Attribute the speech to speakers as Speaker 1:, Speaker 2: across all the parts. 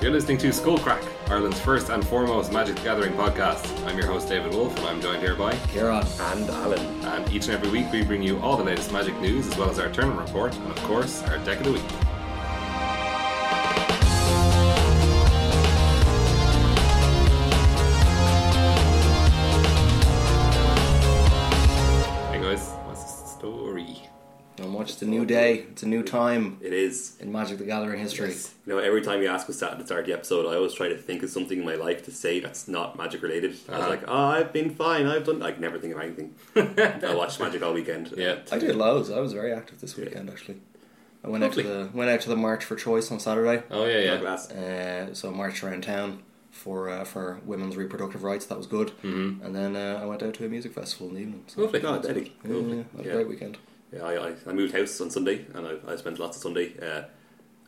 Speaker 1: You're listening to Skullcrack, Ireland's first and foremost Magic the Gathering podcast. I'm your host David Wolfe, and I'm joined here by
Speaker 2: Kieran.
Speaker 3: and Alan.
Speaker 1: And each and every week, we bring you all the latest Magic news, as well as our tournament report, and of course, our deck of the week. Hey guys, what's the story?
Speaker 2: And watch the new day. It's a new time
Speaker 3: It is.
Speaker 2: in Magic the Gathering history.
Speaker 3: You know, every time you ask us that at the start of the episode, I always try to think of something in my life to say that's not magic related. I was
Speaker 1: Uh-huh.
Speaker 3: like, oh, I've been fine. I've done. I can never think of anything. I watched Magic all weekend. Uh,
Speaker 1: Yeah.
Speaker 2: I did loads. I was very active this weekend actually. I went out to
Speaker 3: Lovely.
Speaker 2: the went out to the March for Choice on Saturday.
Speaker 1: Oh yeah,
Speaker 3: Yeah.
Speaker 1: yeah.
Speaker 3: Glass.
Speaker 2: Uh, so I marched around town for uh, for women's reproductive rights. That was good. Mm-hmm. And then uh, I went out to a music festival in the evening. So,
Speaker 1: Lovely.
Speaker 3: No, Daddy.
Speaker 2: yeah, yeah,
Speaker 3: Lovely.
Speaker 2: had a
Speaker 3: Yeah.
Speaker 2: great weekend.
Speaker 3: Yeah, I, I, I moved house on Sunday, and I, I spent lots of Sunday uh,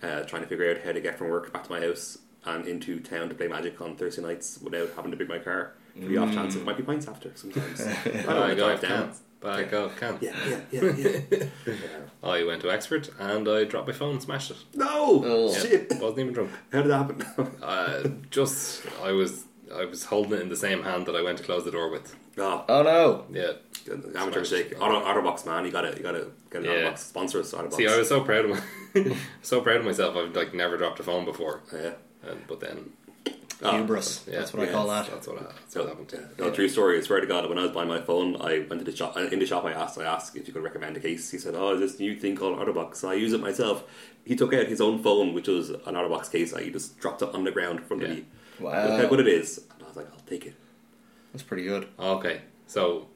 Speaker 3: uh, trying to figure out how to get from work back to my house and into town to play Magic on Thursday nights without having to bring my car. For the off chance,
Speaker 1: Mm.
Speaker 3: it might be pints after sometimes.
Speaker 1: Oh,
Speaker 3: I don't want to
Speaker 1: Back
Speaker 3: drive
Speaker 1: off,
Speaker 3: down.
Speaker 1: camp. Back off, camp.
Speaker 3: Yeah, yeah, yeah, yeah. yeah.
Speaker 1: I went to Oxford and I dropped my phone, and smashed it.
Speaker 3: No!
Speaker 2: Oh.
Speaker 1: Yeah,
Speaker 3: Shit!
Speaker 1: wasn't even drunk.
Speaker 3: How did that happen?
Speaker 1: Uh, just I was I was holding it in the same hand that I went to close the door with.
Speaker 3: oh,
Speaker 2: Oh no!
Speaker 1: Yeah.
Speaker 3: amateur mistake. Auto, Autobox, man. You gotta, you gotta get an
Speaker 1: Yeah.
Speaker 3: Autobox. Sponsor us, Autobox.
Speaker 1: See, I was so proud of my, so proud of myself. I've like never dropped a phone before,
Speaker 3: Yeah.
Speaker 1: and, but then
Speaker 3: Ah,
Speaker 2: Hubris.
Speaker 1: yeah,
Speaker 2: that's what I
Speaker 3: yeah,
Speaker 2: call that.
Speaker 1: that's what I, that's what
Speaker 3: So,
Speaker 1: happened. To.
Speaker 3: no, Oh, true story. I swear to God, when I was buying my phone, I went to the shop. uh, In the shop, I asked, I asked if you could recommend a case. He said, "Oh, there's this new thing called Autobox. I use it myself." He took out his own phone, which was an Autobox case. I he just dropped it on the ground in front of
Speaker 1: Yeah.
Speaker 3: me.
Speaker 2: Wow.
Speaker 3: Look how good it is. And I was like, "I'll take it."
Speaker 2: That's pretty good.
Speaker 1: Okay, so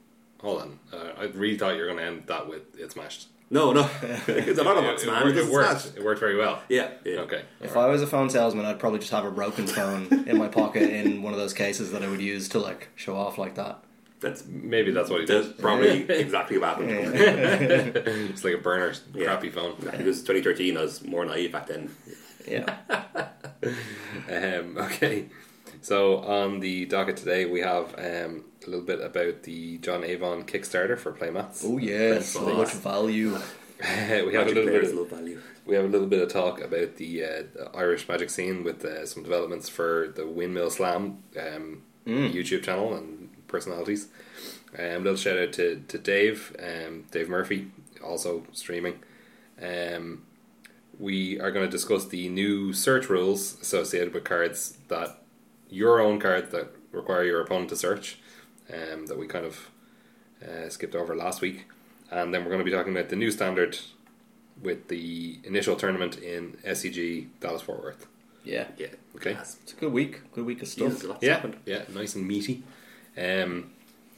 Speaker 1: hold on. Uh, I really thought you were going to end that with it smashed.
Speaker 3: No, no, it's an Autobox,
Speaker 1: it,
Speaker 3: man.
Speaker 1: It,
Speaker 3: It's
Speaker 1: it
Speaker 3: a
Speaker 1: worked.
Speaker 3: smash.
Speaker 1: It worked very well.
Speaker 3: Yeah. yeah.
Speaker 1: Okay.
Speaker 2: If I was a phone salesman, I'd probably just have a broken phone in my pocket in one of those cases that I would use to like show off like that.
Speaker 3: That's
Speaker 1: Maybe that's what he
Speaker 3: that's
Speaker 1: did.
Speaker 3: probably exactly what happened.
Speaker 1: It's like a burner,
Speaker 3: Yeah.
Speaker 1: crappy phone.
Speaker 3: It was 2013. I was more naive back then.
Speaker 2: Yeah.
Speaker 1: Um, okay, so on the docket today we have um, a little bit about the John Avon Kickstarter for Playmats.
Speaker 2: Oh yes, so
Speaker 3: French
Speaker 2: much
Speaker 3: fries.
Speaker 2: value.
Speaker 1: we have a little bit.
Speaker 3: Players
Speaker 1: Of,
Speaker 3: love value.
Speaker 1: we have a little bit of talk about the, uh, the Irish magic scene with uh, some developments for the Windmill Slam um, YouTube channel and personalities. Um, little shout out to to Dave, um, Dave Murphy, also streaming. Um, we are going to discuss the new search rules associated with cards that your own cards that require your opponent to search um, that we kind of uh, skipped over last week. And then we're going to be talking about the new standard with the initial tournament in SEG Dallas Fort Worth.
Speaker 2: Yeah,
Speaker 3: Yeah.
Speaker 1: Okay.
Speaker 3: Yes.
Speaker 2: it's a good week. Good week of stuff.
Speaker 3: Jesus, lots
Speaker 1: yeah,
Speaker 3: happened.
Speaker 1: yeah, nice and meaty. Um,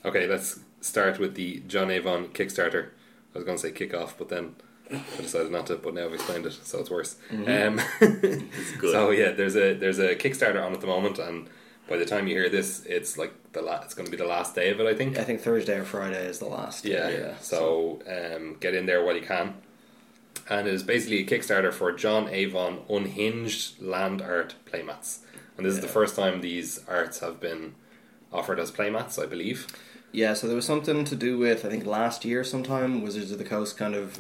Speaker 1: okay, let's start with the John Avon Kickstarter. I was going to say kickoff, but then I decided not to. But now I've explained it, so it's worse. Um,
Speaker 3: Mm-hmm. good.
Speaker 1: So yeah, there's a there's a Kickstarter on at the moment, and by the time you hear this, it's like the la- it's going to be the last day of it, I think.
Speaker 2: I think Thursday or Friday is the last.
Speaker 1: Yeah, So um, get in there while you can. And it is basically a Kickstarter for John Avon unhinged land art playmats. And this is the first time these arts have been offered as playmats, I believe.
Speaker 2: Yeah, so there was something to do with I think last year sometime Wizards of the Coast kind of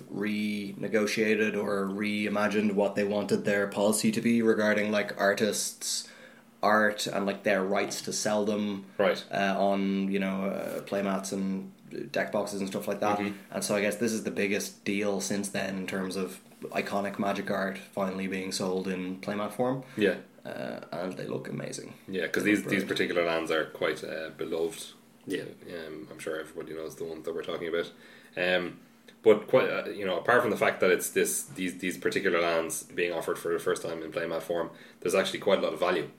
Speaker 2: renegotiated or reimagined what they wanted their policy to be regarding like artists, art, and like their rights to sell them.
Speaker 1: Right.
Speaker 2: uh, on you know uh, playmats and deck boxes and stuff like that. And so I guess this is the biggest deal since then in terms of iconic magic art finally being sold in playmat form.
Speaker 1: Yeah.
Speaker 2: Uh, and they look amazing.
Speaker 1: Yeah, because these, these particular lands are quite uh, beloved.
Speaker 3: Yeah.
Speaker 1: Um, I'm sure everybody knows the ones that we're talking about. Um, but quite, uh, you know, apart from the fact that it's this these these particular lands being offered for the first time in playmat form, there's actually quite a lot of value.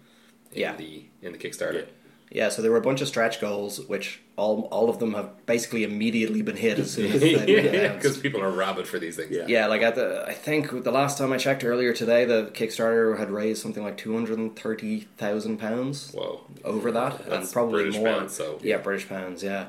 Speaker 1: In
Speaker 2: Yeah.
Speaker 1: The in the Kickstarter.
Speaker 2: Yeah, so there were a bunch of stretch goals, which all all of them have basically immediately been hit as soon as they've been announced.
Speaker 1: because people are rabid for these things.
Speaker 3: Yeah.
Speaker 2: Yeah, like at the I think the last time I checked earlier today, the Kickstarter had raised something like two hundred and thirty thousand pounds
Speaker 1: Whoa.
Speaker 2: over that, and
Speaker 1: That's
Speaker 2: probably
Speaker 1: British
Speaker 2: more.
Speaker 1: pounds, so-
Speaker 2: yeah, British pounds. Yeah,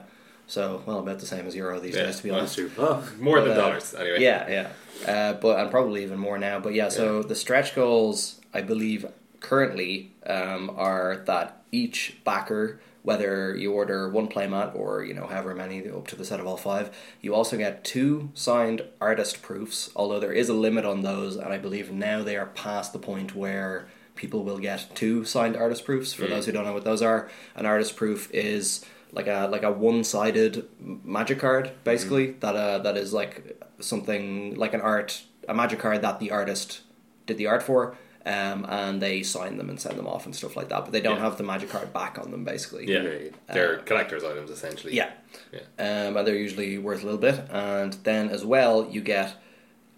Speaker 2: so well about the same as euro these
Speaker 1: Yeah,
Speaker 2: days, to be
Speaker 1: well,
Speaker 2: honest.
Speaker 3: Oh,
Speaker 1: More than
Speaker 2: uh,
Speaker 1: dollars, anyway.
Speaker 2: Yeah, yeah, uh, but and probably even more now. But yeah, so the stretch goals I believe currently um, are that each backer. Whether you order one playmat or you know however many up to the set of all five, you also get two signed artist proofs. Although there is a limit on those, and I believe now they are past the point where people will get two signed artist proofs. For those who don't know what those are, an artist proof is like a like a one sided magic card basically
Speaker 1: Mm.
Speaker 2: that uh, that is like something like an art a magic card that the artist did the art for. Um, and they sign them and send them off and stuff like that, but they don't
Speaker 1: Yeah.
Speaker 2: have the magic card back on them, basically.
Speaker 1: Yeah,
Speaker 3: Yeah.
Speaker 1: they're collector's items essentially.
Speaker 2: Uh, Yeah.
Speaker 1: Yeah.
Speaker 2: Um, and they're usually worth a little bit. And then as well, you get,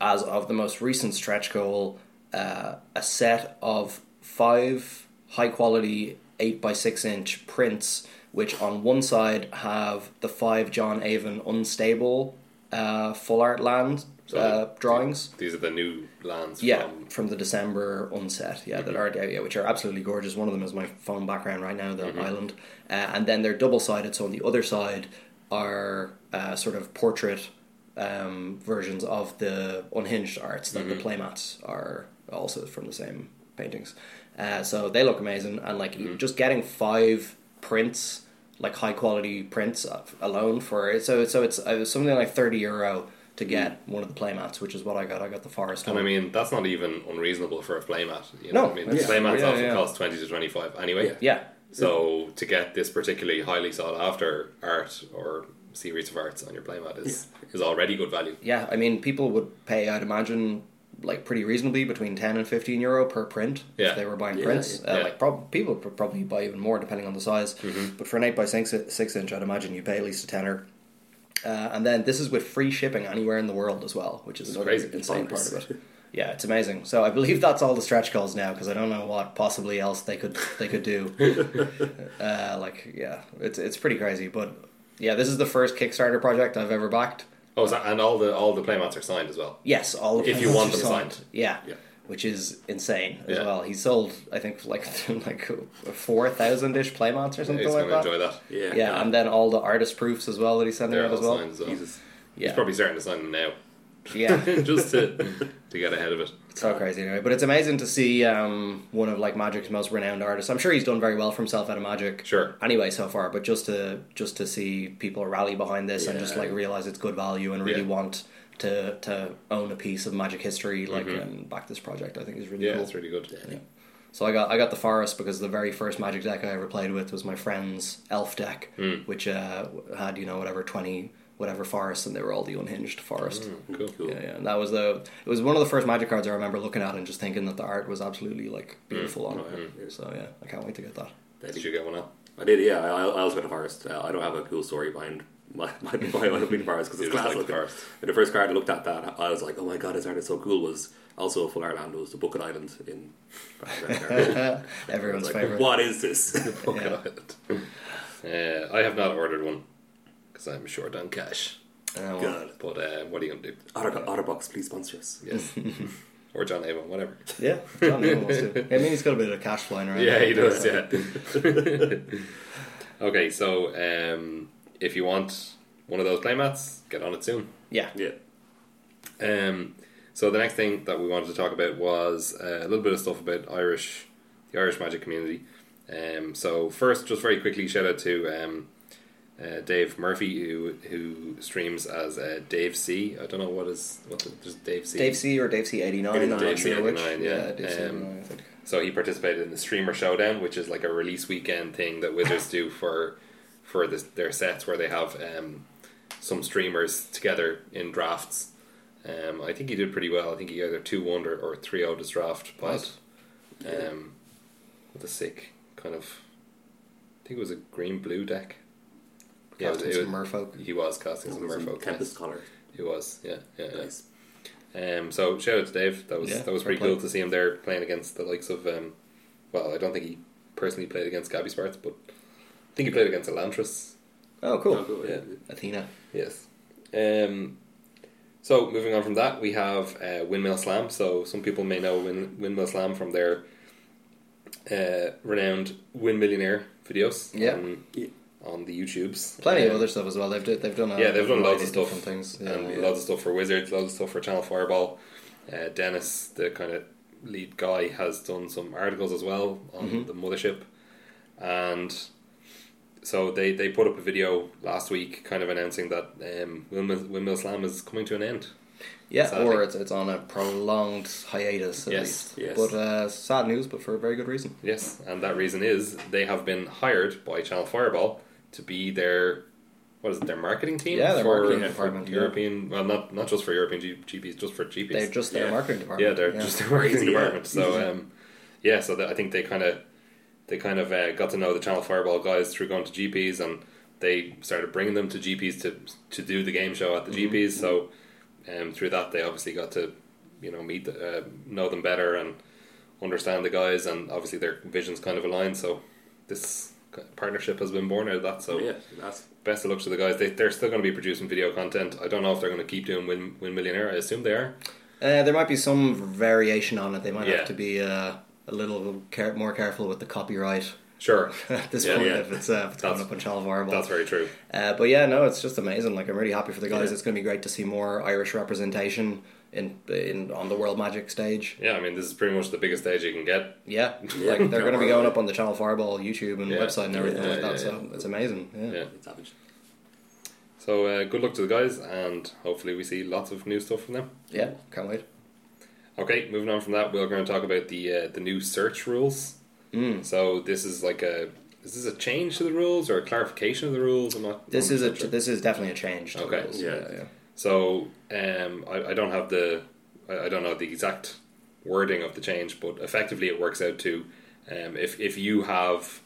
Speaker 2: as of the most recent stretch goal, uh, a set of five high quality 8x6 inch prints, which on one side have the five John Avon unstable uh, full art land
Speaker 1: So
Speaker 2: uh,
Speaker 1: the-
Speaker 2: drawings.
Speaker 1: These are the new lands
Speaker 2: Yeah,
Speaker 1: from Mm-hmm.
Speaker 2: from the December unset. Yeah, that are yeah, which are absolutely gorgeous. One of them is my phone background right now. They're
Speaker 1: Mm-hmm.
Speaker 2: on island, uh, and then they're double sided. So on the other side are uh, sort of portrait um, versions of the unhinged arts that
Speaker 1: Mm-hmm.
Speaker 2: the playmats are also from the same paintings. Uh, so they look amazing, and like
Speaker 1: Mm-hmm.
Speaker 2: you just getting five prints, like high quality prints of- alone for it. So so it's uh, something like thirty euro. To get one of the playmats, which is what I got, I got the forest.
Speaker 1: And
Speaker 2: one.
Speaker 1: Mm-hmm. I mean, that's not even unreasonable for a playmat. You know
Speaker 2: No,
Speaker 1: what I mean?
Speaker 2: yeah.
Speaker 1: Playmats
Speaker 2: Yeah,
Speaker 1: often
Speaker 2: yeah.
Speaker 1: cost 20 to 25 anyway.
Speaker 3: Yeah.
Speaker 2: Yeah,
Speaker 1: So to get this particularly highly sought after art or series of arts on your playmat is, is already good value.
Speaker 2: yeah. I mean, people would pay, I'd imagine, like pretty reasonably between ten and fifteen euro per print
Speaker 1: Yeah.
Speaker 2: if they were buying
Speaker 3: Yeah,
Speaker 2: prints.
Speaker 1: yeah. Mm-hmm.
Speaker 2: Uh, like, prob- people would probably buy even more depending on the size. But for an eight by six, six inch, I'd imagine you pay at least a tenner. Uh, and then this is with free shipping anywhere in the world as well, which is another
Speaker 1: crazy.
Speaker 2: insane part
Speaker 3: Bonkers.
Speaker 2: of it. Yeah, it's amazing. So I believe that's all the stretch goals now because I don't know what possibly else they could they could do. uh, like yeah, it's it's pretty crazy. But yeah, this is the first Kickstarter project I've ever backed.
Speaker 1: Oh, so, and all the all the playmats are signed as well.
Speaker 2: Yes, all of
Speaker 1: If
Speaker 2: them
Speaker 1: you want
Speaker 2: are
Speaker 1: them signed.
Speaker 2: Yeah.
Speaker 3: Yeah.
Speaker 2: Which is insane as
Speaker 1: Yeah.
Speaker 2: well. He sold, I think, like like four thousand ish playmats or something
Speaker 1: He's
Speaker 2: like
Speaker 1: going to
Speaker 2: that.
Speaker 1: enjoy that.
Speaker 3: Yeah.
Speaker 2: yeah, and then all the artist proofs as well that he sent
Speaker 1: They're
Speaker 2: out
Speaker 1: all
Speaker 2: as well.
Speaker 1: signed as well.
Speaker 3: Jesus.
Speaker 2: Yeah,
Speaker 1: He's probably starting to sign them now.
Speaker 2: yeah,
Speaker 1: Just to, to get ahead of it.
Speaker 2: so crazy anyway. But it's amazing to see um, one of like Magic's most renowned artists. I'm sure he's done very well for himself out of Magic.
Speaker 1: Sure.
Speaker 2: Anyway, so far, but just to just to see people rally behind this and just
Speaker 3: Yeah.
Speaker 2: like realize it's good value and really
Speaker 1: Yeah.
Speaker 2: want to to own a piece of Magic history, like and back this project, I think is really
Speaker 1: Mm-hmm. Yeah,
Speaker 2: cool.
Speaker 1: it's really good.
Speaker 2: Yeah. So I got I got the forest because the very first magic deck I ever played with was my friend's elf deck,
Speaker 1: Hmm.
Speaker 2: which uh, had you know whatever twenty whatever forests, and they were all the unhinged forest.
Speaker 1: Cool.
Speaker 3: Cool.
Speaker 2: Yeah, yeah, and that was the it was one of the first magic cards I remember looking at and just thinking that the art was absolutely like
Speaker 1: Hmm.
Speaker 2: beautiful on it.
Speaker 3: Oh, yeah.
Speaker 2: So yeah, I can't wait to get that.
Speaker 1: Did you get one up?
Speaker 3: I did, yeah. I, I also got a forest. Uh, I don't have a cool story behind my my why I would have been a forest because
Speaker 1: You
Speaker 3: it's
Speaker 1: just
Speaker 3: class.
Speaker 1: like the
Speaker 3: looking.
Speaker 1: forest.
Speaker 3: And the first card I looked at that, I was like, oh my god, this art is so cool. Was also Full Ireland was the Bucket Island in. I was
Speaker 2: Everyone's
Speaker 3: like,
Speaker 2: favorite.
Speaker 3: what is this?
Speaker 2: Oh,
Speaker 1: Fucking island. Uh, I have not ordered one because I'm short on cash.
Speaker 2: Oh, well.
Speaker 3: God.
Speaker 1: But uh, what are you going to do?
Speaker 3: Otter, Otterbox, please sponsor us.
Speaker 1: Yes. or John Avon, whatever.
Speaker 2: Yeah, John Lennon wants to. I mean, he's got a bit of cash flying around.
Speaker 1: Yeah, he does. Yeah. okay, so um, if you want one of those playmats, get on it soon.
Speaker 2: yeah,
Speaker 3: Yeah.
Speaker 1: Um, so the next thing that we wanted to talk about was uh, a little bit of stuff about Irish, the Irish magic community. Um, so first, just very quickly, shout out to um, uh, Dave Murphy who who streams as uh, Dave C. I don't know what is what the, just Dave C.
Speaker 2: Dave C or Dave C eighty nine. I'm not
Speaker 1: Dave C
Speaker 2: sure which.
Speaker 1: 89, yeah.
Speaker 2: Dave C
Speaker 1: Um,
Speaker 2: eighty nine. I think.
Speaker 1: So he participated in the Streamer Showdown, which is like a release weekend thing that Wizards do for for this, their sets where they have um, some streamers together in drafts. Um, I think he did pretty well. I think he either two one or, or three zero this draft, but um, with a sick kind of, I think it was a green blue deck. Yeah, it was,
Speaker 2: Casting
Speaker 1: it
Speaker 2: some
Speaker 1: was,
Speaker 2: merfolk.
Speaker 1: he was casting some
Speaker 3: Some
Speaker 1: merfolk.
Speaker 3: Tempest
Speaker 1: yes.
Speaker 3: Collar.
Speaker 1: He was, yeah, yeah, yeah.
Speaker 3: Nice.
Speaker 1: Um, so shout out to Dave. That was
Speaker 2: Yeah,
Speaker 1: that was
Speaker 2: fair
Speaker 1: pretty
Speaker 2: play.
Speaker 1: cool to see him there playing against the likes of. Um, well, I don't think he personally played against Gabby Sparks, but I think he played against Elantris.
Speaker 2: Oh,
Speaker 3: Oh,
Speaker 2: cool.
Speaker 3: cool, yeah.
Speaker 1: Yeah.
Speaker 2: Athena.
Speaker 1: Yes. Um, so moving on from that, we have uh, Windmill Slam. So some people may know Win- Windmill Slam from their uh, renowned Win Millionaire videos.
Speaker 2: Yeah.
Speaker 1: On,
Speaker 3: Yeah.
Speaker 1: on the YouTubes.
Speaker 2: Plenty of
Speaker 1: Um,
Speaker 2: other stuff as well. They've do- they've done a
Speaker 1: yeah, they've done loads
Speaker 2: Uh, variety
Speaker 1: of stuff.
Speaker 2: different things. Yeah,
Speaker 1: and
Speaker 2: yeah.
Speaker 1: loads of stuff for Wizards, loads of stuff for Channel Fireball. Uh, Dennis, the kind of lead guy, has done some articles as well on
Speaker 2: Mm-hmm.
Speaker 1: the mothership, and so they, they put up a video last week, kind of announcing that um, Windmill, Windmill Slam is coming to an end.
Speaker 2: Yeah,
Speaker 1: Sadly.
Speaker 2: or it's, it's on a prolonged hiatus at
Speaker 1: Yes,
Speaker 2: least.
Speaker 3: yes.
Speaker 2: But uh, sad news, but for a very good reason.
Speaker 1: Yes, and that reason is they have been hired by Channel Fireball to be their what is it, their marketing team
Speaker 2: Yeah, their
Speaker 1: for,
Speaker 2: marketing
Speaker 1: for
Speaker 2: department, yeah.
Speaker 1: European well not not just for European G- GPs, just for GPs.
Speaker 2: They're just their
Speaker 3: Yeah.
Speaker 2: marketing department.
Speaker 1: yeah, they're just their marketing
Speaker 3: Crazy, yeah.
Speaker 1: department. So um, yeah, so that, I think they kind of they kind of uh, got to know the Channel Fireball guys through going to GPs, and they started bringing them to GPs to to do the game show at the
Speaker 3: Mm-hmm.
Speaker 1: GPs. So um, through that, they obviously got to you know meet the, uh, know them better and understand the guys, and obviously their visions kind of aligned. So this c- partnership has been born out of that. So
Speaker 3: yeah, that's
Speaker 1: best of luck to the guys. They, they're still going to be producing video content. I don't know if they're going to keep doing Win Win Millionaire. I assume they are.
Speaker 2: Uh, there might be some variation on it. They might
Speaker 1: Yeah.
Speaker 2: have to be uh, a little care- more careful with the copyright
Speaker 1: Sure,
Speaker 2: at this
Speaker 3: Yeah,
Speaker 2: point
Speaker 3: yeah.
Speaker 2: if it's, uh, if it's coming
Speaker 1: That's-
Speaker 2: up on Channel Fireball.
Speaker 1: that's very true.
Speaker 2: Uh, but yeah, no, it's just amazing. Like I'm really happy for the guys.
Speaker 3: Yeah.
Speaker 2: It's going to be great to see more Irish representation in in on the World Magic stage.
Speaker 1: Yeah, I mean, this is pretty much the biggest stage you can get.
Speaker 2: Yeah,
Speaker 3: Yeah.
Speaker 2: like they're going to be
Speaker 3: Yeah.
Speaker 2: going up on the Channel Fireball YouTube and
Speaker 1: Yeah.
Speaker 2: website and everything
Speaker 3: Yeah,
Speaker 2: like that.
Speaker 1: yeah,
Speaker 2: so it's amazing. Yeah.
Speaker 1: Yeah.
Speaker 3: it's savage.
Speaker 1: So uh, good luck to the guys, and hopefully we see lots of new stuff from them.
Speaker 2: Yeah, can't wait.
Speaker 1: Okay, moving on from that, we're going to talk about the uh, the new search rules. Mm. So this is like a is this a change to the rules or a clarification of the rules? I'm not.
Speaker 2: This is a
Speaker 1: 100% sure.
Speaker 2: this is definitely a change. To the
Speaker 1: Okay.
Speaker 2: rules.
Speaker 3: Yeah.
Speaker 2: yeah,
Speaker 1: So um, I, I don't have the I, I don't know the exact wording of the change, but effectively it works out to um, if if you have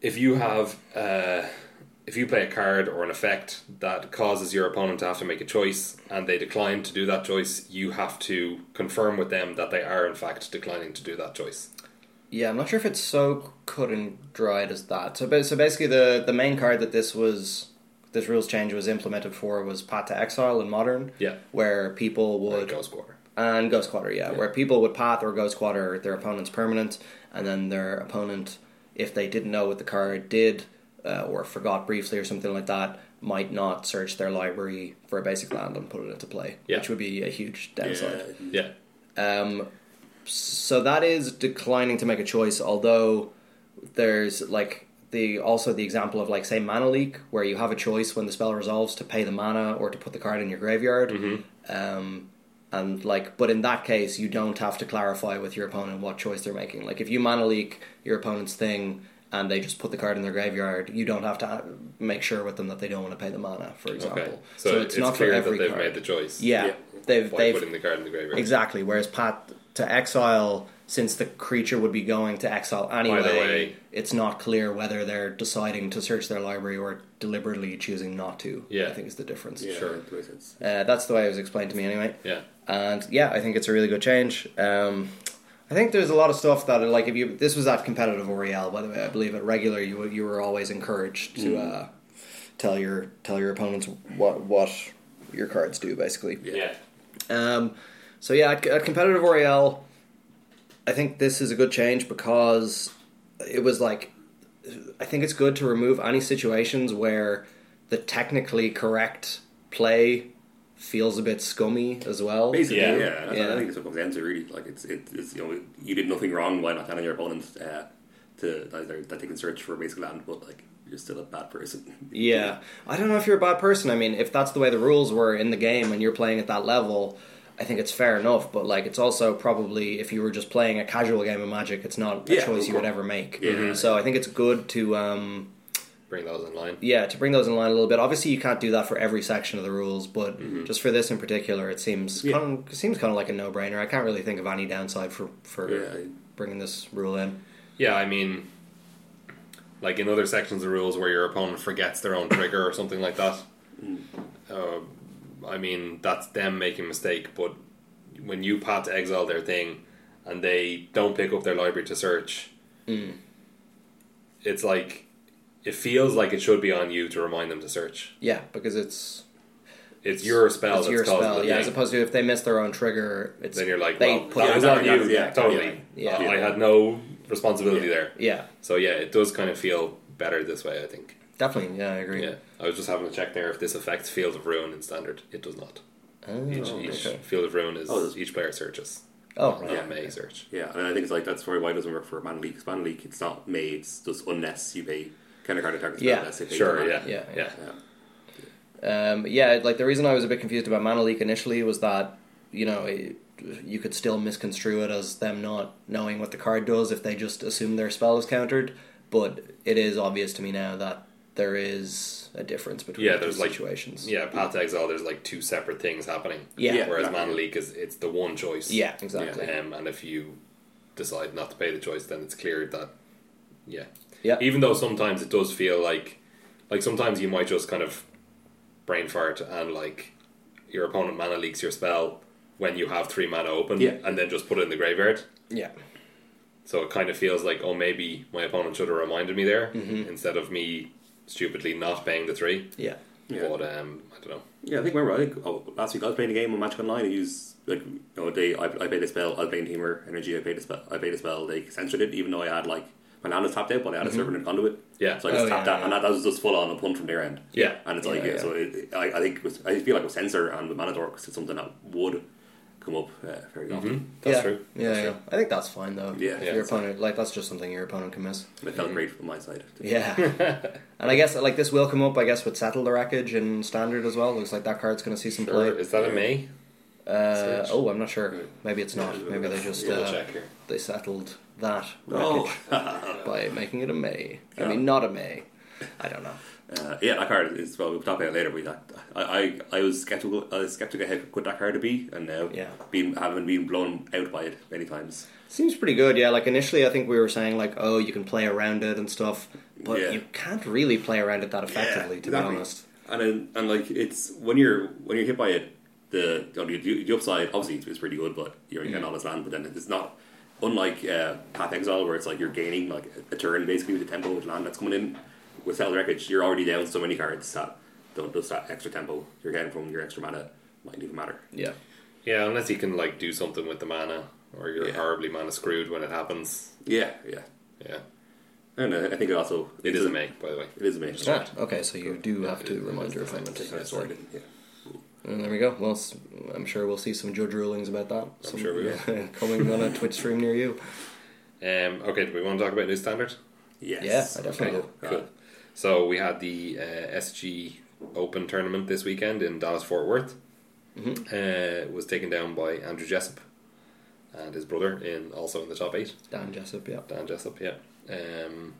Speaker 1: if you have uh, if you play a card or an effect that causes your opponent to have to make a choice and they decline to do that choice, you have to confirm with them that they are in fact declining to do that choice.
Speaker 2: Yeah, I'm not sure if it's so cut and dried as that. So, ba- so basically, the the main card that this was this rules change was implemented for was Path to Exile in Modern.
Speaker 1: Yeah.
Speaker 2: where people would
Speaker 1: Ghost Quarter.
Speaker 2: and Ghost Quarter, yeah, where people would path or Ghost Quarter their opponent's permanent, and then their opponent, if they didn't know what the card did uh, or forgot briefly or something like that, might not search their library for a basic land and put it into play,
Speaker 1: Yeah.
Speaker 2: which would be a huge
Speaker 3: Yeah,
Speaker 2: downside.
Speaker 1: Yeah.
Speaker 2: Um, so that is declining to make a choice, although there's like the also the example of like say mana leak where you have a choice when the spell resolves to pay the mana or to put the card in your graveyard
Speaker 1: Mm-hmm.
Speaker 2: um, and like but in that case you don't have to clarify with your opponent what choice they're making like if you mana leak your opponent's thing and they just put the card in their graveyard you don't have to uh, make sure with them that they don't want to pay the mana for example
Speaker 1: Okay. So, it's, not clear that they've made the choice.
Speaker 2: yeah,
Speaker 3: Yeah.
Speaker 2: they've
Speaker 1: By
Speaker 2: they've
Speaker 1: putting the card in the graveyard.
Speaker 2: Exactly. Whereas Path to Exile, since the creature would be going to exile anyway,
Speaker 1: way-
Speaker 2: it's not clear whether they're deciding to search their library or deliberately choosing not to.
Speaker 1: Yeah.
Speaker 2: I think is the difference.
Speaker 3: yeah,
Speaker 1: Sure.
Speaker 3: that makes sense.
Speaker 2: Uh, that's the way it was explained to me anyway.
Speaker 1: Yeah.
Speaker 2: And yeah, I think it's a really good change. Um, I think there's a lot of stuff that like if you this was at competitive Oriel by the way I believe at regular you were- you were always encouraged to
Speaker 1: Mm.
Speaker 2: uh, tell your tell your opponents what what your cards do basically.
Speaker 1: Yeah.
Speaker 2: Um, so yeah, at, at competitive Oriel, I think this is a good change because it was like I think it's good to remove any situations where the technically correct play feels a bit scummy as well.
Speaker 3: Basically,
Speaker 1: Yeah.
Speaker 3: yeah, yeah.
Speaker 2: Yeah.
Speaker 3: I think it's what comes down to really. Like it's, it, it's you know you did nothing wrong by not telling your opponent uh, to that, they're- that they can search for a basic land, but like you're still a bad person.
Speaker 2: Yeah, I don't know if you're a bad person. I mean, if that's the way the rules were in the game and you're playing at that level, I think it's fair enough. But like, it's also probably if you were just playing a casual game of Magic, it's not a
Speaker 3: Yeah,
Speaker 2: choice
Speaker 3: of
Speaker 2: you would
Speaker 3: course.
Speaker 2: ever make.
Speaker 3: Yeah.
Speaker 2: So I think it's good to. Um,
Speaker 1: Bring those in line.
Speaker 2: yeah, to bring those in line a little bit. Obviously, you can't do that for every section of the rules, but
Speaker 1: Mm-hmm.
Speaker 2: just for this in particular, it seems
Speaker 3: Yeah.
Speaker 2: kind of, it seems kind of like a no brainer. I can't really think of any downside for for
Speaker 3: Yeah.
Speaker 2: bringing this rule in.
Speaker 1: Yeah, I mean, like in other sections of rules where your opponent forgets their own trigger or something like that.
Speaker 2: Hmm.
Speaker 1: Uh, I mean, that's them making a mistake, but when you pat to exile their thing and they don't pick up their library to search,
Speaker 2: Hmm.
Speaker 1: it's like it feels like it should be on you to remind them to search.
Speaker 2: Yeah, because it's
Speaker 1: It's your spell
Speaker 2: it's
Speaker 1: Oh, that's
Speaker 2: your
Speaker 1: causing
Speaker 2: spell.
Speaker 1: the
Speaker 2: Yeah,
Speaker 1: thing.
Speaker 2: as opposed to if they miss their own trigger, it's
Speaker 1: then you're like,
Speaker 2: they
Speaker 1: well,
Speaker 2: put
Speaker 1: that
Speaker 2: it
Speaker 1: was
Speaker 2: on
Speaker 1: on
Speaker 2: you.
Speaker 1: you.
Speaker 3: Yeah,
Speaker 1: totally.
Speaker 2: yeah,
Speaker 1: I
Speaker 3: yeah.
Speaker 1: had no responsibility there.
Speaker 2: yeah,
Speaker 1: So yeah, it does kind of feel better this way, I think.
Speaker 2: definitely. Yeah, I agree.
Speaker 1: Yeah, I was just having a check there if this affects Field of Ruin in Standard. It does not.
Speaker 2: Oh,
Speaker 1: Each, each
Speaker 2: okay.
Speaker 1: Field of Ruin is
Speaker 3: Oh, there's-
Speaker 1: each player searches.
Speaker 2: oh
Speaker 1: Not
Speaker 2: right.
Speaker 1: may search.
Speaker 3: Yeah, and I think it's like that's probably why it doesn't work for man leak. Because man leak, it's not made just unless you pay counter card attack.
Speaker 2: Yeah.
Speaker 3: unless they pay
Speaker 1: Sure,
Speaker 3: for mana.
Speaker 1: yeah.
Speaker 2: Yeah,
Speaker 1: Yeah.
Speaker 3: yeah.
Speaker 2: Um, yeah, like the reason I was a bit confused about Mana Leak initially was that you know it, you could still misconstrue it as them not knowing what the card does if they just assume their spell is countered. But it is obvious to me now that there is a difference between
Speaker 1: Yeah,
Speaker 2: the two
Speaker 1: there's, like-
Speaker 2: situations.
Speaker 1: Yeah, Path to Exile. There's like two separate things happening.
Speaker 2: Yeah. Yeah,
Speaker 1: Whereas
Speaker 3: exactly.
Speaker 1: Mana Leak is it's the one choice.
Speaker 2: Yeah, exactly.
Speaker 1: Um, and if you decide not to pay the choice, then it's clear that yeah,
Speaker 2: Yeah.
Speaker 1: Even though sometimes it does feel like like sometimes you might just kind of brain fart and like your opponent mana leaks your spell when you have three mana open,
Speaker 3: Yeah.
Speaker 1: and then just put it in the graveyard.
Speaker 2: yeah.
Speaker 1: So it kind of feels like oh maybe my opponent should have reminded me there
Speaker 2: Mm-hmm.
Speaker 1: instead of me stupidly not paying the three.
Speaker 2: Yeah.
Speaker 3: Yeah.
Speaker 1: But um, I don't know.
Speaker 3: Yeah, I think remember. I think oh, last week I was playing a game on Magic Online. I used like you know, they I, I played a spell. I was playing Teamer Energy. I played a spell. I played a spell. They censored it, even though I had like my land was tapped out, but I had a servant and conduit.
Speaker 1: Mm-hmm. Yeah.
Speaker 3: so I just
Speaker 2: Oh,
Speaker 3: tapped
Speaker 2: yeah,
Speaker 3: that, and that, that was just full on a punt from their end.
Speaker 1: Yeah.
Speaker 3: and it's
Speaker 2: Yeah,
Speaker 3: like yeah,
Speaker 2: yeah.
Speaker 3: so it, it- I, I think it was, I feel like with censor and with mana dorks, it's something that would come up uh, very
Speaker 1: Mm-hmm.
Speaker 3: often.
Speaker 1: That's
Speaker 2: yeah.
Speaker 1: true.
Speaker 2: Yeah,
Speaker 1: That's
Speaker 2: yeah.
Speaker 1: true.
Speaker 2: I think that's fine though.
Speaker 3: Yeah,
Speaker 2: if
Speaker 3: yeah,
Speaker 2: your
Speaker 3: that's
Speaker 2: opponent like that's just something your opponent can miss.
Speaker 3: It felt great from my side.
Speaker 2: Mm-hmm. Yeah. and I guess like this will come up, I guess, with Settle the Wreckage and Standard as well. Looks like that card's going to see some
Speaker 1: Sure.
Speaker 2: play.
Speaker 1: Is that a May?
Speaker 2: Uh,
Speaker 1: Search.
Speaker 2: oh, I'm not sure. Maybe it's not.
Speaker 3: Yeah,
Speaker 2: Maybe they just
Speaker 1: Double
Speaker 2: uh,
Speaker 1: check here.
Speaker 2: they settled that
Speaker 3: Oh,
Speaker 2: wreckage by making it a May. I
Speaker 3: Yeah.
Speaker 2: mean, not a May. I don't know.
Speaker 3: Uh, yeah, that card is well. We'll talk about it later. But that, I, I, I was skeptical. I was skeptical how good that card would be, and now
Speaker 2: Yeah.
Speaker 3: being having been blown out by it many times.
Speaker 2: Seems pretty good, yeah. Like initially, I think we were saying like, oh, you can play around it and stuff, but
Speaker 3: Yeah.
Speaker 2: you can't really play around it that effectively, to
Speaker 3: exactly.
Speaker 2: be honest.
Speaker 3: And then, and like it's when you're when you're hit by it, the you know, the, the upside obviously it's, it's pretty good, but you're getting all this land. But then it's not unlike uh, Path Exile where it's like you're gaining like a turn basically with the tempo with land that's coming in. With Settled Wreckage, you're already down so many cards that don't just that extra tempo you're getting from your extra mana might even matter.
Speaker 2: Yeah,
Speaker 1: Yeah, unless you can like do something with the mana, or you're
Speaker 3: Yeah.
Speaker 1: horribly mana screwed when it happens.
Speaker 3: Yeah, yeah.
Speaker 1: Yeah,
Speaker 3: I don't know. I think it also
Speaker 1: it
Speaker 3: it's
Speaker 1: is a May, by the way.
Speaker 3: It is a mage.
Speaker 1: Yeah.
Speaker 2: Ah, Okay, so you do have to remind your opponent.
Speaker 3: Yeah, sorry. Yeah.
Speaker 2: And there we go. Well, s- I'm sure we'll see some judge rulings about that. I'm
Speaker 1: sure we
Speaker 2: will. coming on a Twitch stream near you.
Speaker 1: Um, okay, do we want to talk about new standard?
Speaker 3: Yes.
Speaker 2: Yeah, I definitely
Speaker 1: Okay,
Speaker 3: will.
Speaker 1: cool. So we had the uh, SG Open tournament this weekend in Dallas Fort Worth.
Speaker 3: Mm-hmm.
Speaker 1: Uh, it was taken down by Andrew Jessup and his brother in also in the top eight.
Speaker 2: Dan Jessup, yeah.
Speaker 1: Dan Jessup, yeah. Um,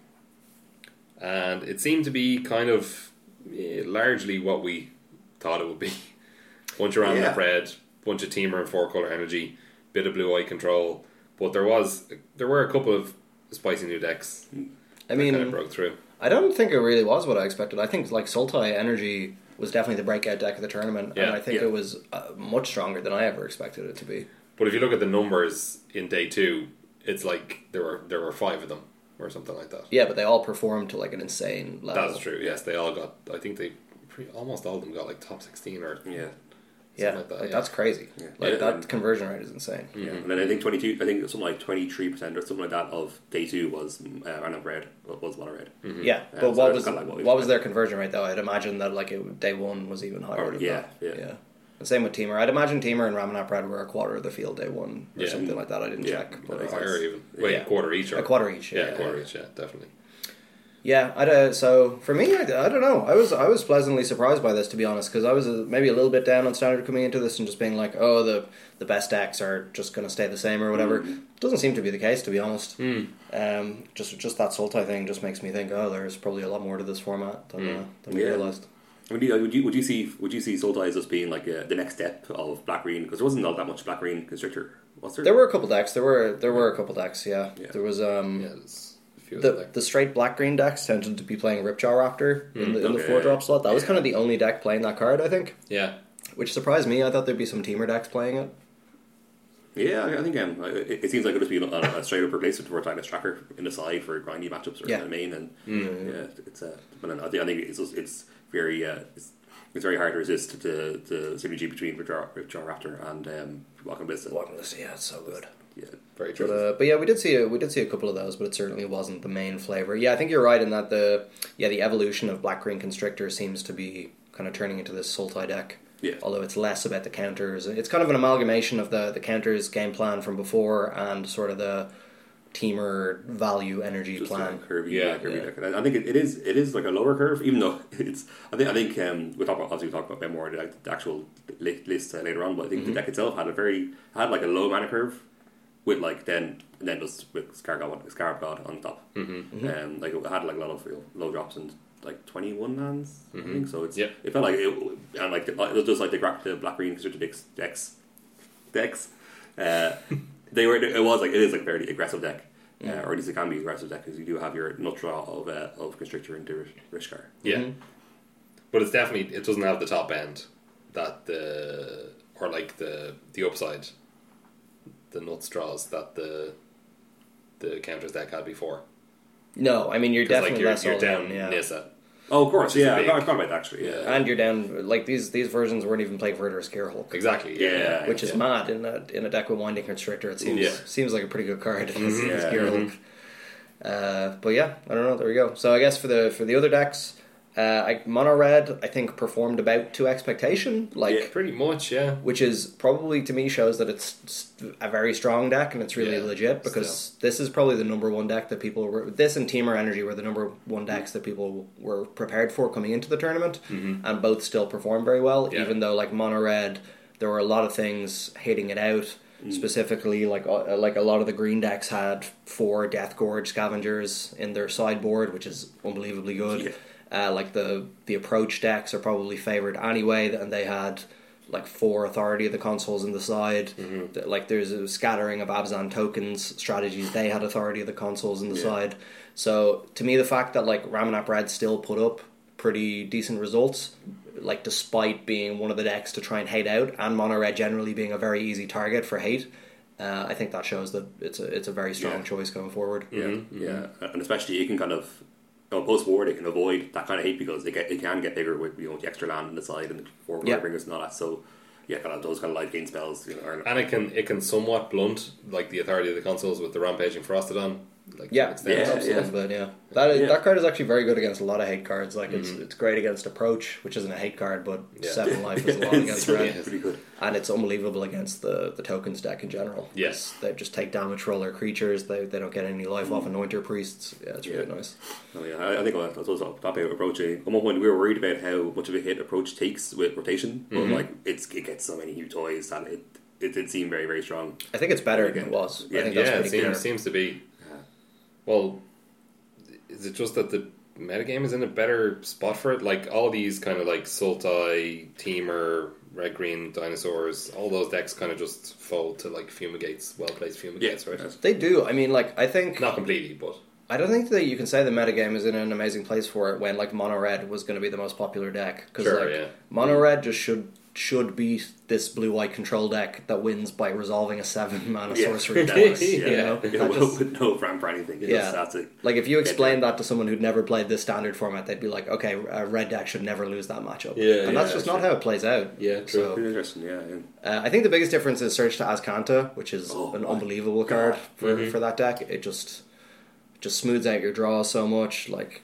Speaker 1: and it seemed to be kind of eh, largely what we thought it would be. Bunch of random
Speaker 3: Yeah.
Speaker 1: red, bunch of teamer and four color energy, bit of blue eye control. But there was there were a couple of spicy new decks.
Speaker 2: I
Speaker 1: that kind of
Speaker 2: mean,
Speaker 1: broke through.
Speaker 2: I don't think it really was what I expected. I think like Sultai Energy was definitely the breakout deck of the tournament,
Speaker 1: Yeah,
Speaker 2: and I think
Speaker 3: yeah.
Speaker 2: it was uh, much stronger than I ever expected it to be.
Speaker 1: But if you look at the numbers in day two, it's like there were there were five of them or something like that.
Speaker 2: Yeah, but they all performed to like an insane level.
Speaker 1: That's true. Yes, they all got. I think they pre, almost all of them got like top sixteen or
Speaker 3: Yeah.
Speaker 2: Yeah,
Speaker 1: Something like that,
Speaker 2: like,
Speaker 1: yeah.
Speaker 2: that's crazy.
Speaker 3: Yeah.
Speaker 2: Like
Speaker 3: Yeah,
Speaker 2: that
Speaker 3: and-
Speaker 2: conversion rate is insane.
Speaker 1: Mm-hmm.
Speaker 3: Yeah, and then I think twenty two. I think something like twenty three percent or something like that of day two was uh, random red was mono red.
Speaker 1: Mm-hmm.
Speaker 2: Yeah, but
Speaker 3: Yeah, so
Speaker 2: what
Speaker 3: it's
Speaker 2: was
Speaker 3: kinda like what
Speaker 2: what,
Speaker 3: we
Speaker 2: was their conversion rate though? I'd imagine that like it, day one was even higher.
Speaker 3: Or-
Speaker 2: than
Speaker 3: yeah,
Speaker 2: that.
Speaker 3: yeah.
Speaker 2: The same with Teamer. I'd imagine Teamer and Ramanap Red were a quarter of the field day one or
Speaker 1: Yeah.
Speaker 2: something like that. I didn't
Speaker 3: Yeah.
Speaker 2: check.
Speaker 3: That
Speaker 2: But,
Speaker 3: makes
Speaker 2: uh,
Speaker 3: sense.
Speaker 1: higher even. Wait,
Speaker 2: Yeah.
Speaker 1: a quarter each or
Speaker 2: a quarter each.
Speaker 1: Yeah,
Speaker 2: Yeah,
Speaker 1: a quarter each. Yeah, definitely.
Speaker 2: Yeah, I don't, so for me, I, I don't know. I was I was pleasantly surprised by this to be honest, because I was uh, maybe a little bit down on standard coming into this and just being like, oh, the the best decks are just going to stay the same or whatever.
Speaker 3: Mm.
Speaker 2: Doesn't seem to be the case to be honest.
Speaker 3: Hmm.
Speaker 2: Um, just just that Sultai thing just makes me think, oh, there's probably a lot more to this format than uh, than we
Speaker 3: Hmm. Yeah.
Speaker 2: realized.
Speaker 3: I mean, do you- would you would you see would you see Sultai as just being like uh, the next step of black green because there wasn't all that much black green constrictor. Was there?
Speaker 2: There were a couple decks. There were there were a couple decks. Yeah,
Speaker 3: Yeah.
Speaker 2: there was um.
Speaker 1: Yeah, there's a few of them
Speaker 2: The,
Speaker 1: there.
Speaker 2: the straight black green decks tended to be playing Ripjaw Raptor in the, in the
Speaker 3: Hmm. okay.
Speaker 2: four drop slot. That was
Speaker 3: Yeah.
Speaker 2: kind of the only deck playing that card, I think,
Speaker 1: Yeah,
Speaker 2: which surprised me. I thought there'd be some teamer decks playing it.
Speaker 3: Yeah, I I think um, I- it, it seems like it would just be a, a straight up replacement for Titus Tracker in the side for grindy matchups or
Speaker 2: Yeah.
Speaker 3: yeah. the main, and yeah, it's uh, but I think I think it's just, it's very uh, it's, it's very hard to resist the the synergy between Withdraw Withdraw Raptor and um, Welcome Bliss.
Speaker 2: Walking list, Oh, yeah, it's so good.
Speaker 3: Yeah,
Speaker 1: very
Speaker 2: But,
Speaker 1: true.
Speaker 2: uh, but yeah, we did see a, we did see a couple of those, but it certainly wasn't the main flavor. Yeah, I think you're right in that the yeah the evolution of black green constrictor seems to be kind of turning into this Sultai deck.
Speaker 3: Yeah.
Speaker 2: Although it's less about the counters, it's kind of an amalgamation of the the counters game plan from before and sort of the teamer value energy
Speaker 3: Just
Speaker 2: plan.
Speaker 3: like curvy,
Speaker 1: Yeah.
Speaker 3: yeah, curvy
Speaker 2: Yeah.
Speaker 3: deck. I- I think it, it is it is like a lower curve, even though it's. I think I think um, we'll talk about obviously we'll talk about Ben Moore the, like, the actual li- list uh, later on, but I think the deck itself had a very had like a low mana curve with like then and then just with Scarab God, Scarab God on top. Mm-hmm. Um, like it had like a lot of you know, low drops and like twenty one lands. I think so. It's
Speaker 1: Mm-hmm. Yep.
Speaker 3: it felt like it and like the, it was just like the, gra- the black green constricted decks decks decks. Uh, they were. It was like it is like a very aggressive deck, uh,
Speaker 1: Mm-hmm.
Speaker 3: or at least it can be aggressive deck because you do have your nut draw of uh, of constrictor into Rishkar.
Speaker 1: Yeah.
Speaker 3: Mm-hmm.
Speaker 1: But it's definitely it doesn't have the top end that the or like the the upside, the nuts draws that the the counters deck had before.
Speaker 2: No, I mean you're
Speaker 1: 'Cause,
Speaker 2: definitely
Speaker 1: like
Speaker 2: less
Speaker 1: you're, you're
Speaker 2: all
Speaker 1: down
Speaker 2: in, yeah.
Speaker 1: Nissa.
Speaker 3: Oh, of course,
Speaker 1: Which is
Speaker 3: yeah. I
Speaker 1: big.
Speaker 3: forgot I forgot about that actually. Yeah,
Speaker 2: and you're down like these these versions weren't even playing Verder's Gear Hulk,
Speaker 1: Exactly.
Speaker 3: yeah.
Speaker 2: which is
Speaker 3: yeah.
Speaker 2: mad in a in a deck with Winding Constrictor. It seems
Speaker 1: Yeah.
Speaker 2: seems like a pretty good card. It's- it's
Speaker 3: Yeah.
Speaker 2: Gear Hulk. Uh, but yeah, I don't know. There we go. So I guess for the for the other decks, uh, I, mono red I think performed about to expectation. Like
Speaker 3: Yeah.
Speaker 1: Pretty much, yeah.
Speaker 2: which is probably to me shows that it's s- a very strong deck and it's really
Speaker 1: Yeah,
Speaker 2: legit because this is probably the number one deck that people were this and Teamer Energy were the number one decks that people were prepared for coming into the tournament and both still perform very well
Speaker 1: Yeah.
Speaker 2: even though like mono red there were a lot of things hating it out specifically like uh, like a lot of the green decks had four Death Gorge scavengers in their sideboard which is unbelievably good
Speaker 3: Yeah.
Speaker 2: uh, like the the approach decks are probably favored anyway, and they had like four authority of the consoles in the side. Th- Like there's a scattering of Abzan tokens strategies. They had authority of the consoles in the side. So to me, the fact that like Ramanap Red still put up pretty decent results, like despite being one of the decks to try and hate out, and Mono Red generally being a very easy target for hate. Uh, I think that shows that it's a it's a very strong
Speaker 3: Yeah.
Speaker 2: choice going forward.
Speaker 3: Yeah,
Speaker 2: Mm-hmm.
Speaker 3: yeah, and especially it can kind of you know, post war they can avoid that kind of hate because they get it can get bigger with you know the extra land on the side and the four
Speaker 2: Yeah.
Speaker 3: bringers and all that. So yeah, kind of those kind of life gain spells. You know, are,
Speaker 1: And it can it can somewhat blunt like the authority of the consoles with the rampaging frostodon. Like
Speaker 2: Yeah,
Speaker 1: extend-
Speaker 3: Yeah,
Speaker 2: absolutely.
Speaker 3: yeah.
Speaker 2: But yeah, that is,
Speaker 3: Yeah.
Speaker 2: that card is actually very good against a lot of hate cards. Like it's
Speaker 3: Mm-hmm.
Speaker 2: it's great against approach, which isn't a hate card, but
Speaker 1: Yeah.
Speaker 2: seven life is a lot
Speaker 3: It's
Speaker 2: against
Speaker 3: pretty-
Speaker 2: red,
Speaker 1: yeah.
Speaker 3: pretty good.
Speaker 2: and it's unbelievable against the the tokens deck in general.
Speaker 1: Yes.
Speaker 2: they just take damage from all their creatures. They they don't get any life off anointer priests. Yeah, it's really
Speaker 3: Mm-hmm. Yeah.
Speaker 2: nice.
Speaker 3: Oh, yeah, I, I think that's also a topic of approach. eh? At one point, we were worried about how much of a hit approach takes with rotation, but
Speaker 2: Mm-hmm.
Speaker 3: like it's it gets so many new toys that it it did seem very very strong.
Speaker 2: I think it's better than
Speaker 3: Yeah.
Speaker 2: it was. I
Speaker 3: Yeah,
Speaker 2: think that's
Speaker 1: yeah, it
Speaker 2: pretty
Speaker 1: seems,
Speaker 2: clear.
Speaker 1: seems to be.
Speaker 3: Yeah.
Speaker 1: Well, is it just that the metagame is in a better spot for it? Like all these kind of like Sultai, Teamer, Red Green, Dinosaurs, all those decks kind of just fold to like Fumigates, well placed Fumigates,
Speaker 3: Yeah,
Speaker 1: right?
Speaker 3: that's-
Speaker 2: They do. I mean, like I think
Speaker 1: Not completely, but
Speaker 2: I don't think that you can say the metagame is in an amazing place for it when like mono red was going to be the most popular deck because
Speaker 1: Sure,
Speaker 2: like
Speaker 1: yeah.
Speaker 2: mono red just should should beat this blue white control deck that wins by resolving a seven mana
Speaker 3: Yeah.
Speaker 2: sorcery
Speaker 3: That
Speaker 2: twice.
Speaker 1: was-
Speaker 2: You
Speaker 1: yeah.
Speaker 2: know,
Speaker 3: You
Speaker 2: That
Speaker 3: know,
Speaker 2: just-
Speaker 3: with no ramp or anything. It's
Speaker 2: Yeah.
Speaker 3: just- that's it.
Speaker 2: like if you explained that to someone who'd never played this standard format, they'd be like, okay, a red deck should never lose that matchup.
Speaker 1: Yeah,
Speaker 2: and that's
Speaker 1: yeah,
Speaker 2: just not how it plays out.
Speaker 1: Yeah, true.
Speaker 2: So,
Speaker 3: Pretty interesting, yeah. yeah.
Speaker 2: uh, I think the biggest difference is Search to Azcanta, which is
Speaker 3: Oh
Speaker 2: an
Speaker 3: my
Speaker 2: unbelievable
Speaker 3: God.
Speaker 2: card for, for that deck. It just just smooths out your draw so much, like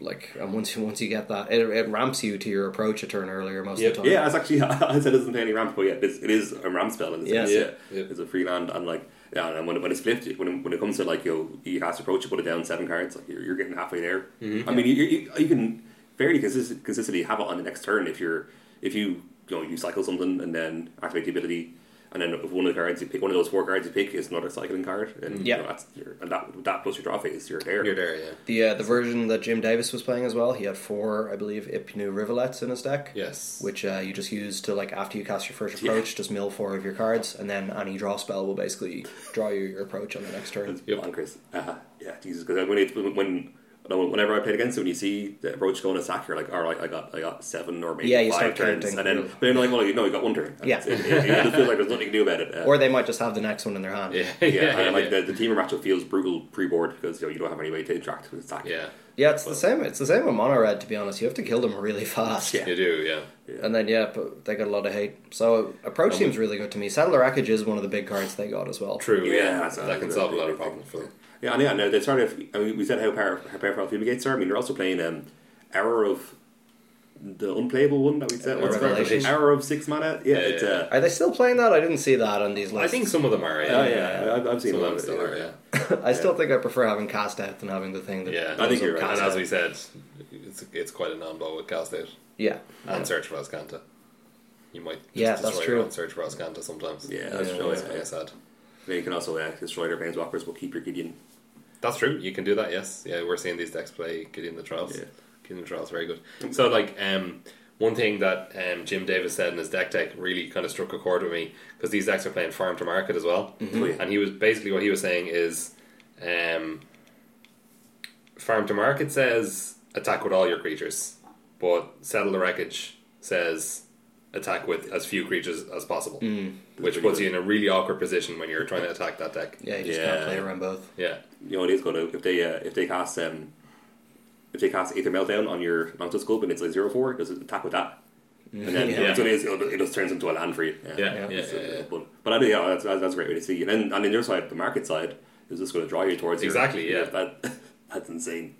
Speaker 2: like and once you once you get that, it, it ramps you to your approach a turn earlier most
Speaker 1: Yep.
Speaker 2: of the time.
Speaker 3: Yeah, that's actually I said it doesn't pay any ramp, but yeah, it's, it is a ramp spell in this
Speaker 2: Yeah.
Speaker 3: case.
Speaker 1: Yeah,
Speaker 3: Yeah.
Speaker 1: yeah.
Speaker 3: it's a free land, and like yeah, and when, it- when it's flipped, when it, when it comes to like you, you cast approach, you put it down seven cards, like you're, you're getting halfway there.
Speaker 2: Mm-hmm.
Speaker 3: I mean, you, you, you can fairly consist- consistently have it on the next turn if you're if you you know you cycle something and then activate the ability. And then if one of the cards you pick, one of those four cards you pick is another cycling card, and
Speaker 2: Yeah.
Speaker 3: you know, that's your, and that that plus your draw phase, you're there.
Speaker 1: you're there, yeah.
Speaker 2: The uh, the version that Jim Davis was playing as well, he had four, I believe, Ipnu Rivulets in his deck.
Speaker 1: Yes.
Speaker 2: Which uh, you just use to like after you cast your first
Speaker 3: Yeah.
Speaker 2: approach, just mill four of your cards, and then any draw spell will basically draw you your approach on the next turn.
Speaker 1: Yep.
Speaker 3: bonkers. Uh, yeah, Jesus, because when, it, when when whenever I played against it, when you see the approach going to sack, you're like, all right, I got I got seven or maybe
Speaker 2: Yeah, you
Speaker 3: five
Speaker 2: start
Speaker 3: turns,
Speaker 2: counting.
Speaker 3: and then but then like, well, you know, you got one turn. And
Speaker 2: Yeah.
Speaker 3: it's- it, it, it just feels like there's nothing you can do about it. Uh,
Speaker 2: Or they might just have the next one in their hand.
Speaker 1: yeah,
Speaker 3: yeah, and, like the, the teamer matchup feels brutal pre-board because you know you don't have any way to interact with sack.
Speaker 1: yeah,
Speaker 2: Yeah, it's the same. It's the same with mono red. To be honest, you have to kill them really fast.
Speaker 3: Yeah.
Speaker 1: you do, yeah.
Speaker 2: And then yeah, but they got a lot of hate. So
Speaker 3: Um,
Speaker 2: approach seems really good to me. Saddle Rackage is one of the big cards they got as well.
Speaker 1: True,
Speaker 3: Yeah,
Speaker 1: yeah.
Speaker 3: that's-
Speaker 1: that can
Speaker 3: that's
Speaker 1: solve a lot
Speaker 3: really
Speaker 1: of
Speaker 3: big thing.
Speaker 1: problems for them.
Speaker 3: Yeah, and yeah, no, they started. I mean, we said how power, how powerful fumigates are. I mean, they're also playing um, Hour of the unplayable one that we said.
Speaker 1: Uh,
Speaker 3: What's it called?
Speaker 2: Revelation.
Speaker 3: Hour of Six Mana. Yeah,
Speaker 1: Yeah,
Speaker 3: it's.
Speaker 1: yeah.
Speaker 3: Uh,
Speaker 2: Are they still playing that? I didn't see that on these
Speaker 1: I
Speaker 2: lists.
Speaker 1: think some of them are. Yeah,
Speaker 3: oh yeah, I've, I've seen
Speaker 1: some
Speaker 3: a
Speaker 1: of them
Speaker 3: lot of
Speaker 1: still are.
Speaker 3: it.
Speaker 1: Yeah,
Speaker 2: I still think I prefer having cast out than having the thing. That
Speaker 1: yeah.
Speaker 3: I think you're
Speaker 2: up
Speaker 3: right.
Speaker 1: And
Speaker 2: cast
Speaker 1: as
Speaker 2: out.
Speaker 1: we said, it's it's quite a non blow with cast out
Speaker 2: yeah,
Speaker 1: and search for Ascanta. You might just
Speaker 2: Yeah, that's
Speaker 1: destroy
Speaker 2: true.
Speaker 1: your own search for Ascanta sometimes.
Speaker 3: Yeah, that's
Speaker 2: Yeah,
Speaker 3: true.
Speaker 1: Always
Speaker 3: yeah,
Speaker 1: kind
Speaker 3: yeah.
Speaker 1: of sad.
Speaker 3: Then you can also uh, destroy their planeswalkers, but keep your Gideon.
Speaker 1: That's true. You can do that. Yes. Yeah, we're seeing these decks play Gideon the Trials.
Speaker 3: Yeah.
Speaker 1: Gideon the Trials very good. So like um, one thing that um, Jim Davis said in his deck deck really kind of struck a chord with me because these decks are playing farm to market as well.
Speaker 3: Oh, yeah.
Speaker 1: And he was basically what he was saying is, um, farm to market says attack with all your creatures, but settle the wreckage says attack with as few creatures as possible, which puts you in a really awkward position when you're trying to attack that deck.
Speaker 2: yeah, you just
Speaker 3: Yeah.
Speaker 2: can't play around both.
Speaker 1: Yeah.
Speaker 3: You know what it is going to if they uh, if they cast um if they cast Aether Meltdown on your Mountain Scope and it's like zero four, it does attack with that. And then
Speaker 2: Yeah.
Speaker 3: yeah. it, is, it'll- it just turns into a land for you.
Speaker 1: Yeah, yeah,
Speaker 3: It's, uh,
Speaker 1: yeah, yeah.
Speaker 3: But, but I do, yeah, that's, that's that's a great way to see. And then on the other side, the market side is just going to draw you towards your-
Speaker 1: Exactly, yeah.
Speaker 3: that that's insane.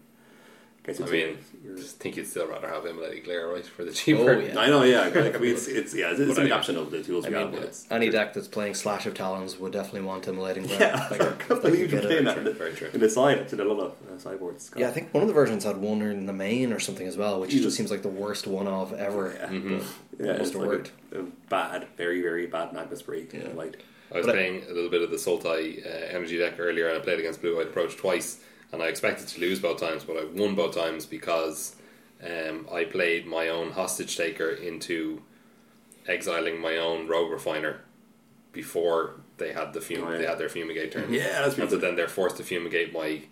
Speaker 3: Guess
Speaker 1: I
Speaker 3: it's-
Speaker 1: mean,
Speaker 3: you're-
Speaker 1: just think you'd still rather have Emily Glare, right, for the cheaper.
Speaker 2: Oh, yeah.
Speaker 3: I know, yeah. Like, I mean, it's, it's yeah, it's, it's an
Speaker 1: anyway.
Speaker 3: option of the tools
Speaker 2: I
Speaker 3: we have,
Speaker 2: mean,
Speaker 3: but it's
Speaker 2: any deck that's playing Slash of Talons would definitely want Immolating Ground.
Speaker 3: yeah.
Speaker 2: Like,
Speaker 3: I
Speaker 2: if they
Speaker 3: can't
Speaker 2: could
Speaker 3: believe you're
Speaker 2: get it.
Speaker 3: playing that.
Speaker 1: Very true, very true.
Speaker 3: In the side, it's in a lot of uh, sideboards.
Speaker 2: Yeah, I think one of the versions had one in the main or something as well, which
Speaker 3: Jesus.
Speaker 2: just seems like the worst one of ever.
Speaker 3: Yeah.
Speaker 2: But
Speaker 3: Mm-hmm. Yeah,
Speaker 2: it must
Speaker 3: it's
Speaker 2: have
Speaker 3: like
Speaker 2: worked.
Speaker 3: A, a bad, very, very bad Magnus break.
Speaker 2: Yeah.
Speaker 3: Like,
Speaker 1: I was
Speaker 2: But I-
Speaker 1: playing a little bit of the Sultai uh, energy deck earlier, and I played against Blue Eyed Approach twice, and I expected to lose both times, but I won both times because um, I played my own hostage taker into exiling my own rogue refiner before they had the fum-
Speaker 3: Oh, yeah.
Speaker 1: they had their fumigate turn.
Speaker 3: Yeah, that's
Speaker 1: and so
Speaker 3: beautiful.
Speaker 1: then they're forced to fumigate my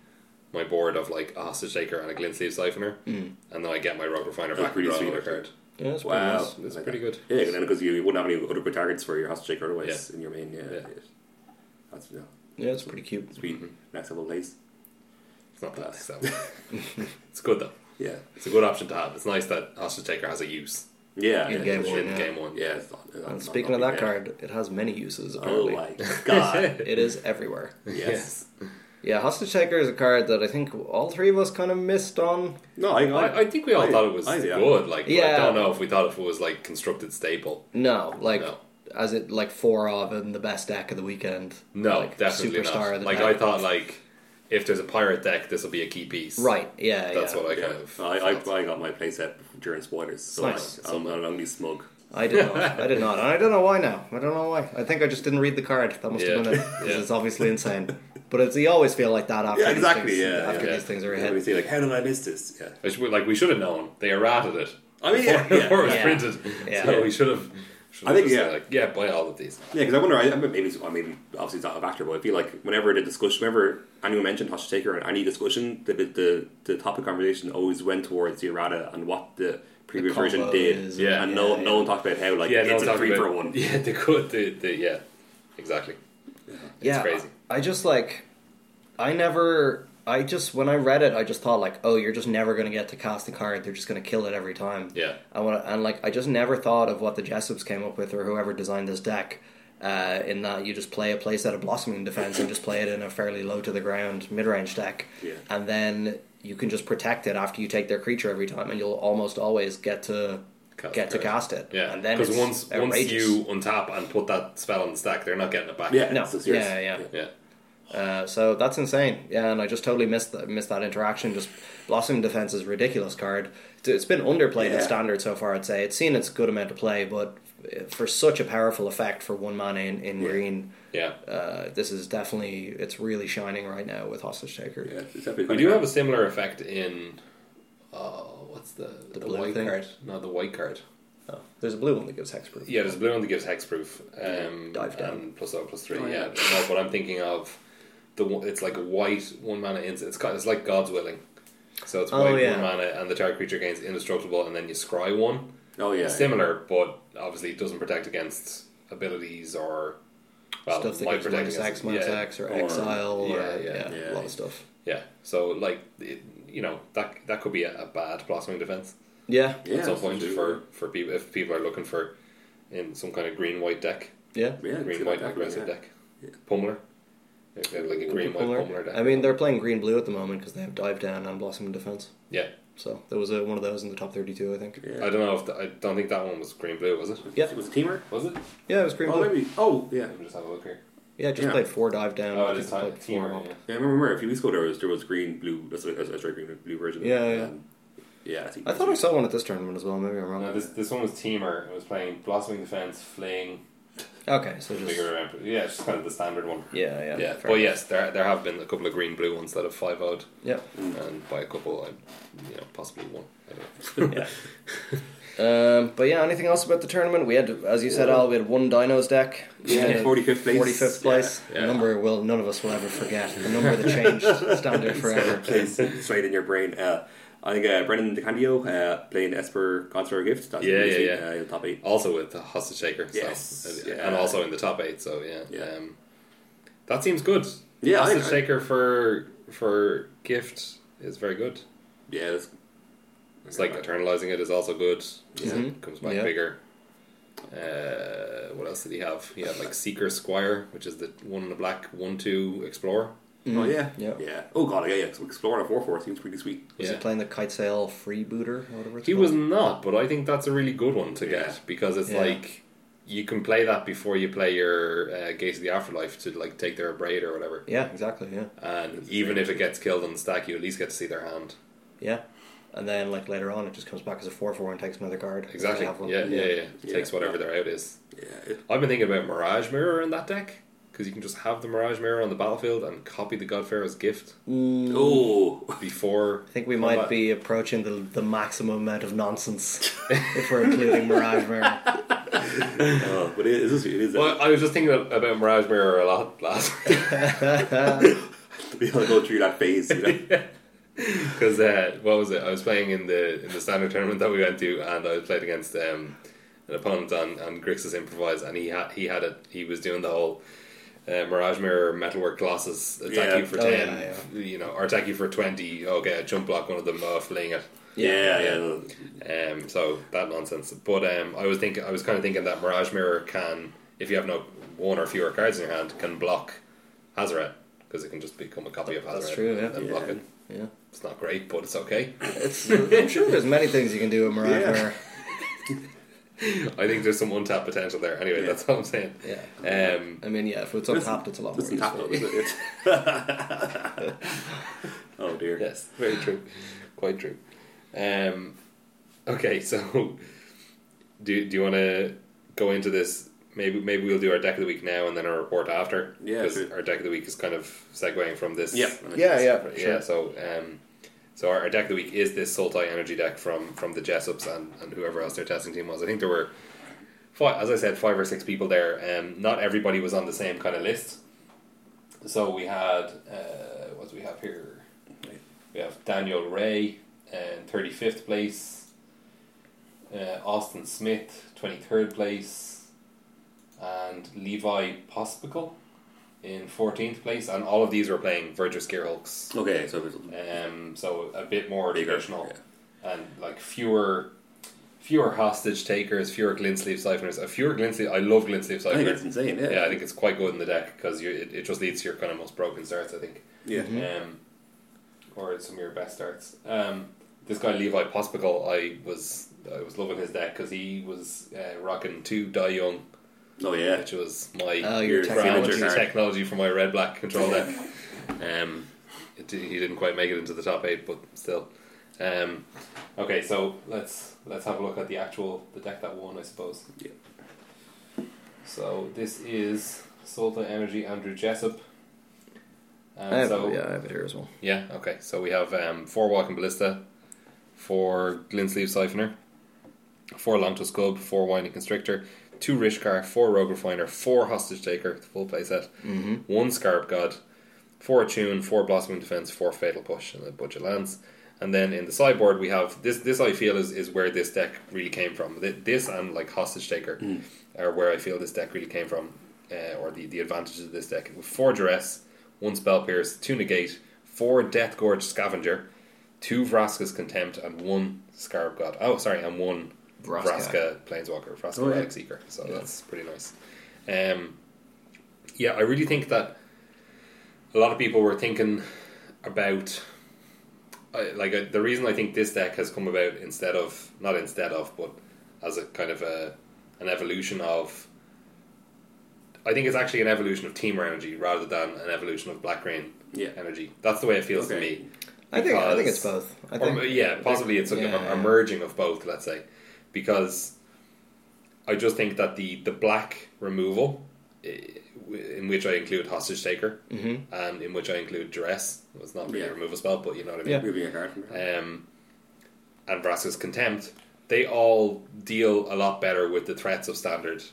Speaker 1: my board of like a hostage taker and a glint sleeve siphoner,
Speaker 2: Mm.
Speaker 1: and then I get my rogue refiner
Speaker 3: That's
Speaker 1: back
Speaker 3: pretty
Speaker 1: and draw
Speaker 3: sweet,
Speaker 1: another
Speaker 3: actually.
Speaker 1: card.
Speaker 2: Yeah, it's pretty
Speaker 3: wow,
Speaker 2: nice.
Speaker 1: It's
Speaker 3: Like
Speaker 1: pretty
Speaker 3: that.
Speaker 1: good.
Speaker 3: Yeah, and then because you, you wouldn't have any other good targets for your hostage taker otherwise in your main. Yeah,
Speaker 1: Yeah.
Speaker 3: yeah. that's yeah,
Speaker 2: Yeah, it's pretty cute.
Speaker 3: sweet. Next level plays.
Speaker 1: It's not that expensive. it's good though.
Speaker 3: Yeah,
Speaker 1: It's a good option to have. It's nice that hostage taker has a use
Speaker 3: yeah.
Speaker 2: In
Speaker 3: yeah,
Speaker 2: game
Speaker 3: it's-
Speaker 2: one.
Speaker 1: in
Speaker 2: yeah.
Speaker 1: game one.
Speaker 3: Yeah, it's not, it's
Speaker 2: And
Speaker 3: not-
Speaker 2: speaking of
Speaker 3: not
Speaker 2: that
Speaker 3: big, yeah.
Speaker 2: card, it has many uses,
Speaker 3: oh
Speaker 2: apparently.
Speaker 3: my god!
Speaker 2: It is everywhere.
Speaker 3: yes.
Speaker 2: Yeah, Hostage Taker is a card that I think all three of us kind of missed on.
Speaker 3: No, I,
Speaker 1: I, I think we all
Speaker 3: I-
Speaker 1: thought it was
Speaker 3: I- yeah.
Speaker 1: good. Like I
Speaker 2: Yeah.
Speaker 1: don't know if we thought if it was like constructed staple.
Speaker 2: No, like
Speaker 1: No.
Speaker 2: as it like four of in the best deck of the weekend.
Speaker 1: No,
Speaker 2: like,
Speaker 1: definitely
Speaker 2: superstar
Speaker 1: not.
Speaker 2: of the
Speaker 1: Like
Speaker 2: night.
Speaker 1: I thought, like if there's a pirate deck, this will be a key piece.
Speaker 2: Right? Yeah,
Speaker 1: That's
Speaker 2: yeah.
Speaker 1: what I
Speaker 3: Yeah.
Speaker 1: kind of.
Speaker 3: I, I,
Speaker 1: felt.
Speaker 3: I got my playset during spoilers, so
Speaker 2: Nice.
Speaker 3: like, I'm, I'm only smug.
Speaker 2: I did not. I did not, and I don't know why now. I don't know why. I think I just didn't read the card. That must
Speaker 1: Yeah,
Speaker 2: have been it. 'cause
Speaker 1: yeah.
Speaker 2: It's obviously insane. But it's you always feel like that after
Speaker 3: Yeah,
Speaker 2: these
Speaker 3: exactly,
Speaker 2: things,
Speaker 3: yeah,
Speaker 2: after
Speaker 1: yeah.
Speaker 2: these things are
Speaker 3: Yeah, we
Speaker 2: hit.
Speaker 3: see like, how did I miss this? Yeah,
Speaker 1: I should, like we should have known they errated it.
Speaker 3: I mean, yeah,
Speaker 1: before,
Speaker 3: yeah.
Speaker 1: before it was
Speaker 2: Yeah.
Speaker 1: printed.
Speaker 2: Yeah.
Speaker 1: So we should have. should have
Speaker 3: I think,
Speaker 1: just
Speaker 3: yeah.
Speaker 1: said, like yeah, buy all of these.
Speaker 3: Yeah, because I wonder. I, I mean, maybe it's- I mean, obviously it's not a factor, but I feel like whenever the discussion, whenever anyone mentioned Hostage Taker in any discussion, the the, the, the topic of conversation always went towards the errata and what the previous
Speaker 2: The
Speaker 3: version
Speaker 2: combo
Speaker 3: did.
Speaker 2: is-
Speaker 1: Yeah.
Speaker 3: and no
Speaker 2: yeah,
Speaker 3: no one talked about how like
Speaker 1: Yeah, no
Speaker 3: it's a
Speaker 1: talk
Speaker 3: three
Speaker 1: about-
Speaker 3: for one.
Speaker 1: Yeah, the good, the, the yeah, exactly.
Speaker 2: yeah,
Speaker 1: crazy.
Speaker 2: I just like, I never. I just when I read it, I just thought like, oh, you're just never going to get to cast the card. They're just going to kill it every time.
Speaker 1: Yeah.
Speaker 2: I want and like I just never thought of what the Jessops came up with or whoever designed this deck. Uh, in that you just play a play set of blossoming defense and just play it in a fairly low to the ground mid range deck,
Speaker 3: Yeah.
Speaker 2: and then you can just protect it after you take their creature every time, and you'll almost always get to
Speaker 1: Cast
Speaker 2: get
Speaker 1: the
Speaker 2: to
Speaker 1: card.
Speaker 2: cast it.
Speaker 1: Yeah,
Speaker 2: and then
Speaker 1: because
Speaker 2: it's
Speaker 1: once once
Speaker 2: outrageous.
Speaker 1: you untap and put that spell on the stack, they're not getting it back.
Speaker 3: Yeah,
Speaker 2: No,
Speaker 3: so serious.
Speaker 2: yeah, yeah.
Speaker 1: yeah.
Speaker 2: Uh, so that's insane. Yeah, and I just totally missed that, missed that interaction. Just Blossom Defense is a ridiculous card. It's- It's been underplayed
Speaker 3: Yeah.
Speaker 2: in standard so far, I'd say. It's seen its good amount of play, but eh, for such a powerful effect for one mana in, in green,
Speaker 1: Yeah.
Speaker 2: uh, this is definitely, it's really shining right now with Hostage Taker.
Speaker 3: Yeah, it's definitely
Speaker 1: We do have a similar effect in. Oh, what's the the,
Speaker 2: blue
Speaker 1: white
Speaker 2: thing?
Speaker 1: card? No, the white card.
Speaker 2: Oh, there's a blue one that gives Hexproof.
Speaker 1: Yeah, there's a blue one that gives hexproof. Um,
Speaker 2: Dive down.
Speaker 1: And plus oh, plus three.
Speaker 3: Oh,
Speaker 1: yeah.
Speaker 3: yeah.
Speaker 1: No, but I'm thinking of the one. It's like a white one mana. Ins- it's kind. It's like God's willing. So it's
Speaker 2: Oh,
Speaker 1: white
Speaker 2: yeah.
Speaker 1: one mana, and the target creature gains indestructible, and then you scry one.
Speaker 3: oh yeah,
Speaker 1: Similar, but obviously it doesn't protect against abilities or. Well,
Speaker 2: Stuff that
Speaker 1: might
Speaker 2: gives
Speaker 1: protect
Speaker 2: minus
Speaker 1: against-
Speaker 2: X, minus
Speaker 1: yeah.
Speaker 2: X, or,
Speaker 3: Or-
Speaker 2: Exile,
Speaker 1: yeah,
Speaker 2: or
Speaker 1: yeah,
Speaker 2: yeah,
Speaker 3: yeah.
Speaker 2: a lot of stuff.
Speaker 1: Yeah. So like, it, you know, that that could be a, a bad blossoming defense.
Speaker 2: Yeah,
Speaker 3: Yeah,
Speaker 1: at some point for
Speaker 3: absolutely.
Speaker 1: for people if people are looking for in some kind of green white deck,
Speaker 2: yeah.
Speaker 3: yeah, it's
Speaker 1: green
Speaker 3: good
Speaker 1: white
Speaker 3: attack,
Speaker 1: aggressive
Speaker 3: yeah.
Speaker 1: deck, pummeler. They've got like a green white pummeler down.
Speaker 2: I mean, they're playing green blue at the moment because they have dive down and blossom defense.
Speaker 1: yeah.
Speaker 2: So there was a, one of those in the top thirty-two, I think. Yeah,
Speaker 1: I don't know if the, I don't think that one was green blue, was it?
Speaker 2: Yeah.
Speaker 3: It was a teamer.
Speaker 1: Was it?
Speaker 2: it was green
Speaker 3: Oh,
Speaker 2: blue.
Speaker 3: maybe. Oh, yeah.
Speaker 1: Let me just have a look here.
Speaker 2: Yeah, just
Speaker 3: Yeah.
Speaker 2: played four dive down.
Speaker 1: Oh,
Speaker 2: I
Speaker 1: it
Speaker 2: think
Speaker 1: is
Speaker 2: they
Speaker 1: time.
Speaker 2: played four
Speaker 1: Teamer,
Speaker 2: up.
Speaker 1: yeah.
Speaker 3: Yeah, I remember, remember a few weeks ago there was there was green blue. That's a, that's a straight green blue version.
Speaker 2: Yeah, yeah.
Speaker 3: Um, yeah. I, think
Speaker 2: I thought I saw one at this tournament as well. Maybe I'm wrong.
Speaker 1: No, this this one was Teamer. It was playing Blossoming Defense, Fling,
Speaker 2: okay, so just
Speaker 1: Bigger Ramp. Yeah, it's just kind of the standard one.
Speaker 2: yeah, yeah,
Speaker 1: Yeah,
Speaker 2: fair
Speaker 1: but
Speaker 2: enough.
Speaker 1: yes, there there have been a couple of green blue ones that have five out,
Speaker 2: yeah.
Speaker 1: and by a couple, I you know possibly one. I don't know.
Speaker 2: Yeah. Um, but yeah, anything else about the tournament? We had, as you said, Al, we had one Dinos deck.
Speaker 3: Yeah, 45th place.
Speaker 2: 45th place.
Speaker 1: Yeah, yeah.
Speaker 2: A number will none of us will ever forget. The number that changed standard forever.
Speaker 3: Plays straight in your brain. Uh, I think uh, Brendan DeCandio uh, playing Esper Consular Gift. That's
Speaker 1: Yeah, yeah,
Speaker 3: amazing,
Speaker 1: yeah.
Speaker 3: Uh, in the top eight.
Speaker 1: also with the hostage shaker, so,
Speaker 3: Yes,
Speaker 1: and,
Speaker 3: yeah.
Speaker 1: and also in the top eight. So yeah,
Speaker 3: Yeah.
Speaker 1: Um, that seems good.
Speaker 3: Yeah, I-
Speaker 1: hostage
Speaker 3: I-
Speaker 1: shaker for for gift is very good.
Speaker 3: Yeah, that's,
Speaker 1: It's like internalizing it is also good. Yeah.
Speaker 2: Mhm.
Speaker 1: It comes back
Speaker 2: Yeah.
Speaker 1: bigger. Uh, what else did he have? He had like Seeker Squire, which is the one in the black one two explorer.
Speaker 3: oh yeah,
Speaker 2: Mm, Yeah.
Speaker 3: yeah. Oh god, yeah, yeah. Exploring a four four seems pretty sweet.
Speaker 2: Was
Speaker 1: Yeah.
Speaker 2: he playing the kite sail freebooter or whatever? It's
Speaker 1: He
Speaker 2: called?
Speaker 1: was not, but I think that's a really good one to
Speaker 3: Yeah.
Speaker 1: get because it's
Speaker 2: Yeah.
Speaker 1: like you can play that before you play your uh, Gates of the Afterlife to like take their braid or whatever.
Speaker 2: Yeah, exactly. Yeah,
Speaker 1: And even if it gets killed on the stack, you at least get to see their hand.
Speaker 2: yeah. And then like later on, it just comes back as a four four and takes another guard.
Speaker 1: Exactly.
Speaker 2: They have one.
Speaker 1: Yeah, yeah, yeah. It
Speaker 3: Yeah.
Speaker 1: Takes whatever their out is.
Speaker 3: Yeah, it,
Speaker 1: I've been thinking about Mirage Mirror in that deck because you can just have the Mirage Mirror on the battlefield and copy the Godfarer's gift
Speaker 2: Mm,
Speaker 3: oh,
Speaker 1: before.
Speaker 2: I think we might be approaching the the maximum amount of nonsense if we're including Mirage Mirror.
Speaker 3: uh, but it is. It is.
Speaker 1: Well, I was just thinking about Mirage Mirror a lot last
Speaker 3: we all go through that phase. You know?
Speaker 1: Because uh, what was it? I was playing in the in the standard tournament that we went to, and I was played against um, an opponent on on Grixis improvise, and he had he had it. He was doing the whole uh, Mirage Mirror Metalwork Colossus attack
Speaker 3: Yeah.
Speaker 1: you for
Speaker 2: Oh,
Speaker 1: ten,
Speaker 2: yeah,
Speaker 1: you know, or attack you for twenty. Okay, I jump block one of them, uh, fling it.
Speaker 3: yeah, yeah.
Speaker 1: Um, so that nonsense. But um, I was thinking, I was kind of thinking that Mirage Mirror can, if you have no one or fewer cards in your hand, can block Hazaret because it can just become a copy of Hazaret.
Speaker 2: That's true, yeah.
Speaker 1: And, and block
Speaker 3: Yeah.
Speaker 1: it.
Speaker 2: Yeah.
Speaker 1: It's not great, but it's okay.
Speaker 2: It's, I'm sure there's many things you can do with Mirage
Speaker 3: Yeah.
Speaker 2: Mirror.
Speaker 1: I think there's some untapped potential there. Anyway,
Speaker 3: Yeah.
Speaker 1: that's what I'm saying.
Speaker 2: Yeah.
Speaker 1: Um,
Speaker 2: I mean, yeah, if it's untapped, it's a lot more.
Speaker 3: Doesn't happen,
Speaker 2: useful.
Speaker 3: does it? oh dear.
Speaker 1: yes, very true, quite true. Um, okay, so do do you want to go into this? Maybe maybe we'll do our deck of the week now and then our report after.
Speaker 3: Yeah,
Speaker 1: because
Speaker 3: sure.
Speaker 1: our deck of the week is kind of segueing from this.
Speaker 3: Yeah.
Speaker 2: Yeah, yeah,
Speaker 1: yeah.
Speaker 2: sure.
Speaker 1: So um, so our, our deck of the week is this Sultai energy deck from from the Jessups and and whoever else their testing team was. I think there were. Five, as I said, five or six people there. Um, not everybody was on the same kind of list. So we had uh, what do we have here? We have Daniel Ray in thirty fifth place, uh, Austin Smith twenty third place, and Levi Pospical in fourteenth place, and all of these were playing Verger Scarehulks.
Speaker 3: Okay, so it's
Speaker 1: Um, so a bit more
Speaker 3: Bigger,
Speaker 1: traditional and like fewer. Fewer hostage takers, fewer glint sleeve siphoners. A fewer glint sleeve. I love glint sleeve
Speaker 3: I think
Speaker 1: siphoners.
Speaker 3: that's insane. Yeah,
Speaker 1: Yeah, I think it's quite good in the deck because it, it just leads to your kind of most broken starts, I think,
Speaker 3: yeah.
Speaker 2: Mm-hmm.
Speaker 1: um, or some of your best starts. Um, this guy Levi Pospical, I was I was loving his deck because he was uh, rocking two Die Young,
Speaker 3: Oh yeah.
Speaker 1: which was my
Speaker 2: Oh, your
Speaker 1: grand
Speaker 2: technology
Speaker 3: card.
Speaker 1: technology for my red black control deck. Um, it, di- he didn't quite make it into the top eight, but still. Um, okay, so let's let's have a look at the actual the deck that won, I suppose.
Speaker 3: Yeah.
Speaker 1: So this is Sulta Energy Andrew Jessup. And
Speaker 2: I have,
Speaker 1: so
Speaker 2: yeah, I have it here as well.
Speaker 1: yeah, okay. So we have um, four Walking Ballista, four Glintleaf Siphoner, four Longto Scub, four Winding Constrictor, two Rishkar, four Rogue Refiner, four Hostage Taker, the full playset, mm one Scarab God, four Attune, four Blossoming Defense, four Fatal Push, and a bunch of lands. And then in the sideboard we have this. This I feel is, is where this deck really came from. Th- This and like Hostage Taker
Speaker 3: Mm.
Speaker 1: are where I feel this deck really came from, uh, or the, the advantages of this deck. With four Duress, one Spell Pierce, two Negate, four Death Gorge Scavenger, two Vraska's Contempt, and one Scarab God. Oh, sorry, and one
Speaker 2: Vraska.
Speaker 1: Vraska Planeswalker, Vraska
Speaker 3: Oh, yeah.
Speaker 1: Relic Seeker. So that's pretty nice. Um, yeah, I really think that a lot of people were thinking about I- like uh, the reason I think this deck has come about instead of not instead of but as a kind of a an evolution of I think it's actually an evolution of team energy rather than an evolution of black rain
Speaker 3: Yeah.
Speaker 1: energy. That's the way it feels
Speaker 3: Okay.
Speaker 1: to me.
Speaker 2: I think I think
Speaker 1: Because-
Speaker 2: it's both. I
Speaker 1: or,
Speaker 2: think
Speaker 1: yeah, possibly it's a,
Speaker 2: yeah.
Speaker 1: a merging of both. Let's say because I just think that the the black removal, eh, in which I include hostage taker,
Speaker 2: Mhm.
Speaker 1: and um, in which I include duress. It's not really
Speaker 3: Yeah.
Speaker 1: a removal spell, but you know what I mean.
Speaker 2: Yeah.
Speaker 3: Moving a card from there.
Speaker 1: Um, and Vraska's contempt. They all deal a lot better with the threats of standard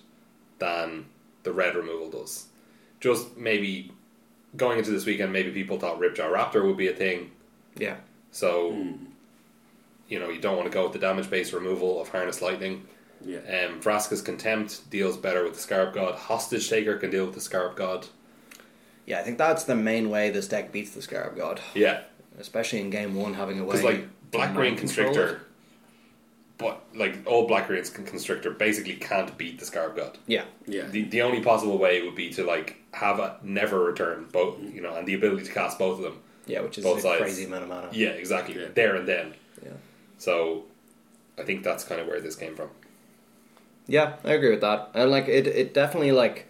Speaker 1: than the red removal does. Just maybe going into this weekend, maybe people thought Ripjaw Raptor would be a thing.
Speaker 2: yeah.
Speaker 1: So,
Speaker 3: Hmm.
Speaker 1: you know, you don't want to go with the damage based removal of Harness Lightning.
Speaker 3: Yeah.
Speaker 1: Um, Vraska's Contempt deals better with the Scarab God. Hostage Taker can deal with the Scarab God.
Speaker 2: Yeah, I think that's the main way this deck beats the Scarab God,
Speaker 1: Yeah.
Speaker 2: especially in game one, having a way.
Speaker 1: Because, like, Black
Speaker 2: to
Speaker 1: Green
Speaker 2: mind control
Speaker 1: Constrictor,
Speaker 2: it.
Speaker 1: but, like, all Black Green Constrictor basically can't beat the Scarab God.
Speaker 2: Yeah,
Speaker 3: Yeah.
Speaker 1: The, the only possible way would be to, like, have a never return both, you know, and the ability to cast both of them.
Speaker 2: yeah, which is
Speaker 1: Both
Speaker 2: a
Speaker 1: sides.
Speaker 2: crazy amount of mana.
Speaker 1: Yeah, exactly.
Speaker 3: Yeah.
Speaker 1: There and then.
Speaker 2: yeah.
Speaker 1: So, I think that's kind of where this came from.
Speaker 2: Yeah, I agree with that. And like it, it definitely like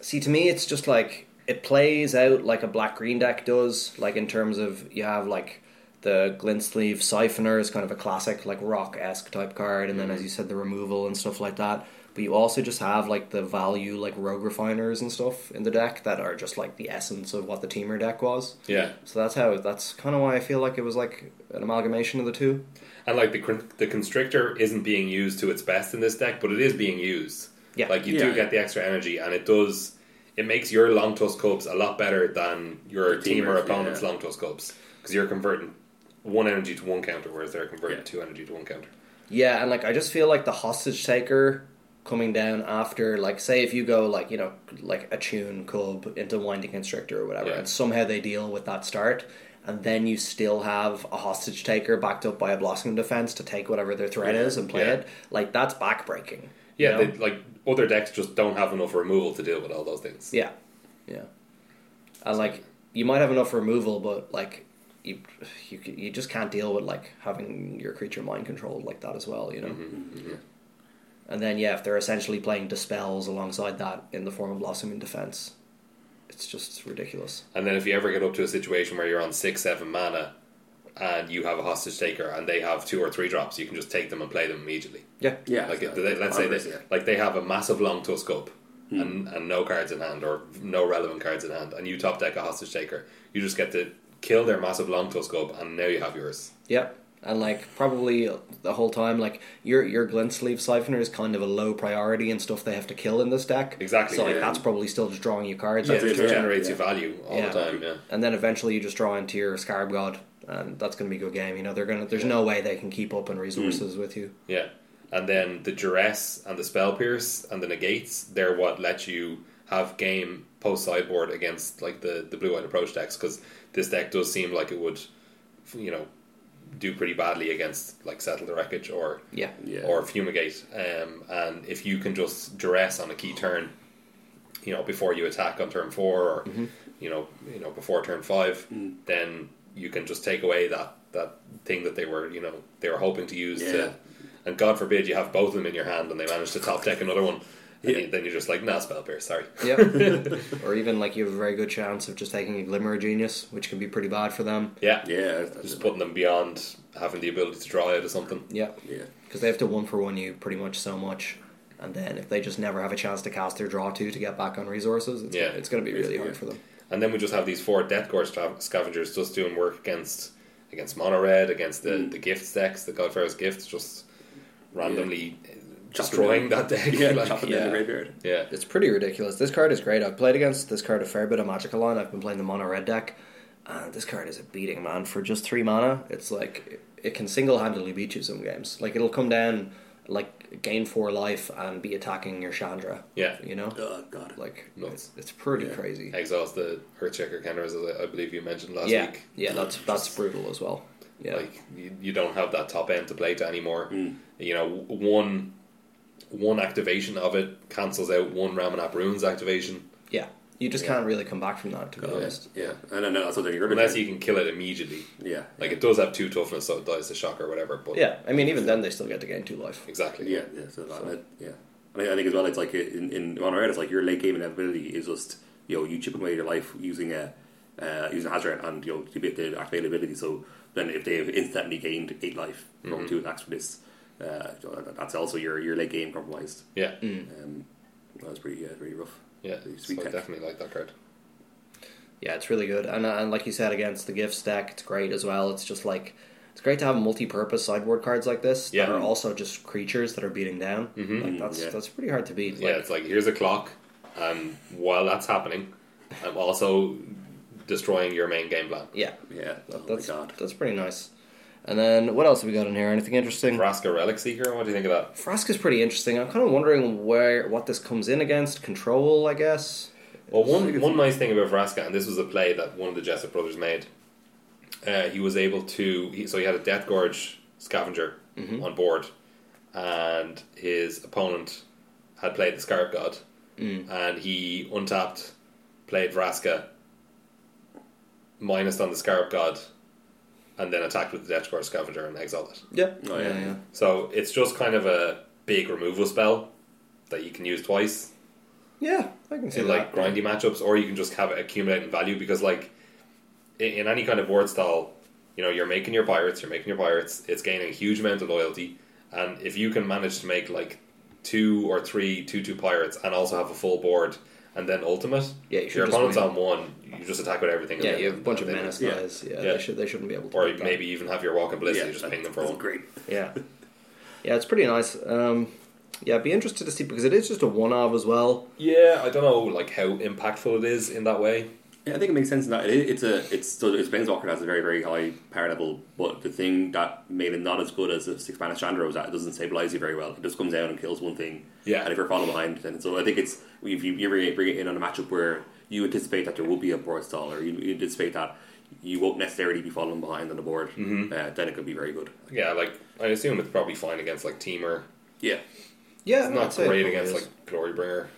Speaker 2: see to me it's just like it plays out like a black green deck does, like in terms of you have like the glint sleeve siphoner is kind of a classic like rock esque type card, and then as you said the removal and stuff like that. But you also just have like the value like rogue refiners and stuff in the deck that are just like the essence of what the teamer deck was.
Speaker 1: Yeah.
Speaker 2: So that's how that's kind of why I feel like it was like an amalgamation of the two.
Speaker 1: And like the con- the constrictor isn't being used to its best in this deck, but it is being used.
Speaker 2: Yeah.
Speaker 1: Like you
Speaker 3: Yeah.
Speaker 1: do get the extra energy, and it does. It makes your long toss cubs a lot better than your
Speaker 3: The
Speaker 1: team or
Speaker 3: teamers,
Speaker 1: opponent's
Speaker 3: yeah.
Speaker 1: long toss cubs because you're converting one energy to one counter, whereas they're converting
Speaker 3: Yeah.
Speaker 1: two energy to one counter.
Speaker 2: Yeah, and like I just feel like the hostage taker coming down after like say if you go like you know like a tune cub into winding constrictor or whatever
Speaker 1: Yeah.
Speaker 2: and somehow they deal with that start and then you still have a hostage taker backed up by a blossom defense to take whatever their threat is and play
Speaker 1: Yeah.
Speaker 2: it like that's backbreaking you
Speaker 1: Yeah,
Speaker 2: know?
Speaker 1: they, like other decks just don't have enough removal to deal with all those things.
Speaker 2: yeah yeah and like you might have enough removal but like you you, c- you just can't deal with like having your creature mind controlled like that as well you know And then yeah, if they're essentially playing dispels alongside that in the form of blossoming defense, it's just ridiculous.
Speaker 1: And then if you ever get up to a situation where you're on six, seven mana, and you have a hostage taker, and they have two or three drops, you can just take them and play them immediately.
Speaker 2: Yeah,
Speaker 3: Yeah.
Speaker 1: like
Speaker 3: so-
Speaker 1: they, let's say
Speaker 3: Converse,
Speaker 1: they,
Speaker 3: yeah.
Speaker 1: like they have a massive long tusk up and, and no cards in hand or no relevant cards in hand and you top deck a hostage taker you just get to kill their massive long tusk up and now you have yours
Speaker 2: Yep. And like probably the whole time, like your your glint sleeve siphoner is kind of a low priority and stuff they have to kill in this deck.
Speaker 1: Exactly,
Speaker 2: So like
Speaker 1: yeah.
Speaker 2: that's probably still just drawing you cards.
Speaker 1: yeah,
Speaker 2: That's
Speaker 1: it
Speaker 3: it, yeah,
Speaker 1: generates
Speaker 3: yeah.
Speaker 1: your value all
Speaker 2: Yeah.
Speaker 1: the time yeah
Speaker 2: and then eventually you just draw into your scarab god, and that's gonna be a good game. You know they're gonna there's no way they can keep up in resources with you.
Speaker 1: yeah and then the duress and the spell pierce and the negates they're what let you have game post sideboard against like the, the blue eyed approach decks because this deck does seem like it would you know do pretty badly against like settle the wreckage or
Speaker 2: Yeah.
Speaker 3: Yeah.
Speaker 1: or fumigate. Um, and if you can just duress on a key turn, you know, before you attack on turn four, or
Speaker 3: Mm-hmm.
Speaker 1: you know, you know, before turn five,
Speaker 3: Mm.
Speaker 1: then you can just take away that that thing that they were, you know, they were hoping to use.
Speaker 3: Yeah.
Speaker 1: To, and God forbid you have both of them in your hand, and they manage to top deck another one. And you- then you're just like, nah, spell pierce, sorry.
Speaker 2: Yep. or even like you have a very good chance of just taking a glimmer of genius, which can be pretty bad for them.
Speaker 1: Yeah.
Speaker 3: Yeah. that's-
Speaker 1: Just putting them beyond having the ability to draw out or something.
Speaker 2: Yeah.
Speaker 3: Yeah.
Speaker 2: because they have to one for one you pretty much so much, and then if they just never have a chance to cast their draw two to get back on resources, it's,
Speaker 1: Yeah.
Speaker 2: it's going to be really hard
Speaker 3: Yeah.
Speaker 2: for them.
Speaker 1: And then we just have these four Death Gorge scav- scavengers just doing work against against mono red, against the, the gift decks, the Godfarer's gifts, just randomly uh, destroying that deck.
Speaker 3: Yeah.
Speaker 1: like,
Speaker 3: Chop it in
Speaker 2: yeah.
Speaker 3: the graveyard.
Speaker 1: yeah.
Speaker 2: It's pretty ridiculous. This card is great. I've played against this card a fair bit of Magical on. I've been playing the mono red deck, and this card is a beating, man. For just three mana, it's like it- it can single handedly beat you some games. Like it'll come down, like gain four life and be attacking your Chandra.
Speaker 1: Yeah.
Speaker 2: you know,
Speaker 3: Oh God.
Speaker 2: like
Speaker 1: Nuts.
Speaker 2: it's pretty
Speaker 3: Yeah.
Speaker 2: crazy.
Speaker 1: Exiles the Earthchecker counters, as I, I believe you mentioned last
Speaker 2: Yeah,
Speaker 1: week.
Speaker 2: yeah, that's that's brutal as well. Yeah,
Speaker 1: Like you, you don't have that top end to play to anymore. You know, w- one one activation of it cancels out one Ramanap Runes activation.
Speaker 2: yeah. You just can't really come back from that, to be honest.
Speaker 3: Oh, Yeah, and I know that's what they're going
Speaker 1: Unless you can kill it immediately.
Speaker 3: Yeah,
Speaker 1: Like it does have two toughness, so it dies to shock or whatever. But
Speaker 2: Yeah, I mean, even then, they still get to gain two life.
Speaker 1: exactly.
Speaker 3: Yeah, yeah, so that, that- yeah. And I, I think as well, it's like in in Modern Warfare, it's like your late game inevitability is just you know you chip away your life using a uh, using hazard and you know to be the activated ability. So then if they have instantly gained eight life from
Speaker 1: Mm-hmm.
Speaker 3: two attacks for this, uh, so that- that's also your your late game compromised.
Speaker 1: yeah,
Speaker 3: Um, that was pretty uh, pretty rough.
Speaker 1: yeah.
Speaker 3: Pretty
Speaker 1: So
Speaker 3: sweet
Speaker 1: I
Speaker 3: tech.
Speaker 1: definitely like that card.
Speaker 2: Yeah, it's really good. And, uh, and like you said, against the gift stack, it's great as well. It's just like, it's great to have multi purpose sideboard cards like this
Speaker 1: Yeah.
Speaker 2: that are also just creatures that are beating down. Mm-hmm. Like, that's,
Speaker 3: Yeah.
Speaker 2: that's pretty hard to beat.
Speaker 1: Yeah,
Speaker 2: Like,
Speaker 1: it's like here's a clock, and while that's happening, I'm also destroying your main game plan.
Speaker 2: yeah.
Speaker 3: Yeah, oh my
Speaker 2: That's,
Speaker 3: god.
Speaker 2: that's pretty nice. And then, what else have we got in here? Anything interesting?
Speaker 1: Vraska Relic Seeker. What do you think of that?
Speaker 2: Fraska's pretty interesting. I'm kind of wondering where what this comes in against. Control, I guess.
Speaker 1: Well, one one nice thing about Vraska, and this was a play that one of the Jessup brothers made. Uh, he was able to, he, so he had a Death Gorge scavenger on board, and his opponent had played the Scarab God, and he untapped, played Vraska, minus on the Scarab God, and then attacked with the Death Gorge scavenger and exiled it.
Speaker 2: Yeah.
Speaker 3: Oh, yeah.
Speaker 2: yeah.
Speaker 1: So it's just kind of a big removal spell that you can use twice
Speaker 2: Yeah, I can see
Speaker 1: in like
Speaker 2: that.
Speaker 1: grindy matchups, or you can just have it accumulate in value because like i- in any kind of board style, you know, you're making your pirates, you're making your pirates. It's gaining a huge amount of loyalty, and if you can manage to make like two or three two two pirates and also have a full board and then ultimate,
Speaker 2: Yeah, you
Speaker 1: if
Speaker 2: should
Speaker 1: your
Speaker 2: just
Speaker 1: opponent's
Speaker 2: win.
Speaker 1: on one, you just attack with everything. and
Speaker 2: yeah,
Speaker 1: then-
Speaker 2: you have a bunch of
Speaker 1: and then-
Speaker 2: menace
Speaker 3: yeah.
Speaker 2: guys. Yeah,
Speaker 1: Yeah.
Speaker 2: They, should, they shouldn't be able to.
Speaker 1: or
Speaker 2: beat that.
Speaker 1: maybe even have your walk and bliss.
Speaker 3: Yeah,
Speaker 1: you just
Speaker 3: that-
Speaker 1: ping them for
Speaker 3: that's
Speaker 1: one.
Speaker 3: Great.
Speaker 2: Yeah, yeah, it's pretty nice. Um, yeah, I'd be interested to see because it is just a one of as well.
Speaker 1: Yeah, I don't know like how impactful it is in that way.
Speaker 3: Yeah, I think it makes sense in that it, it's a it's so it's Planeswalker has a very very high power level, but the thing that made it not as good as the six mana Chandra was that it doesn't stabilize you very well. It just comes down and kills one thing.
Speaker 1: Yeah.
Speaker 3: and if you're falling behind, then so I think it's if you, you bring it- bring it in on a matchup where you anticipate that there will be a board stall, or you, you anticipate that you won't necessarily be falling behind on the board,
Speaker 1: Mm-hmm.
Speaker 3: uh, then it could be very good.
Speaker 1: Yeah, like I assume it's probably fine against like teamer.
Speaker 3: Yeah,
Speaker 2: Yeah,
Speaker 1: It's not great against like Glorybringer.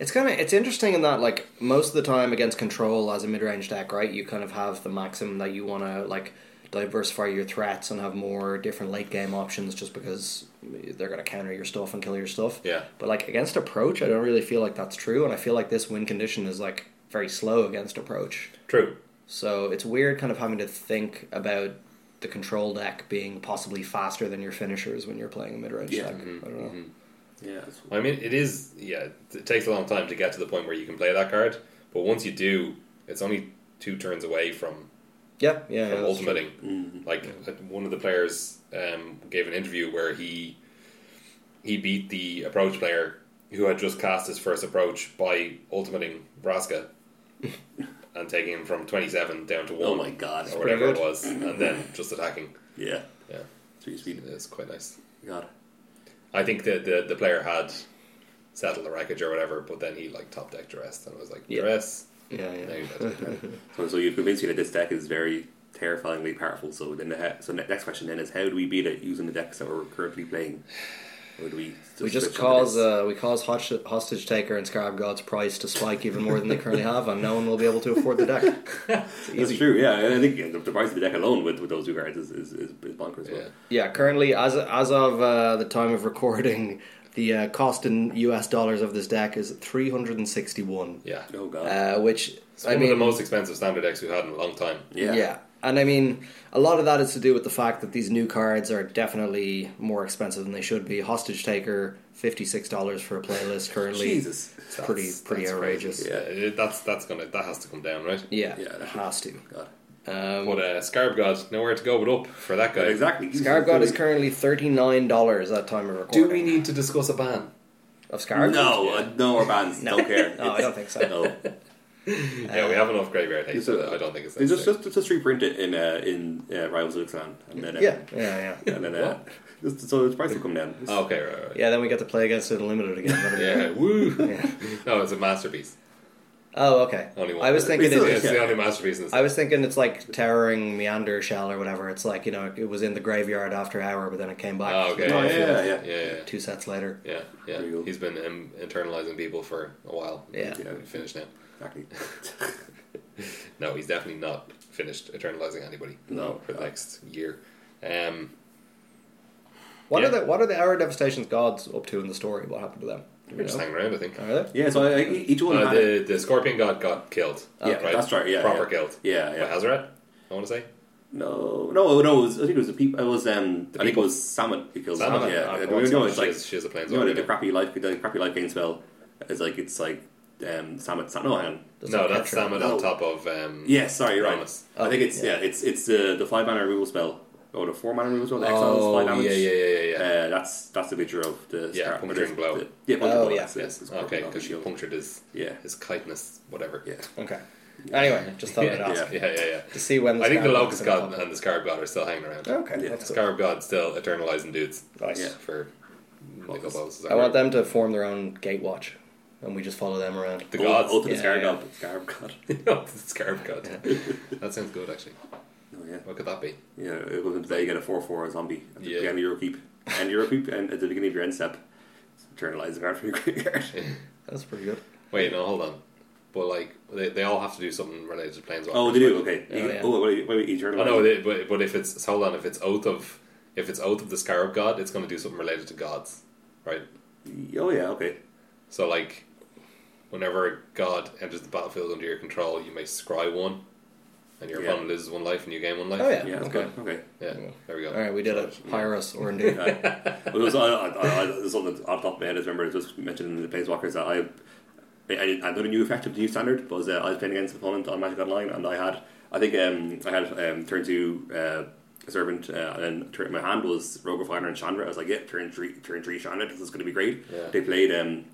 Speaker 2: It's kind of it's interesting in that like most of the time against control as a mid range deck, right? You kind of have the maxim that you want to like diversify your threats and have more different late game options, just because they're going to counter your stuff and kill your stuff.
Speaker 1: Yeah.
Speaker 2: But like against approach, I don't really feel like that's true, and I feel like this win condition is like very slow against approach.
Speaker 1: True.
Speaker 2: So it's weird, kind of having to think about the control deck being possibly faster than your finishers when you're playing a mid range
Speaker 3: Yeah.
Speaker 2: deck.
Speaker 1: Mm-hmm.
Speaker 2: I don't know.
Speaker 3: yeah, it's-
Speaker 1: I mean, it is. Yeah, it takes a long time to get to the point where you can play that card, but once you do, it's only two turns away from
Speaker 2: Yeah, yeah. yeah
Speaker 1: from
Speaker 2: that's true.
Speaker 1: ultimating. Like uh, one of the players um, gave an interview where he he beat the approach player who had just cast his first approach by ultimating Vraska and taking him from twenty seven down to one.
Speaker 3: oh my god,
Speaker 1: or whatever
Speaker 2: good.
Speaker 1: it was, and then just attacking.
Speaker 3: yeah,
Speaker 1: Yeah,
Speaker 3: it's pretty sweet.
Speaker 1: it's quite nice.
Speaker 3: God,
Speaker 1: I think the, the, the player had settled the wreckage or whatever, but then he like top deck duress and was like
Speaker 2: Yeah.
Speaker 1: duress.
Speaker 2: Yeah, yeah.
Speaker 1: Now you're dead.
Speaker 3: So, so you've convinced me that this deck is very terrifyingly powerful. So then, the he- so ne- next question then is how do we beat it using the decks that we're currently playing? Or do we just,
Speaker 2: We just
Speaker 3: switch onto
Speaker 2: cause
Speaker 3: this?
Speaker 2: uh, we cause hostage, hostage taker and Scarab God's price to spike even more than they currently have, and no one will be able to afford the deck.
Speaker 3: That's true, yeah. And I think yeah, the, the price of the deck alone with, with those two cards is, is, is, is bonkers.
Speaker 1: Yeah.
Speaker 3: Yeah.
Speaker 2: Yeah, currently as as of uh, the time of recording, the uh, cost in U.S. dollars of this deck is three hundred and sixty-one.
Speaker 1: Yeah,
Speaker 3: Oh god.
Speaker 2: Uh, which
Speaker 1: it's
Speaker 2: I
Speaker 1: one
Speaker 2: mean,
Speaker 1: of the most expensive standard decks we've had in a long time.
Speaker 3: yeah.
Speaker 2: yeah, and I mean, a lot of that is to do with the fact that these new cards are definitely more expensive than they should be. Hostage taker, fifty-six dollars for a playlist currently.
Speaker 3: Jesus.
Speaker 2: It's pretty pretty
Speaker 1: That's crazy.
Speaker 2: outrageous.
Speaker 1: Yeah, Uh, it, that's that's gonna that has to come down, right?
Speaker 2: Yeah,
Speaker 3: Yeah,
Speaker 2: it has to.
Speaker 3: God.
Speaker 2: Um,
Speaker 1: But uh, Scarab God, nowhere to go but up for that guy.
Speaker 3: Exactly.
Speaker 2: Scarab God is currently thirty nine dollars at time of recording.
Speaker 1: Do we need to discuss a ban?
Speaker 2: of Scarab?
Speaker 3: No, uh, no, our bands don't care.
Speaker 2: no, I don't think so.
Speaker 3: No.
Speaker 1: yeah,
Speaker 2: uh,
Speaker 1: we have enough graveyard hate,
Speaker 3: It's a-
Speaker 1: so I don't think it's
Speaker 3: They just,
Speaker 1: necessary.
Speaker 3: just just reprint it in uh, in uh, Rivals of Ixalan and then uh,
Speaker 2: Yeah, yeah, yeah.
Speaker 3: and then uh, just, so the price will come down.
Speaker 1: Oh, okay, right, right.
Speaker 2: Yeah, then we get to play against it unlimited again. That'll be
Speaker 1: Yeah,
Speaker 2: great.
Speaker 1: woo!
Speaker 2: Yeah.
Speaker 1: No, it's a masterpiece.
Speaker 2: Oh, okay.
Speaker 1: Only one.
Speaker 2: I was thinking it
Speaker 3: still-
Speaker 1: It's
Speaker 2: is.
Speaker 1: the only masterpiece in the
Speaker 2: I was thinking it's like towering meander shell or whatever. It's like you know it was in the graveyard after hour, but then it came back.
Speaker 1: Oh, okay.
Speaker 3: Oh, yeah, yeah.
Speaker 1: yeah, yeah.
Speaker 2: Two sets later.
Speaker 1: Yeah, yeah.
Speaker 3: There you go.
Speaker 1: He's been um, internalizing people for a while.
Speaker 2: Yeah.
Speaker 3: Yeah.
Speaker 1: finished now.
Speaker 3: exactly.
Speaker 1: No, he's definitely not finished eternalizing anybody.
Speaker 3: No.
Speaker 1: for the next year. Um,
Speaker 2: What
Speaker 1: Yeah.
Speaker 2: are the what are the Hour of Devastation's gods up to in the story? What happened to them? You
Speaker 1: they're just
Speaker 2: know?
Speaker 1: hanging around, I think.
Speaker 2: Are they?
Speaker 3: Yeah, so I, I- each one
Speaker 1: Uh,
Speaker 3: had a-
Speaker 1: the the scorpion god got killed.
Speaker 3: Yeah, that's right, yeah,
Speaker 1: proper
Speaker 3: yeah.
Speaker 1: killed.
Speaker 3: yeah, yeah.
Speaker 1: by Hazaret. I want to say.
Speaker 3: No, no, no. It was, I think it was the people. It was um. The I think it
Speaker 1: people.
Speaker 3: was salmon because
Speaker 1: Salmon,
Speaker 3: salmon. Yeah,
Speaker 1: ah,
Speaker 3: I
Speaker 1: go on,
Speaker 3: mean, no,
Speaker 1: Salmon.
Speaker 3: it's like
Speaker 1: She's- she's a planeswalker,
Speaker 3: You know, the, the
Speaker 1: yeah.
Speaker 3: crappy life, the crappy life gain spell is like it's like um salmon. salmon no, hang on.
Speaker 1: no,
Speaker 2: not
Speaker 1: that's
Speaker 2: capture.
Speaker 1: Salmon
Speaker 3: No.
Speaker 1: on top of um,
Speaker 3: Oh. Yeah, sorry, you're right.
Speaker 1: Promise.
Speaker 3: I think it's yeah, it's it's uh, the five mana removal spell or the four mana removal spell. The exiles
Speaker 1: Oh,
Speaker 3: five damage.
Speaker 1: yeah, yeah, yeah, yeah, yeah.
Speaker 3: Uh, that's that's the feature of the
Speaker 1: Yeah,
Speaker 3: scar-
Speaker 1: puncturing
Speaker 3: the-
Speaker 1: blow.
Speaker 3: The, yeah, puncturing
Speaker 2: Oh,
Speaker 3: blow.
Speaker 2: yeah.
Speaker 3: that's it,
Speaker 1: yes,
Speaker 3: it's
Speaker 1: okay,
Speaker 3: not the
Speaker 1: because she
Speaker 3: shield.
Speaker 1: punctured his
Speaker 3: Yeah,
Speaker 1: his chitiness, whatever.
Speaker 3: yeah.
Speaker 2: Okay. Anyway, just thought I'd
Speaker 1: yeah,
Speaker 2: ask
Speaker 1: yeah, yeah, yeah.
Speaker 2: to see when.
Speaker 1: I think the
Speaker 2: Scarab
Speaker 1: locust
Speaker 2: God's gonna
Speaker 1: god and the scarab god are still hanging around.
Speaker 2: happen. Okay,
Speaker 3: Yeah.
Speaker 2: that's cool.
Speaker 1: Scarab god still eternalizing dudes
Speaker 2: Nice.
Speaker 3: Yeah.
Speaker 1: for nickel
Speaker 3: Locust.
Speaker 1: balls.
Speaker 2: I want them to form their own Gatewatch, and we just follow them around.
Speaker 1: The gods.
Speaker 3: Ultimate
Speaker 2: Yeah,
Speaker 3: scar
Speaker 2: yeah.
Speaker 3: god. Scar god.
Speaker 1: No, the scarab god. That sounds good, actually.
Speaker 3: Oh, yeah.
Speaker 1: What could that be?
Speaker 3: Yeah, it was today you get a 4 4 zombie at the
Speaker 1: Yeah.
Speaker 3: beginning of your keep. End of your keep, and at the beginning of your end step, internalize the card from your graveyard.
Speaker 2: That's pretty good.
Speaker 1: Wait, no, hold on. But like, they, they all have to do something related to planeswalkers.
Speaker 3: Oh, they do? Okay.
Speaker 2: Oh, yeah.
Speaker 3: Oh, what do you, what do you eternalize?
Speaker 1: Oh no, they, but but if it's so hold on, if it's oath of if it's oath of the scarab god, it's going to do something related to gods, right?
Speaker 3: oh, yeah, okay.
Speaker 1: So like, whenever a god enters the battlefield under your control, you may scry one, and your
Speaker 3: Yeah.
Speaker 1: opponent loses one life and you gain one life.
Speaker 2: Oh, yeah.
Speaker 3: Yeah, that's
Speaker 2: Okay.
Speaker 3: good. Okay.
Speaker 1: yeah. There we go.
Speaker 2: All right, we did it. Hire us, or indeed.
Speaker 3: Uh, well, it was, I, I, I, I, there's something off the top of my head. I just remember just mentioning the Planeswalkers that I, I, I didn't- I got a new effect of the new standard. Was uh, I was playing against an opponent on Magic Online, and I had, I think, um, I had um, turn two uh, servant, uh, and then turn, my hand was Rogue of Iron and Chandra. I was like, yeah, turn three, turn three Chandra. This is going to be great.
Speaker 1: Yeah.
Speaker 3: They played. Um,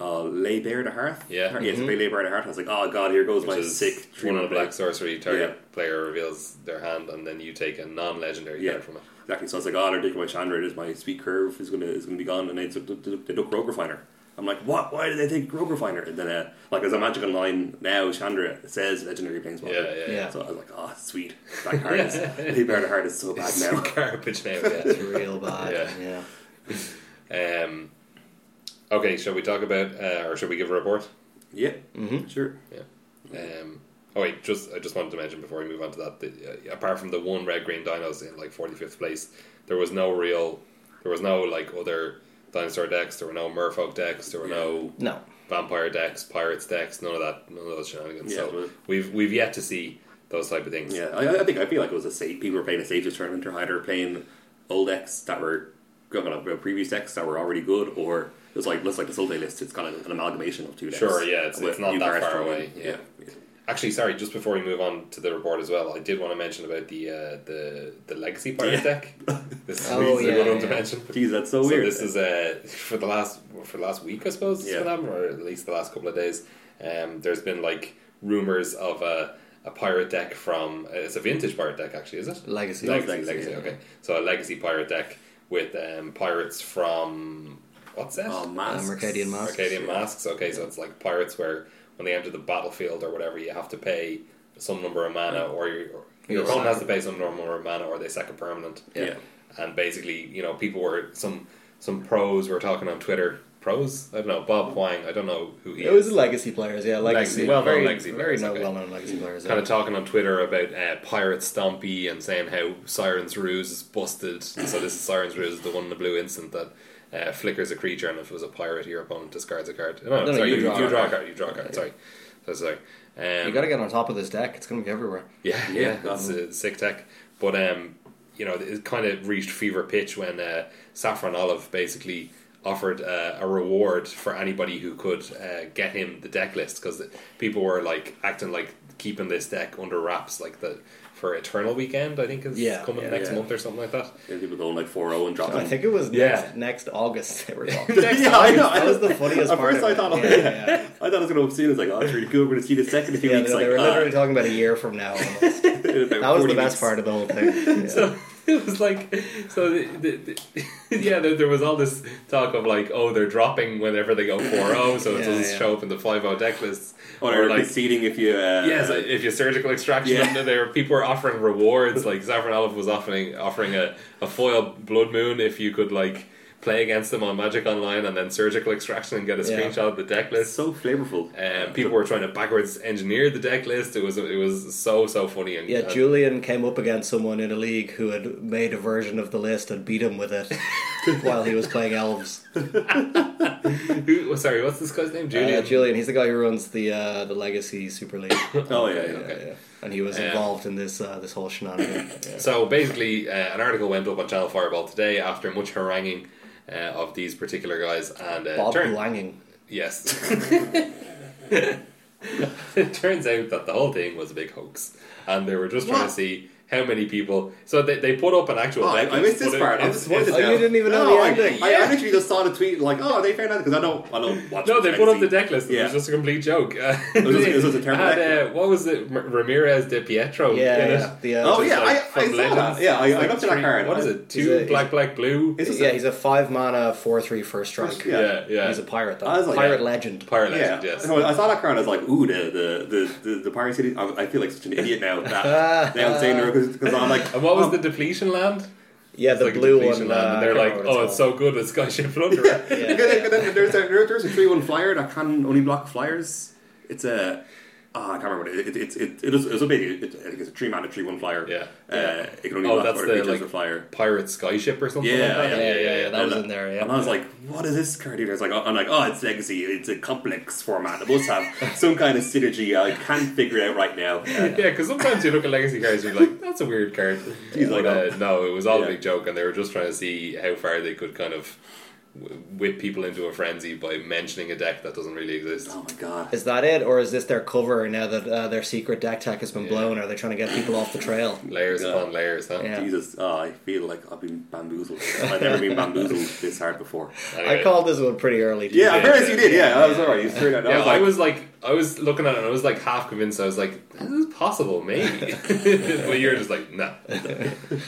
Speaker 3: uh, lay bare the hearth.
Speaker 1: Yeah. Mm-hmm.
Speaker 3: Hearth- yes, play lay bare the hearth. I was like, oh god, here goes
Speaker 1: Which
Speaker 3: my
Speaker 1: is
Speaker 3: sick three
Speaker 1: one of
Speaker 3: mana
Speaker 1: the black sorcery target
Speaker 3: Yeah.
Speaker 1: player reveals their hand, and then you take a non-legendary
Speaker 3: Yeah.
Speaker 1: card from it.
Speaker 3: Exactly. So I was like, oh, they're taking my Chandra. It is my speed curve is gonna is gonna be gone, and they took they took Rogue Refiner. I'm like, what? Why did they take Rogue Refiner? And then, uh, like, as a Magic Online now, Chandra says Legendary Planeswalker.
Speaker 1: Yeah, yeah,
Speaker 2: Yeah.
Speaker 1: yeah.
Speaker 3: So I was like, oh, sweet. That card is they bear the heart is so bad
Speaker 1: It's
Speaker 3: now.
Speaker 1: garbage now. Yeah.
Speaker 2: It's real bad.
Speaker 1: Yeah.
Speaker 2: yeah.
Speaker 1: Um, okay, shall we talk about, uh, or shall we give a report?
Speaker 3: yeah. Mm-hmm. Sure.
Speaker 1: Yeah. Um, oh wait, just I just wanted to mention before we move on to that, that uh, apart from the one red green dinos in like forty fifth place, there was no real, there was no like other dinosaur decks. There were no Merfolk decks. There were no
Speaker 2: No.
Speaker 1: vampire decks, pirates decks. None of that. None of those shenanigans.
Speaker 3: Yeah,
Speaker 1: so
Speaker 3: but-
Speaker 1: we've we've yet to see those type of things.
Speaker 3: Yeah. I, I think I feel like it was a safe. People were playing a Sages tournament or higher, playing old decks that were going up previous decks that were already good, or it was like looks like the Sultai list. It's kind of an amalgamation of two decks.
Speaker 1: Sure, yeah, it's-
Speaker 3: With
Speaker 1: it's not
Speaker 3: new
Speaker 1: that
Speaker 3: cards
Speaker 1: far
Speaker 3: thrown in.
Speaker 1: away, yeah.
Speaker 3: yeah.
Speaker 1: Actually, sorry. Just before we move on to the report as well, I did want to mention about the uh, the the legacy pirate
Speaker 3: Yeah.
Speaker 1: deck. This is
Speaker 2: Oh,
Speaker 1: a good
Speaker 2: yeah,
Speaker 1: one to
Speaker 2: yeah.
Speaker 1: mention.
Speaker 3: Geez, that's so,
Speaker 1: so
Speaker 3: weird.
Speaker 1: this is uh, for the last for the last week, I suppose, it's
Speaker 3: Yeah.
Speaker 1: been happening, or at least the last couple of days. Um, there's been like rumors of a, a pirate deck from it's a vintage pirate deck actually, is it?
Speaker 2: Legacy.
Speaker 1: legacy, legacy,
Speaker 3: Legacy, yeah.
Speaker 1: Okay, so a legacy pirate deck with um, pirates from what's that?
Speaker 3: oh, masks.
Speaker 2: Um, Arcadian Masks.
Speaker 1: Arcadian masks. Okay, so it's like pirates, where when they enter the battlefield or whatever, you have to pay some number of mana, or your, or your
Speaker 2: You're
Speaker 1: opponent has to
Speaker 2: sacked.
Speaker 1: pay some number of mana, or they sack a permanent.
Speaker 3: Yeah. Yeah.
Speaker 1: And basically, you know, people were some some pros were talking on Twitter. Pros, I don't know. Bob Huang, I don't know who he
Speaker 2: It
Speaker 1: is.
Speaker 2: was legacy players, yeah. Legacy.
Speaker 1: Legacy- well-known
Speaker 2: very,
Speaker 1: legacy
Speaker 2: Very
Speaker 1: players,
Speaker 2: no-
Speaker 1: okay.
Speaker 2: well-known legacy players.
Speaker 1: Kind
Speaker 2: Yeah.
Speaker 1: of talking on Twitter about uh, Pirate Stompy and saying how Siren's Ruse is busted. So this is Siren's Ruse, the one in the blue instant that uh, flickers a creature, and if it was a pirate, your opponent discards a card. No,
Speaker 2: No, no,
Speaker 1: sorry,
Speaker 2: you
Speaker 1: you, you
Speaker 2: draw
Speaker 1: draw,
Speaker 2: a
Speaker 1: a card. You draw a card. Sorry, so sorry. Um,
Speaker 2: You got to get on top of this deck. It's going to be everywhere.
Speaker 1: Yeah,
Speaker 3: Yeah,
Speaker 2: um,
Speaker 1: yeah,
Speaker 3: that
Speaker 1: that's a sick tech. But um, you know, it kind of reached fever pitch when uh, Saffron Olive basically offered uh, a reward for anybody who could uh, get him the deck list because people were like acting like keeping this deck under wraps, like the for Eternal Weekend. I think is
Speaker 2: Yeah,
Speaker 1: coming
Speaker 2: yeah,
Speaker 1: next
Speaker 3: yeah.
Speaker 1: month or something like that.
Speaker 3: Yeah, people going like 4 0 and dropping.
Speaker 2: I think it was
Speaker 1: Yeah.
Speaker 2: next, next August they were talking.
Speaker 1: Next
Speaker 3: yeah, I know.
Speaker 2: That was the funniest
Speaker 3: At
Speaker 2: part
Speaker 3: first,
Speaker 2: of
Speaker 3: I
Speaker 2: it.
Speaker 3: thought, oh,
Speaker 2: Yeah,
Speaker 3: yeah,
Speaker 2: yeah, yeah.
Speaker 3: I thought I was going to see it. It's like, oh, it's really cool. We're going to see the second in a few
Speaker 2: Yeah,
Speaker 3: weeks.
Speaker 2: they,
Speaker 3: like,
Speaker 2: they were
Speaker 3: ah,
Speaker 2: literally talking about a year from now. almost.
Speaker 3: in about
Speaker 2: That was
Speaker 3: 40
Speaker 2: the best
Speaker 3: weeks.
Speaker 2: part of the whole thing. Yeah.
Speaker 1: So it was like, so the, the, the, yeah, there, there was all this talk of like, oh, they're dropping whenever they go 4-0, so it
Speaker 2: Yeah,
Speaker 1: doesn't
Speaker 2: yeah.
Speaker 1: show up in the 5-0 deck lists.
Speaker 3: Or, like, conceding if you. Uh,
Speaker 1: Yes, if you surgical extraction,
Speaker 3: Yeah.
Speaker 1: then there people were offering rewards. Like Saffron Olive was offering offering a, a foil blood moon if you could like play against them on Magic Online and then Surgical Extraction and get a
Speaker 2: Yeah.
Speaker 1: screenshot of the deck
Speaker 3: It's
Speaker 1: list.
Speaker 3: so flavorful.
Speaker 1: Um, people were trying to backwards engineer the deck list. It was it was so so funny and uh,
Speaker 2: Yeah,
Speaker 1: and-
Speaker 2: Julian came up against someone in a league who had made a version of the list and beat him with it while he was playing elves. Uh,
Speaker 1: Who, sorry, what's this guy's name?
Speaker 2: Julian,
Speaker 1: Julian.
Speaker 2: uh, Julian he's the guy who runs the uh, the Legacy Super League.
Speaker 3: oh yeah, yeah.
Speaker 2: Yeah, yeah. and he was
Speaker 1: Um,
Speaker 2: involved in this uh, this whole shenanigan. Yeah.
Speaker 1: So basically, uh, an article went up on Channel Fireball today after much haranguing uh, of these particular guys, and uh,
Speaker 2: Bob
Speaker 1: turn-
Speaker 2: Langing.
Speaker 1: yes, it turns out that the whole thing was a big hoax, and they were just trying
Speaker 3: What?
Speaker 1: to see how many people. So they, they put up an actual.
Speaker 3: Oh, I,
Speaker 1: deck
Speaker 3: I
Speaker 1: list,
Speaker 3: missed this
Speaker 1: but it-
Speaker 3: part. I'm
Speaker 1: it's-
Speaker 3: disappointed.
Speaker 1: it's-
Speaker 2: Oh,
Speaker 3: now.
Speaker 2: you didn't even know
Speaker 3: No,
Speaker 2: the
Speaker 3: I-
Speaker 2: ending.
Speaker 3: I,
Speaker 1: Yeah.
Speaker 3: actually just saw a tweet like, "Oh, are they found out?" Because I don't, I don't watch.
Speaker 1: No,
Speaker 3: much
Speaker 1: they put up the
Speaker 3: NXT.
Speaker 1: deck list. It was just a complete joke. Uh,
Speaker 3: was- it was a terrible
Speaker 1: had,
Speaker 3: deck
Speaker 1: uh, What was it? M- Ramirez de Pietro.
Speaker 2: Yeah,
Speaker 1: in it.
Speaker 2: yeah. The, uh,
Speaker 3: Oh
Speaker 1: Just
Speaker 3: yeah,
Speaker 1: like
Speaker 3: I,
Speaker 1: from
Speaker 3: I saw that.
Speaker 1: Legends.
Speaker 3: Yeah, I, I
Speaker 1: Like
Speaker 3: got to that
Speaker 1: three-
Speaker 3: card.
Speaker 1: What is
Speaker 3: I-
Speaker 1: it? Two
Speaker 2: a-
Speaker 1: black, black, blue.
Speaker 3: It's just
Speaker 2: yeah,
Speaker 3: a-
Speaker 2: he's a five mana four three first strike.
Speaker 3: Yeah.
Speaker 1: yeah, yeah.
Speaker 2: He's a pirate though.
Speaker 3: I was like,
Speaker 2: pirate
Speaker 3: yeah.
Speaker 2: legend.
Speaker 1: Pirate
Speaker 3: Yeah,
Speaker 1: legend, yes.
Speaker 3: no, I saw that card and I was like, ooh, the the the, the, the Pirate City. I, I feel like such an idiot now. That, now I'm saying because I'm like,
Speaker 1: And what was
Speaker 3: oh,
Speaker 1: the depletion land?
Speaker 2: yeah, the
Speaker 1: Like a
Speaker 2: blue
Speaker 1: depletion
Speaker 2: one.
Speaker 1: land,
Speaker 2: Uh,
Speaker 1: and they're
Speaker 2: I can't
Speaker 1: like,
Speaker 2: remember what
Speaker 1: oh, it's so good with Skyship Plunderer.
Speaker 2: called.
Speaker 3: And then- and then there's a there- there's a three one flyer that can only block flyers. It's a ah, I can't remember. what It, it, it, it, it is it's a big. It, I think it's a three mana three one flyer.
Speaker 1: Yeah.
Speaker 3: uh, it can only
Speaker 1: Oh,
Speaker 3: block
Speaker 1: that's
Speaker 3: other
Speaker 1: the,
Speaker 3: creatures
Speaker 1: like-
Speaker 3: with flyer.
Speaker 1: Pirate Skyship or something
Speaker 3: Yeah,
Speaker 1: like that.
Speaker 3: yeah,
Speaker 2: yeah, yeah, yeah, that
Speaker 1: And
Speaker 2: was
Speaker 1: uh,
Speaker 2: in there.
Speaker 3: And
Speaker 2: Yeah,
Speaker 3: I was like, "What is this card here?" I was like, "I'm like, oh, it's legacy. It's a complex format. It must have some kind of synergy. I can't figure it out right now." Uh,
Speaker 1: Yeah, because sometimes you look at legacy cards and you're like, that's a weird card.
Speaker 3: He's like, "Oh."
Speaker 1: But, uh, no, it was all
Speaker 3: Yeah.
Speaker 1: a big joke, and they were just trying to see how far they could kind of w- whip people into a frenzy by mentioning a deck that doesn't really exist.
Speaker 3: oh my god!
Speaker 2: is that it, or is this their cover now that uh, their secret deck tech has been
Speaker 1: Yeah.
Speaker 2: blown? Are they trying to get people off the trail?
Speaker 1: Layers
Speaker 3: Yeah.
Speaker 1: upon layers, huh?
Speaker 2: Yeah.
Speaker 3: Jesus, oh, I feel like I've been bamboozled. I've never been bamboozled this hard before.
Speaker 1: Anyway.
Speaker 2: I called this one pretty early. didn't
Speaker 3: Yeah,
Speaker 2: I?
Speaker 3: I'm very you did. Yeah, I was alright. You straight out.
Speaker 1: Yeah,
Speaker 3: I was like,
Speaker 1: I was looking at it and I was like half convinced. I was like, this is possible, maybe. but you're just like, no.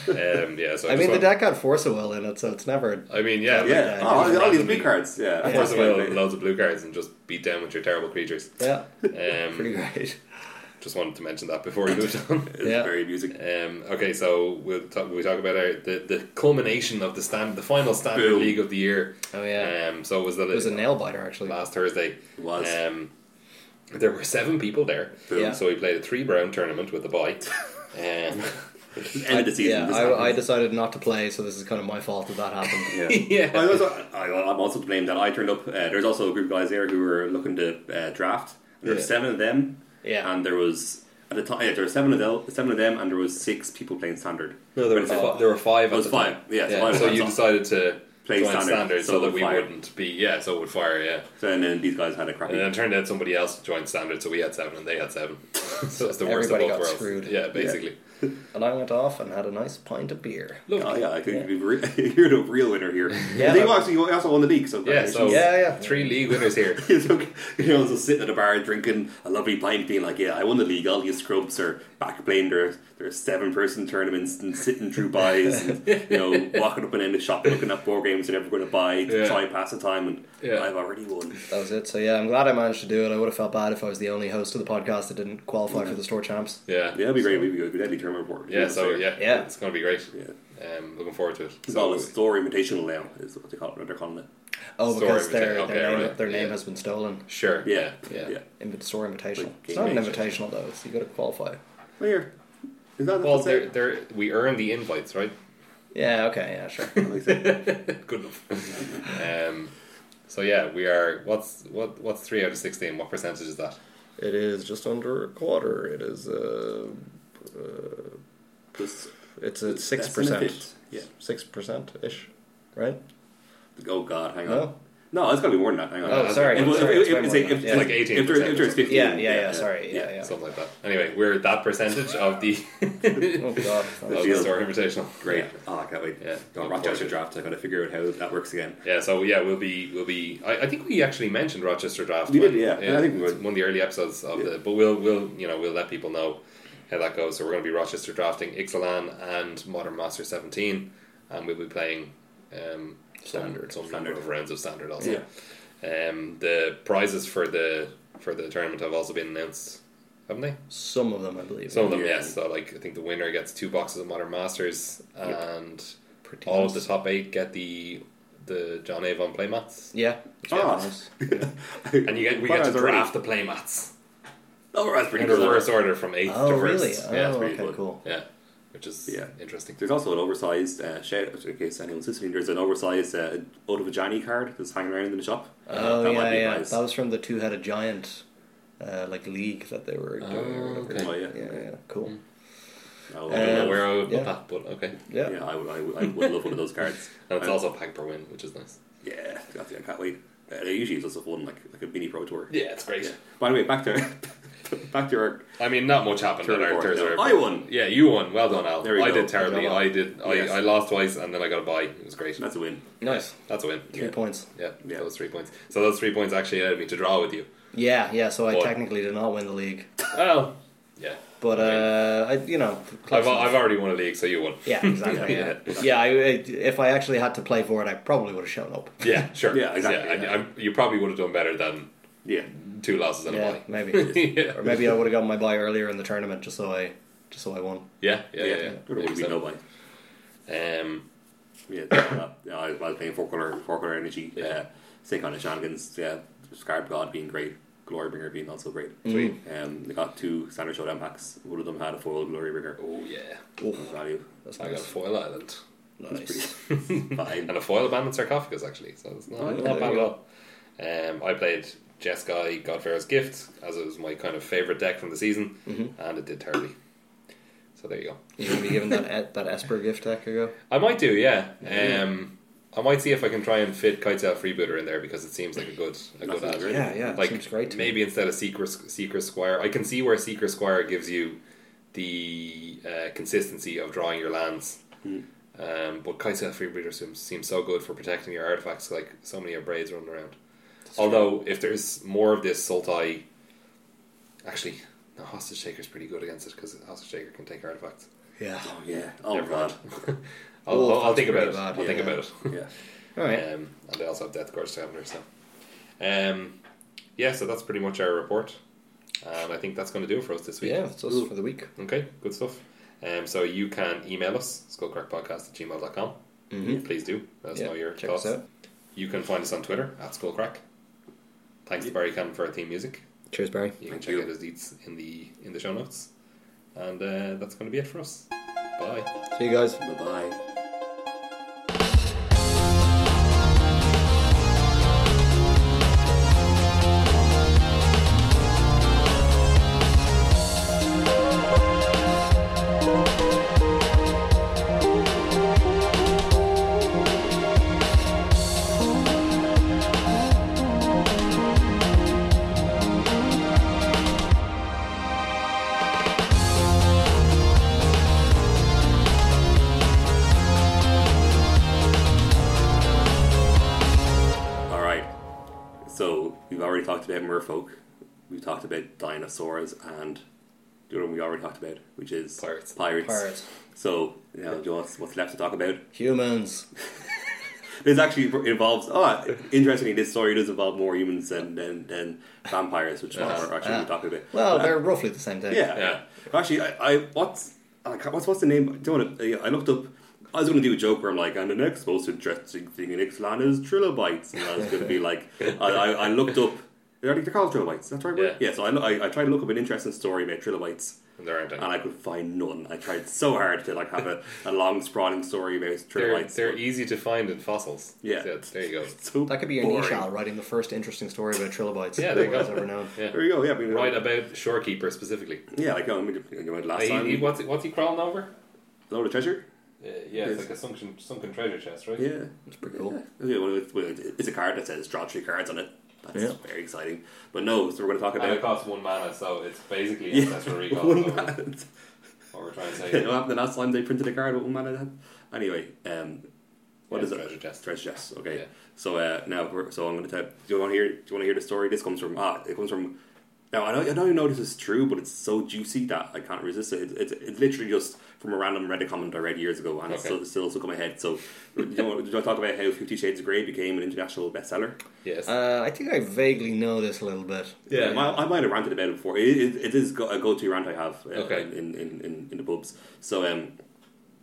Speaker 1: um, yeah, so I,
Speaker 2: I
Speaker 1: just
Speaker 2: mean, the
Speaker 1: want-
Speaker 2: deck had Force of Will in it, so it's never.
Speaker 1: I mean, yeah,
Speaker 2: Yeah,
Speaker 1: like,
Speaker 3: yeah, oh, all, all these
Speaker 1: randomly-
Speaker 3: big cards. Yeah,
Speaker 1: Of course, I will loads of blue cards and just beat down with your terrible creatures.
Speaker 2: Yeah, pretty
Speaker 1: Um,
Speaker 2: great.
Speaker 1: just wanted to mention that before we moved on.
Speaker 3: It's
Speaker 2: Yeah.
Speaker 3: very amusing.
Speaker 1: Um, okay, so we'll talk, we talk about our, the the culmination of the stand, the final standard
Speaker 3: Boom.
Speaker 1: league of the year.
Speaker 2: Oh yeah,
Speaker 1: Um, so it was that
Speaker 2: it was a nail biter actually.
Speaker 1: last Thursday.
Speaker 3: It was.
Speaker 1: Um, there were seven people there,
Speaker 3: Boom.
Speaker 2: Yeah.
Speaker 1: so we played a three round tournament with a bye. Um,
Speaker 3: End of the season.
Speaker 2: yeah,
Speaker 3: this
Speaker 2: I, I
Speaker 3: happens.
Speaker 2: decided not to play, so this is kind of my fault that that happened.
Speaker 1: Yeah.
Speaker 3: Yeah. I was, uh, I, I'm also to blame that I turned up. Uh, there's also a group of guys there who were looking to uh, draft. And there were
Speaker 1: Yeah.
Speaker 3: seven of them.
Speaker 2: Yeah.
Speaker 3: And there was at the time yeah, there were seven of them, seven of them, and there was six people playing standard.
Speaker 1: no, there were
Speaker 3: But
Speaker 1: there were five.
Speaker 3: It was
Speaker 1: at the time.
Speaker 3: five. Yeah, it's five
Speaker 1: so you
Speaker 3: times.
Speaker 1: decided to
Speaker 3: Play
Speaker 1: join
Speaker 3: standard, so
Speaker 1: so
Speaker 3: it would
Speaker 1: that we
Speaker 3: fire.
Speaker 1: wouldn't be yeah, so it would fire yeah.
Speaker 3: So, and then these guys had a crappy.
Speaker 1: And then it turned out somebody else joined standard, so we had seven and they had seven. so it's the worst
Speaker 2: Everybody
Speaker 1: of both
Speaker 2: got
Speaker 1: worlds.
Speaker 2: screwed.
Speaker 1: Yeah, basically.
Speaker 2: and I went off and had a nice pint of beer.
Speaker 1: Look,
Speaker 3: Oh yeah, I think we've re- you're the real winner here.
Speaker 2: Yeah.
Speaker 3: Yeah, they actually you also won the league. So
Speaker 1: yeah, so
Speaker 3: congratulations.
Speaker 2: Yeah, yeah.
Speaker 1: three league winners here.
Speaker 3: It's okay. you know, just sitting at a bar drinking a lovely pint, being like, "Yeah, I won the league. All you scrubs are back playing their their seven person tournaments and sitting through buys, and you know, walking up and down the shop looking at board games they're never going to buy to
Speaker 1: Yeah.
Speaker 3: try and pass the time." And
Speaker 1: Yeah.
Speaker 3: I've already won.
Speaker 2: That was it. So yeah, I'm glad I managed to do it. I would have felt bad if I was the only host of the podcast that didn't qualify for the store champs.
Speaker 1: Yeah.
Speaker 3: Yeah, it'd be great. We'd be a deadly tournament board.
Speaker 1: Yeah, so yeah,
Speaker 2: Yeah.
Speaker 1: it's gonna be great.
Speaker 3: yeah.
Speaker 1: Um, looking forward to it.
Speaker 3: It's
Speaker 1: So
Speaker 3: all a store invitational now. Is what they call it. What they're calling it.
Speaker 2: Oh,
Speaker 1: Store
Speaker 2: because their,
Speaker 1: invitation.
Speaker 2: their
Speaker 1: Okay,
Speaker 2: name,
Speaker 1: right.
Speaker 2: their name
Speaker 1: Yeah.
Speaker 2: has been stolen.
Speaker 1: sure.
Speaker 3: Yeah,
Speaker 1: Yeah.
Speaker 3: yeah.
Speaker 2: Invi- Store invitational.
Speaker 3: Like
Speaker 2: it's not an
Speaker 3: game
Speaker 2: invitational though. It's, you got to qualify.
Speaker 3: Well, here. Is that
Speaker 1: Well,
Speaker 3: the
Speaker 1: they're,
Speaker 3: same?
Speaker 1: they're, we earn the invites, right?
Speaker 2: Yeah. Okay. Yeah. Sure.
Speaker 1: Good enough. um, so yeah, we are. What's what? What's three out of sixteen? What percentage is that?
Speaker 2: it is just under a quarter. It is. Uh,
Speaker 3: Just-
Speaker 2: it's at
Speaker 3: less than a
Speaker 2: six percent.
Speaker 3: fifth. Yeah.
Speaker 2: Six percent ish. Right.
Speaker 3: Oh God, hang on.
Speaker 2: No?
Speaker 3: No, it's got to be more than that. Hang on.
Speaker 2: Oh,
Speaker 3: That's-
Speaker 2: sorry.
Speaker 3: If, if,
Speaker 2: Sorry,
Speaker 3: if,
Speaker 2: it's way
Speaker 3: if,
Speaker 2: more than
Speaker 3: if,
Speaker 2: that. Yeah.
Speaker 1: Like
Speaker 3: if, there- if
Speaker 1: 18%.
Speaker 3: there's fifteen,
Speaker 2: Yeah. Yeah. Yeah. sorry. Yeah. Yeah.
Speaker 1: Something like that. Anyway, we're that percentage of the
Speaker 2: Oh god. that was-
Speaker 1: of the
Speaker 3: field.
Speaker 1: store invitational.
Speaker 3: Great. Oh, I can't wait.
Speaker 1: Yeah.
Speaker 3: Oh, Rochester draft. I got to figure out how that works again.
Speaker 1: Yeah, so yeah, we'll be we'll be. I, I think we actually mentioned Rochester draft.
Speaker 3: We did, yeah. I think we
Speaker 1: it's
Speaker 3: would.
Speaker 1: one of the early episodes of
Speaker 3: Yeah.
Speaker 1: the. But we'll we'll you know we'll let people know how that goes. So we're going to be Rochester drafting Ixalan and Modern Master Seventeen, and we'll be playing um, some-
Speaker 2: Standard.
Speaker 1: some
Speaker 3: Standard.
Speaker 1: number of rounds of standard also. Um, the prizes for the for the tournament have also been announced, haven't they?
Speaker 2: Some of them, I believe.
Speaker 1: Some of them,
Speaker 3: Yeah.
Speaker 1: yes. So like I think the winner gets two boxes of Modern Masters and
Speaker 2: Pretty
Speaker 1: all
Speaker 2: nice.
Speaker 1: of the top eight get the the John Avon playmats,
Speaker 2: Yeah.
Speaker 3: Ah.
Speaker 1: and you get we
Speaker 3: Well,
Speaker 1: get
Speaker 3: I
Speaker 1: to
Speaker 3: was already-
Speaker 1: draft the playmats
Speaker 3: Oh, that's pretty
Speaker 1: in
Speaker 3: cool.
Speaker 1: reverse order from eighth
Speaker 2: Oh,
Speaker 1: to first.
Speaker 2: really? Oh,
Speaker 1: Yeah, it's
Speaker 3: pretty
Speaker 2: okay,
Speaker 3: good.
Speaker 2: cool.
Speaker 1: yeah, which is
Speaker 3: Yeah.
Speaker 1: interesting.
Speaker 3: There's also an oversized uh, shout out in case anyone's listening. There's an oversized uh, Odovajani card that's hanging around in the shop.
Speaker 2: Oh,
Speaker 3: that might
Speaker 2: yeah,
Speaker 3: be
Speaker 2: yeah.
Speaker 3: nice.
Speaker 2: That was from the Two Headed Giant, uh, like league that they were doing. or
Speaker 1: Oh,
Speaker 2: whatever.
Speaker 1: okay.
Speaker 3: Oh, yeah.
Speaker 2: Yeah, yeah, cool.
Speaker 3: Oh,
Speaker 1: I don't
Speaker 2: Um,
Speaker 1: know where I would
Speaker 2: yeah.
Speaker 1: put that, but okay.
Speaker 2: Yeah.
Speaker 3: yeah, I would, I would, I would love one of those cards.
Speaker 1: And it's
Speaker 3: Um,
Speaker 1: also packed per win, which is nice.
Speaker 3: Yeah, that's, I can't wait. Uh, they usually does one like like a mini pro tour.
Speaker 1: Yeah, it's great.
Speaker 3: Yeah. By the way, back to back to our
Speaker 1: I mean, not much happened
Speaker 3: Turn
Speaker 1: at our
Speaker 3: board,
Speaker 1: Thursday.
Speaker 3: no.
Speaker 1: round.
Speaker 3: I won.
Speaker 1: Yeah, you won. Well done, Al.
Speaker 3: There we
Speaker 1: I
Speaker 3: go.
Speaker 1: did terribly.
Speaker 2: Well
Speaker 1: I did. I,
Speaker 3: Yes.
Speaker 1: I lost twice, and then I got a bye. It was great.
Speaker 3: that's a win.
Speaker 2: Nice.
Speaker 1: That's a win.
Speaker 2: Three
Speaker 1: Yeah.
Speaker 2: points.
Speaker 1: Yeah,
Speaker 3: Yeah.
Speaker 1: those three points. So those three points actually allowed me to draw with you.
Speaker 2: Yeah, yeah. So I
Speaker 1: But-
Speaker 2: technically did not win the league,
Speaker 1: Oh, yeah.
Speaker 2: but uh, I, you know, close
Speaker 1: I've,
Speaker 2: enough.
Speaker 1: I've already won a league, so you won.
Speaker 2: yeah, exactly. yeah,
Speaker 3: Yeah.
Speaker 2: yeah. I, I- if I actually had to play for it, I probably would have shown up.
Speaker 1: Yeah, sure.
Speaker 3: Yeah, exactly,
Speaker 1: and
Speaker 3: yeah.
Speaker 1: I'm- you probably would have done better than
Speaker 3: Yeah,
Speaker 1: two losses and
Speaker 2: Yeah,
Speaker 1: a bye.
Speaker 2: maybe,
Speaker 1: yeah.
Speaker 2: or maybe I would have gotten my buy earlier in the tournament just so I, just so I won.
Speaker 1: yeah, yeah, yeah. yeah.
Speaker 3: What do we know by?
Speaker 1: Um,
Speaker 3: Yeah, uh, yeah, I was playing four color, four color energy. Uh,
Speaker 1: Yeah.
Speaker 3: Sync on the shenanigans. Yeah, Scarab God being great, Glorybringer being also great.
Speaker 1: Sweet.
Speaker 3: Um, they got two standard showdown packs. One of them had a foil Glorybringer.
Speaker 1: Oh yeah,
Speaker 2: Oh,
Speaker 3: Value.
Speaker 2: that's
Speaker 1: I got a
Speaker 2: nice.
Speaker 1: foil island
Speaker 2: nice.
Speaker 3: Fine.
Speaker 1: and a foil abandoned sarcophagus actually, so it's not,
Speaker 2: Oh, yeah,
Speaker 1: not
Speaker 2: there
Speaker 1: bad
Speaker 2: you
Speaker 1: at all. Um, I played Jeskai Godfarer's Gift as it was my kind of favorite deck from the season, and it did terribly. So there you go.
Speaker 2: You gonna be giving that that Esper gift deck a go?
Speaker 1: I might do, yeah. Um, I might see if I can try and fit Kitesel Freebooter in there because it seems like a good, a good
Speaker 3: Nothing's
Speaker 1: ad.
Speaker 3: great.
Speaker 2: Yeah, yeah.
Speaker 1: Like
Speaker 2: seems great. to me.
Speaker 1: maybe instead of Secret Secret Squire, I can see where Secret Squire gives you the uh, consistency of drawing your lands. Um, but Kitesel Freebooter seems, seems so good for protecting your artifacts. Like so many of braids running around. Although if there's more of this Sultai, actually, no, Hostage Taker's pretty good against it because Hostage Taker can take artifacts.
Speaker 2: Yeah.
Speaker 3: Oh yeah. Oh
Speaker 1: Never
Speaker 3: god.
Speaker 1: mind. I'll,
Speaker 2: Oh,
Speaker 1: I'll, I'll
Speaker 2: that's
Speaker 1: think about
Speaker 2: pretty
Speaker 1: it.
Speaker 2: bad,
Speaker 1: I'll think
Speaker 2: yeah.
Speaker 1: about it.
Speaker 3: Yeah.
Speaker 2: All right.
Speaker 1: Um, and they also have Death Gorge Summoner, so. Um, yeah, so that's pretty much our report. And I think that's going to do it for us this week.
Speaker 2: Yeah, that's us for the week.
Speaker 1: Okay, good stuff. Um, so you can email us, skullcrackpodcast at gmail.com. Please do. Let us
Speaker 2: Mm-hmm. Yeah,
Speaker 1: know your
Speaker 2: check
Speaker 1: thoughts.
Speaker 2: us out.
Speaker 1: You can find us on Twitter, at skullcrack. Thanks to Barry Cannon for our theme music.
Speaker 2: Cheers, Barry.
Speaker 1: You can
Speaker 3: Thank
Speaker 1: check
Speaker 3: you.
Speaker 1: out his deets in the, in the show notes. And uh, that's going to be it for us. Bye.
Speaker 2: See you guys.
Speaker 3: Bye bye. All right. So we've already talked about merfolk. We've talked about dinosaurs and the other one we already talked about, which is
Speaker 1: Pirates.
Speaker 3: Pirates.
Speaker 2: Pirates.
Speaker 3: So you know, do you know what's, what's left to talk about?
Speaker 2: Humans.
Speaker 3: This actually involves. Oh, interestingly, this story does involve more humans than than, than vampires, which
Speaker 1: Yes.
Speaker 3: we're actually
Speaker 2: Ah.
Speaker 3: talking about.
Speaker 2: Well,
Speaker 3: Uh,
Speaker 2: they're roughly the same thing.
Speaker 3: yeah.
Speaker 1: Yeah.
Speaker 3: Actually, I, I what's I can't- what's what's the name? Do you want to, I looked up. I was going to do a joke where I'm like, and the next most interesting thing in Ixalan is trilobites, and I was going to be like, I, I, I looked up. They're like- they're called trilobites. That's right. word?
Speaker 1: Yeah.
Speaker 3: Yeah. So I, lo- I I tried to look up an interesting story about trilobites.
Speaker 1: And there aren't any.
Speaker 3: And I could find none. I tried so hard to like have a, a long sprawling story about
Speaker 1: They're,
Speaker 3: trilobites.
Speaker 1: they're e-
Speaker 3: but
Speaker 1: easy to find in fossils.
Speaker 3: Yeah.
Speaker 1: So there you go.
Speaker 3: it's so
Speaker 2: That could be your
Speaker 3: boring.
Speaker 2: niche Al, writing the first interesting story about trilobites
Speaker 1: Yeah, there you
Speaker 2: that was
Speaker 1: go.
Speaker 2: ever known.
Speaker 1: Yeah.
Speaker 3: There you go. Yeah, I mean,
Speaker 1: Right about shorekeeper specifically.
Speaker 3: Yeah, like oh, I mean, you went last
Speaker 1: He-
Speaker 3: time.
Speaker 1: he- what's, he- what's he crawling over?
Speaker 3: load of treasure.
Speaker 1: Uh, yeah, it's
Speaker 3: Yes.
Speaker 1: like a sunken, sunken treasure chest, right?
Speaker 3: Yeah.
Speaker 2: It's pretty cool.
Speaker 3: Yeah, well, it's, well, it's- it's a card that says draw three cards on it. That's
Speaker 2: Yeah.
Speaker 3: very exciting. But no, so we're going to talk
Speaker 1: And it
Speaker 3: about.
Speaker 1: costs one mana, so it's basically
Speaker 3: Yeah.
Speaker 1: ancestral recall.
Speaker 3: One
Speaker 1: is what,
Speaker 3: mana.
Speaker 1: what we're trying to say.
Speaker 3: You know what happened the last time they printed a card with one mana? it had? Anyway, um, what
Speaker 1: Yeah,
Speaker 3: is it?
Speaker 1: treasure chest.
Speaker 3: Treasure chest. Okay.
Speaker 1: Yeah.
Speaker 3: So uh, now, we're, so I'm going to tell. Do you want to hear? Do you want to hear the story? This comes from ah, it comes from. Now I don't, I don't even know this is true, but it's so juicy that I can't resist it. It's, it's, it's literally just from a random Reddit comment I read years ago, and it's
Speaker 1: Okay.
Speaker 3: still, still stuck in my head. So, do you want to talk about how Fifty Shades of Grey became an international bestseller?
Speaker 1: Yes.
Speaker 2: Uh, I think I vaguely know this a little bit.
Speaker 1: Yeah.
Speaker 3: Yeah, I, I might have ranted about it before. It, it, it is go, a go-to rant I have uh,
Speaker 1: Okay.
Speaker 3: in, in, in, in the pubs. So, um,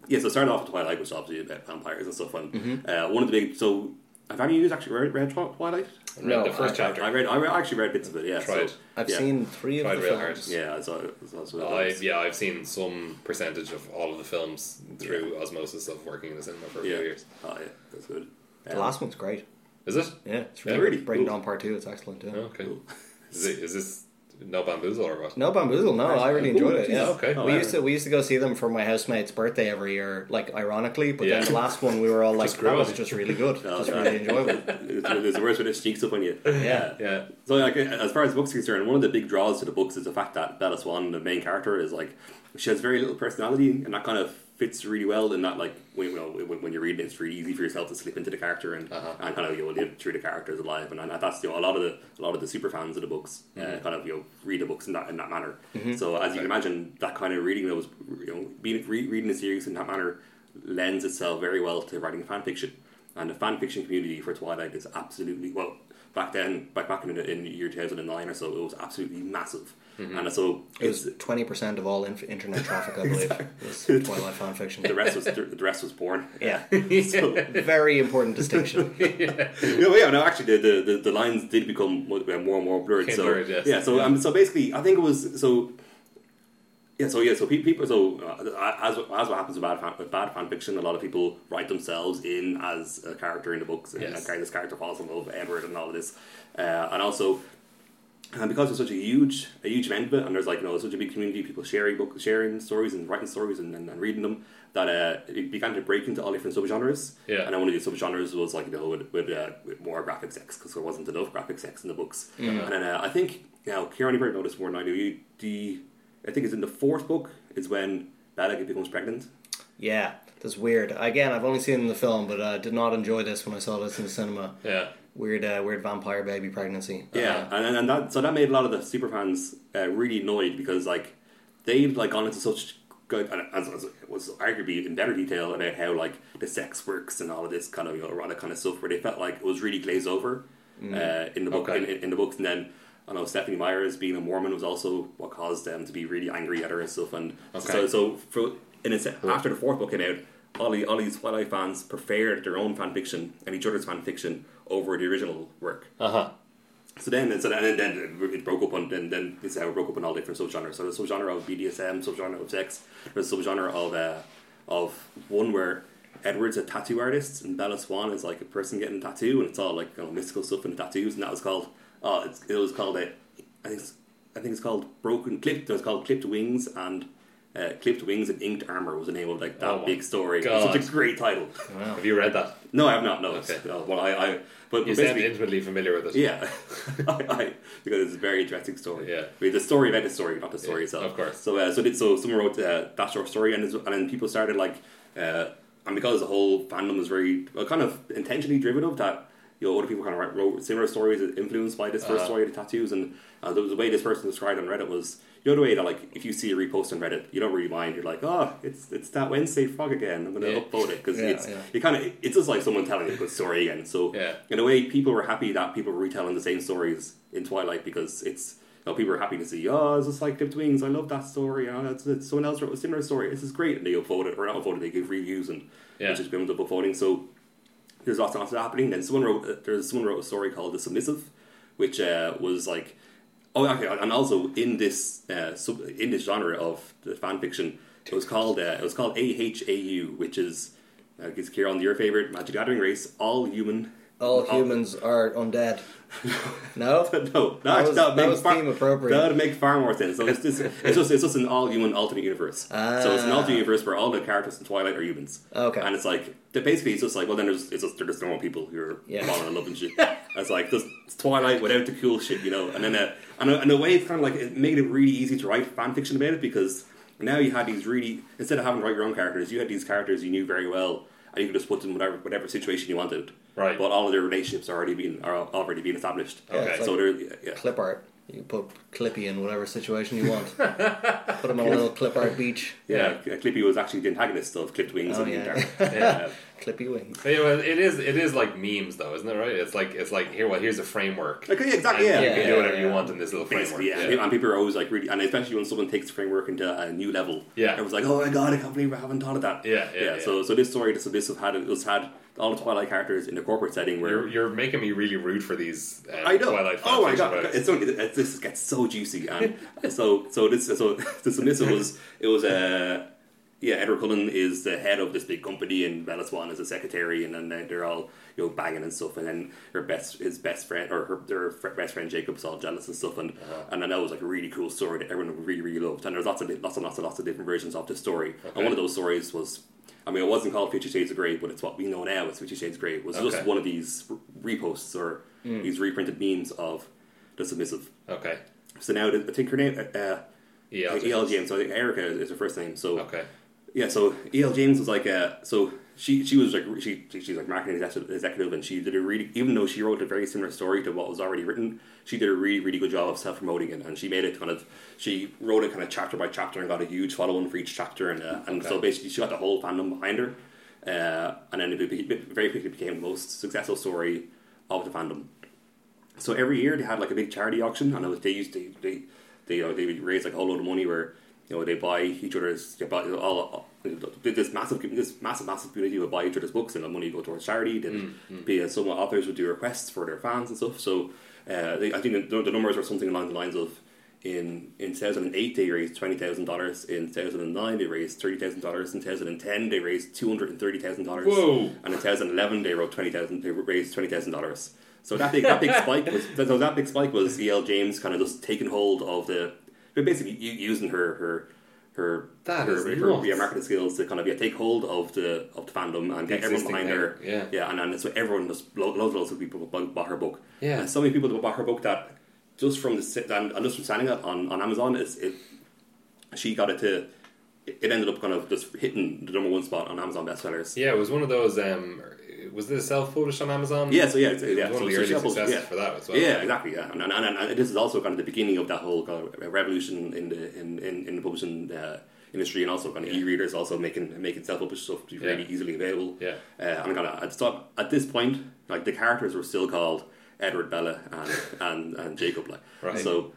Speaker 3: yeah, so starting off with Twilight, which is obviously about vampires and stuff. And uh, one of the big so Have any of you actually read, read Twi- Twilight?
Speaker 1: read
Speaker 2: No,
Speaker 1: the first
Speaker 2: I-
Speaker 1: chapter.
Speaker 3: I read. I re- actually read bits of it. Yeah,
Speaker 1: Tried.
Speaker 3: So,
Speaker 2: I've
Speaker 3: yeah.
Speaker 2: seen three of
Speaker 1: Tried
Speaker 2: the
Speaker 1: real hard.
Speaker 2: films.
Speaker 3: Yeah, so that's what
Speaker 1: I,
Speaker 3: I
Speaker 1: yeah, I've seen some percentage of all of the films through osmosis of working in the cinema for a
Speaker 3: yeah.
Speaker 1: few years.
Speaker 3: Oh, yeah, that's good. Um,
Speaker 2: The last one's great.
Speaker 1: Is it?
Speaker 2: Yeah, it's
Speaker 1: Yeah,
Speaker 2: really,
Speaker 3: really
Speaker 2: Breaking
Speaker 3: cool.
Speaker 2: Dawn Part Two. It's excellent. Yeah.
Speaker 1: Okay.
Speaker 3: Cool.
Speaker 1: Is, it, is this no bamboozle or what?
Speaker 2: No bamboozle. No, I really
Speaker 3: Ooh,
Speaker 2: enjoyed it.
Speaker 3: Jesus.
Speaker 2: Yeah.
Speaker 1: Okay.
Speaker 2: we used to we used to go see them for my housemate's birthday every year, like ironically. But
Speaker 1: Yeah.
Speaker 2: then the last one, we were all like,
Speaker 1: Just grew
Speaker 2: "That was
Speaker 1: up.
Speaker 2: just really good.
Speaker 3: Oh,
Speaker 2: just
Speaker 3: sorry.
Speaker 2: really enjoyable."
Speaker 3: It's- There's words when it sneaks up on you.
Speaker 2: Yeah.
Speaker 1: Yeah.
Speaker 3: So, like, as far as books are concerned, one of the big draws to the books is the fact that Bella Swan, the main character, is like she has very little personality, and that kind of fits really well in that, like, when you know, when, when you read it, it's really easy for yourself to slip into the character and,
Speaker 1: Uh-huh.
Speaker 3: and kind of you know, live through the characters alive, and, and that's you know, a lot of the a lot of the super fans of the books uh, kind of you know read the books in that in that manner. So, as you can imagine, that kind of reading those, you know, being, re- reading the series in that manner lends itself very well to writing fan fiction. And the fan fiction community for Twilight is absolutely well back then, back back in the, in the year two thousand and nine or so, it was absolutely massive.
Speaker 1: Mm-hmm.
Speaker 3: And so
Speaker 2: It
Speaker 3: it's,
Speaker 2: was twenty percent of all inf- internet traffic, I believe. was Twilight fan fiction.
Speaker 3: the rest was the rest was born.
Speaker 2: Yeah,
Speaker 3: So-
Speaker 2: very important distinction.
Speaker 3: no, yeah, no. Actually, the, the, the, the lines did become mo- uh, more and more blurred.
Speaker 1: Became
Speaker 3: So
Speaker 1: blurred, yes.
Speaker 3: yeah, so um, so basically, I think it was so. Yeah, so yeah, so pe- people, so uh, as as what happens with bad fan, with bad fan fiction, a lot of people write themselves in as a character in the books, and
Speaker 1: Yes.
Speaker 3: that guy, this character falls in love, with Edward, and all of this, uh, and also and because it's such a huge a huge event of it, and there's like you know such a big community of people sharing book, sharing stories and writing stories and, and, and reading them that uh, it began to break into all different subgenres
Speaker 1: Yeah.
Speaker 3: and then one of the subgenres was like you know with, with, uh, with more graphic sex because there wasn't enough graphic sex in the books and then uh, I think now Kieran you probably noticed more than I do you, the I think it's in the fourth book is when Bella becomes pregnant
Speaker 2: Yeah, that's weird. Again, I've only seen the film, but I uh, did not enjoy this when I saw this in the cinema.
Speaker 1: Yeah.
Speaker 2: Weird, uh, weird vampire baby pregnancy.
Speaker 3: Yeah, and, and and that so that made a lot of the super fans uh, really annoyed because like they've like gone into such good and as, as it was arguably in better detail about how like the sex works and all of this kind of you know, erotic kind of stuff where they felt like it was really glazed over uh, in the
Speaker 1: Mm.
Speaker 3: book
Speaker 1: Okay.
Speaker 3: in, in, in the books and then. I know Stephanie Myers being a Mormon was also what caused them to be really angry at her and stuff. And so,
Speaker 1: Okay.
Speaker 3: so for, in a, se- after the fourth book came out, all, the, all these Twilight fans preferred their own fan fiction and each other's fan fiction over the original work.
Speaker 1: Uh huh.
Speaker 3: So then, so then, then it broke up on. Then, then this is how it broke up on all different subgenres. So there's subgenre of BDSM, subgenre of sex, there's subgenre of uh, of one where Edward's a tattoo artist and Bella Swan is like a person getting a tattoo, and it's all like you know, mystical stuff and tattoos, and that was called. Oh, it's, it was called a. I think it's, I think it's called broken clipped. It was called clipped wings and. Uh, clipped wings and inked armor was the name of like that
Speaker 1: Oh my
Speaker 3: big story. It was
Speaker 1: God.
Speaker 3: Such a great title.
Speaker 2: Wow.
Speaker 1: Have you read that?
Speaker 3: No, I have not. No,
Speaker 1: Okay.
Speaker 3: no well, I, I but
Speaker 1: You sound
Speaker 3: but basically,
Speaker 1: intimately familiar with it.
Speaker 3: yeah, I, I, because it's a very interesting story.
Speaker 1: Yeah.
Speaker 3: I mean, the story about the story, not the story
Speaker 1: Yeah,
Speaker 3: itself.
Speaker 1: of course.
Speaker 3: So, uh, so, did, so someone wrote uh, that short story, and, it's- and then people started like, uh, and because the whole fandom was very uh, kind of intentionally driven of that, you know, other people kind of wrote, wrote similar stories influenced by this first
Speaker 1: Uh-huh.
Speaker 3: story, the tattoos, and uh, there was a way this person described on Reddit was, you know, the way that like if you see a repost on Reddit, you don't really mind. You're like, oh, it's it's that Wednesday frog again. I'm gonna
Speaker 1: Yeah.
Speaker 3: upload it because
Speaker 2: Yeah,
Speaker 3: it's
Speaker 2: yeah.
Speaker 3: it kind of it's just like someone telling a good story again. So
Speaker 1: Yeah.
Speaker 3: in a way, people were happy that people were retelling the same stories in Twilight because it's you know, people were happy to see oh it's just like Clipped Wings. I love that story. Oh, that's, that's someone else wrote a similar story. This is great, and they upvote it or not upvote it. They give reviews and
Speaker 1: Yeah.
Speaker 3: which has been up upvoting. So there's lots and lots of happening. Then someone wrote uh, there's someone wrote a story called The Submissive, which uh, was like oh okay, and also in this uh, sub, in this genre of the fan fiction, it was called uh, it was called AHAU, which is uh, it's here on your favorite Magic the Gathering race, all human.
Speaker 2: Uh, All humans are undead. No,
Speaker 3: No, that,
Speaker 2: That was-
Speaker 3: that, would
Speaker 2: that
Speaker 3: make
Speaker 2: was
Speaker 3: far,
Speaker 2: theme appropriate.
Speaker 3: That would make far more sense. So it's just, it's just it's just an all human alternate universe. So it's an
Speaker 2: Ah.
Speaker 3: alternate universe where all the characters in Twilight are humans.
Speaker 2: Okay.
Speaker 3: And it's like they're basically it's just like well then there's it's just they're just normal people who are
Speaker 2: Yeah.
Speaker 3: falling in love and shit. it's like just it's Twilight without the cool shit, you know. And then uh, and in a way it's kind of like it made it really easy to write fan fiction about it because now you had these really instead of having to write your own characters, you had these characters you knew very well. And you could just put them in whatever whatever situation you wanted,
Speaker 1: Right.
Speaker 3: But all of their relationships are already being are already being established.
Speaker 2: Yeah, it's
Speaker 1: Okay.
Speaker 2: like
Speaker 3: So they're yeah.
Speaker 2: clip art. You can put Clippy in whatever situation you want. put him on a little clip art beach.
Speaker 3: Yeah, Clippy was actually the antagonist of Clipped Wings
Speaker 2: Oh,
Speaker 3: on the
Speaker 2: yeah.
Speaker 3: entire.
Speaker 1: Yeah.
Speaker 2: Clippy wings.
Speaker 1: Yeah, well, it is. It is like memes, though, isn't it? Right? It's like it's like here. Well, here's a framework.
Speaker 3: Okay, yeah, exactly.
Speaker 1: And
Speaker 3: Yeah,
Speaker 1: you
Speaker 3: yeah,
Speaker 1: can do whatever
Speaker 2: yeah.
Speaker 1: you want in this little framework.
Speaker 3: Basically, yeah. And- And people are always like really, and especially when someone takes the framework into a new level.
Speaker 1: Yeah.
Speaker 3: Everyone's like, oh my god, I can't believe I haven't thought of that.
Speaker 1: Yeah, yeah, yeah.
Speaker 3: So, so this story, so this have had it's had all the Twilight characters in a corporate setting where.
Speaker 1: You're, you're making me really root for these. Uh,
Speaker 3: I know.
Speaker 1: Twilight
Speaker 3: oh my
Speaker 1: fanfiction
Speaker 3: god!
Speaker 1: writers.
Speaker 3: It's only, it, this gets so juicy, and so so this so this and this was it was uh, yeah. Edward Cullen is the head of this big company, and Bella Swan is the secretary, and then they're- they're all you know banging and stuff, and then her best his best friend or her their fr- best friend Jacob's all jealous and stuff, and
Speaker 1: Uh-huh.
Speaker 3: and I know it was like a really cool story that everyone really really loved, and there's lots of di- lots and lots and lots of different versions of this story, and one of those stories was. I mean, it wasn't called Fifty Shades of Grey, but it's what we know now as Fifty Shades of Grey. It was just
Speaker 1: Okay. Hmm.
Speaker 3: one of these re- reposts or these reprinted memes of the submissive.
Speaker 1: okay.
Speaker 3: So now the- I think her name, uh, uh,
Speaker 1: Yeah. I'll
Speaker 3: like
Speaker 1: do
Speaker 3: El
Speaker 1: it.
Speaker 3: James. So I think Erica is, is her first name. So
Speaker 1: E Okay.
Speaker 3: yeah, so El James was like, uh, so she she was like re- she she- she's like marketing executive- executive, and she did a really even though she wrote a very similar story to what was already written, she did a really really good job of self promoting it, and she made it kind of she wrote it kind of chapter by chapter and got a huge following for each chapter, and uh, and so
Speaker 1: Okay.
Speaker 3: basically she got the whole fandom behind her, uh, and then it be- be- very quickly became the most successful story of the fandom. So every year they had like a big charity auction, and it was, they used to they they you know, they would raise like a whole load of money where you know they buy each other's they buy all uh, this massive this massive massive community would buy each other's books, and the money would go towards charity. Then be uh, some authors would do requests for their fans and stuff. So uh, they, I think the, the numbers were something along the lines of. In, in 2008 they raised twenty thousand dollars. In 2009 they raised thirty thousand dollars. In 2010 they raised two hundred and thirty thousand dollars.
Speaker 1: Whoa.
Speaker 3: And in 2011, they wrote twenty thousand. They raised twenty thousand dollars. So that big, that big spike was so that big spike was El James kind of just taking hold of the, they're basically u- using her her her
Speaker 1: That
Speaker 3: her,
Speaker 1: is
Speaker 3: her,
Speaker 1: nuts.
Speaker 3: yeah, marketing skills to kind of yeah, take hold of the of the fandom and get everyone
Speaker 1: existing
Speaker 3: behind
Speaker 1: thing,
Speaker 3: her.
Speaker 1: yeah.
Speaker 3: yeah, and and so everyone just lo- loads loads of people bought, bought her book.
Speaker 1: Yeah.
Speaker 3: and so many people that bought her book that just from the sit- and, and just from signing up on on Amazon is it she got it to. It it ended up kind of just hitting the number one spot on Amazon bestsellers.
Speaker 1: Yeah, it was one of those. Um, was this self-published on Amazon?
Speaker 3: Yeah, so yeah, it's,
Speaker 1: It was
Speaker 3: yeah,
Speaker 1: one
Speaker 3: so,
Speaker 1: of the
Speaker 3: so
Speaker 1: early
Speaker 3: Shepard's-
Speaker 1: successes
Speaker 3: yeah.
Speaker 1: for that as well.
Speaker 3: Yeah, exactly. Yeah, and, and, and, and this is also kind of the beginning of that whole kind of revolution in the in in, in the publishing uh, industry, and also kind of e-readers also making making self-published stuff to be really
Speaker 1: Yeah.
Speaker 3: easily available.
Speaker 1: Yeah.
Speaker 3: uh, and kind of at, stop, at this point, like the characters were still called Edward, Bella, and and, and Jacob. Like,
Speaker 1: Right.
Speaker 3: so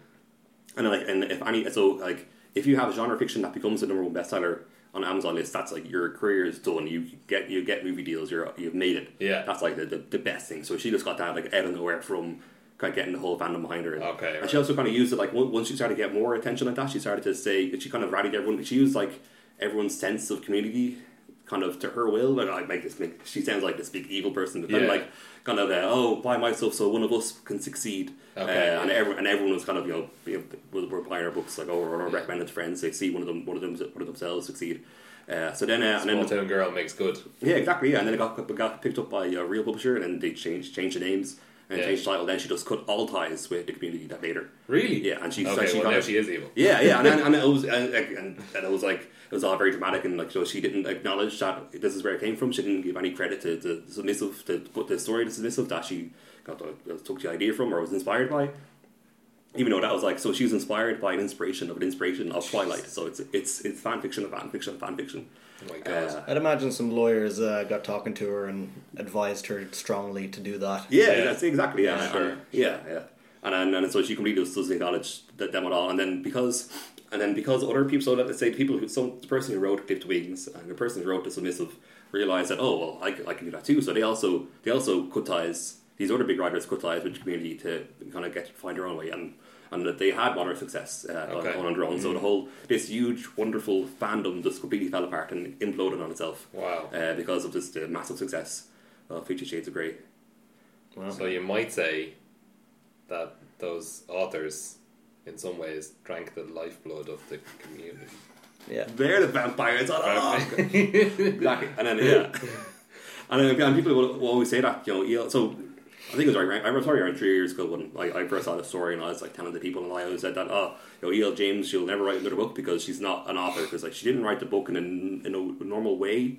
Speaker 3: and then, like, and if any, so like, if you have genre fiction that becomes the number one bestseller on Amazon list, that's like your career is done. You get you get movie deals. You're you've made it.
Speaker 1: Yeah.
Speaker 3: that's like the, the, the best thing. So she just got that like out of nowhere from kind of getting the whole fandom behind her.
Speaker 1: Okay,
Speaker 3: and
Speaker 1: right.
Speaker 3: she also kind of used it like on- once she started to get more attention like that, she started to say she kind of rallied everyone. She used like everyone's sense of community kind of to her will. Like I make this make she sounds like this big evil person, but then
Speaker 1: Yeah.
Speaker 3: like kind of uh, oh buy myself so one of us can succeed.
Speaker 1: Okay.
Speaker 3: Uh, and everyone, and everyone was kind of you know, you know were, were buying our books like over or recommended friends. They see one of them, one of them, one of themselves succeed. Uh, so then, uh, and
Speaker 1: Small
Speaker 3: then
Speaker 1: town girl makes good.
Speaker 3: yeah, exactly. Yeah, and then it got, got picked up by a real publisher, and then they changed changed the names and
Speaker 1: Yeah.
Speaker 3: changed the title. Then she just cut all ties with the community that made her.
Speaker 1: Really?
Speaker 3: Yeah, and she's
Speaker 1: Okay,
Speaker 3: actually
Speaker 1: well, now
Speaker 3: got-
Speaker 1: she is evil.
Speaker 3: Yeah, yeah, and, and, and it was and, and, and it was like it was all very dramatic, and like so she didn't acknowledge that this is where it came from. She didn't give any credit to the submissive, to put the story to submissive that she got the, uh, took the idea from or was inspired by. Even though that was like so, she was inspired by an inspiration of an inspiration of Twilight. So it's it's it's fan fiction of fan fiction of fan fiction.
Speaker 1: Oh my god.
Speaker 3: Uh,
Speaker 2: I'd imagine some lawyers uh, got talking to her and advised her strongly to do that.
Speaker 3: Yeah,
Speaker 1: Yeah.
Speaker 3: that's exactly. Yeah, and-
Speaker 1: sure.
Speaker 3: and- yeah, yeah. And, and and so she completely just doesn't acknowledge that them at all. And then because and then because other people, so let's say people who some the person who wrote Clipped Wings and the person who wrote The Submissive realized that oh well I, c- I can do that too. So they also they also cut ties. These other big writers cut ties with the community to kind of get find their own way and. And that they had moderate success uh, on-
Speaker 1: Okay. Mm.
Speaker 3: on, their own. So the whole this huge, wonderful fandom just completely fell apart and imploded on itself
Speaker 1: wow.
Speaker 3: uh, because of this the massive success of Fifty Shades of Grey.
Speaker 2: Well,
Speaker 1: So you might say that those authors, in some ways, drank the lifeblood of the community.
Speaker 2: yeah.
Speaker 3: They're the vampires. Oh, exactly. And then yeah, and then and people will, will always say that you know. EL, so I think it was right. I remember around three years ago when I, I first saw the story and I was like telling the people and I always said that oh you know El James she'll never write another book because she's not an author because like she didn't write the book in a, n- in a normal way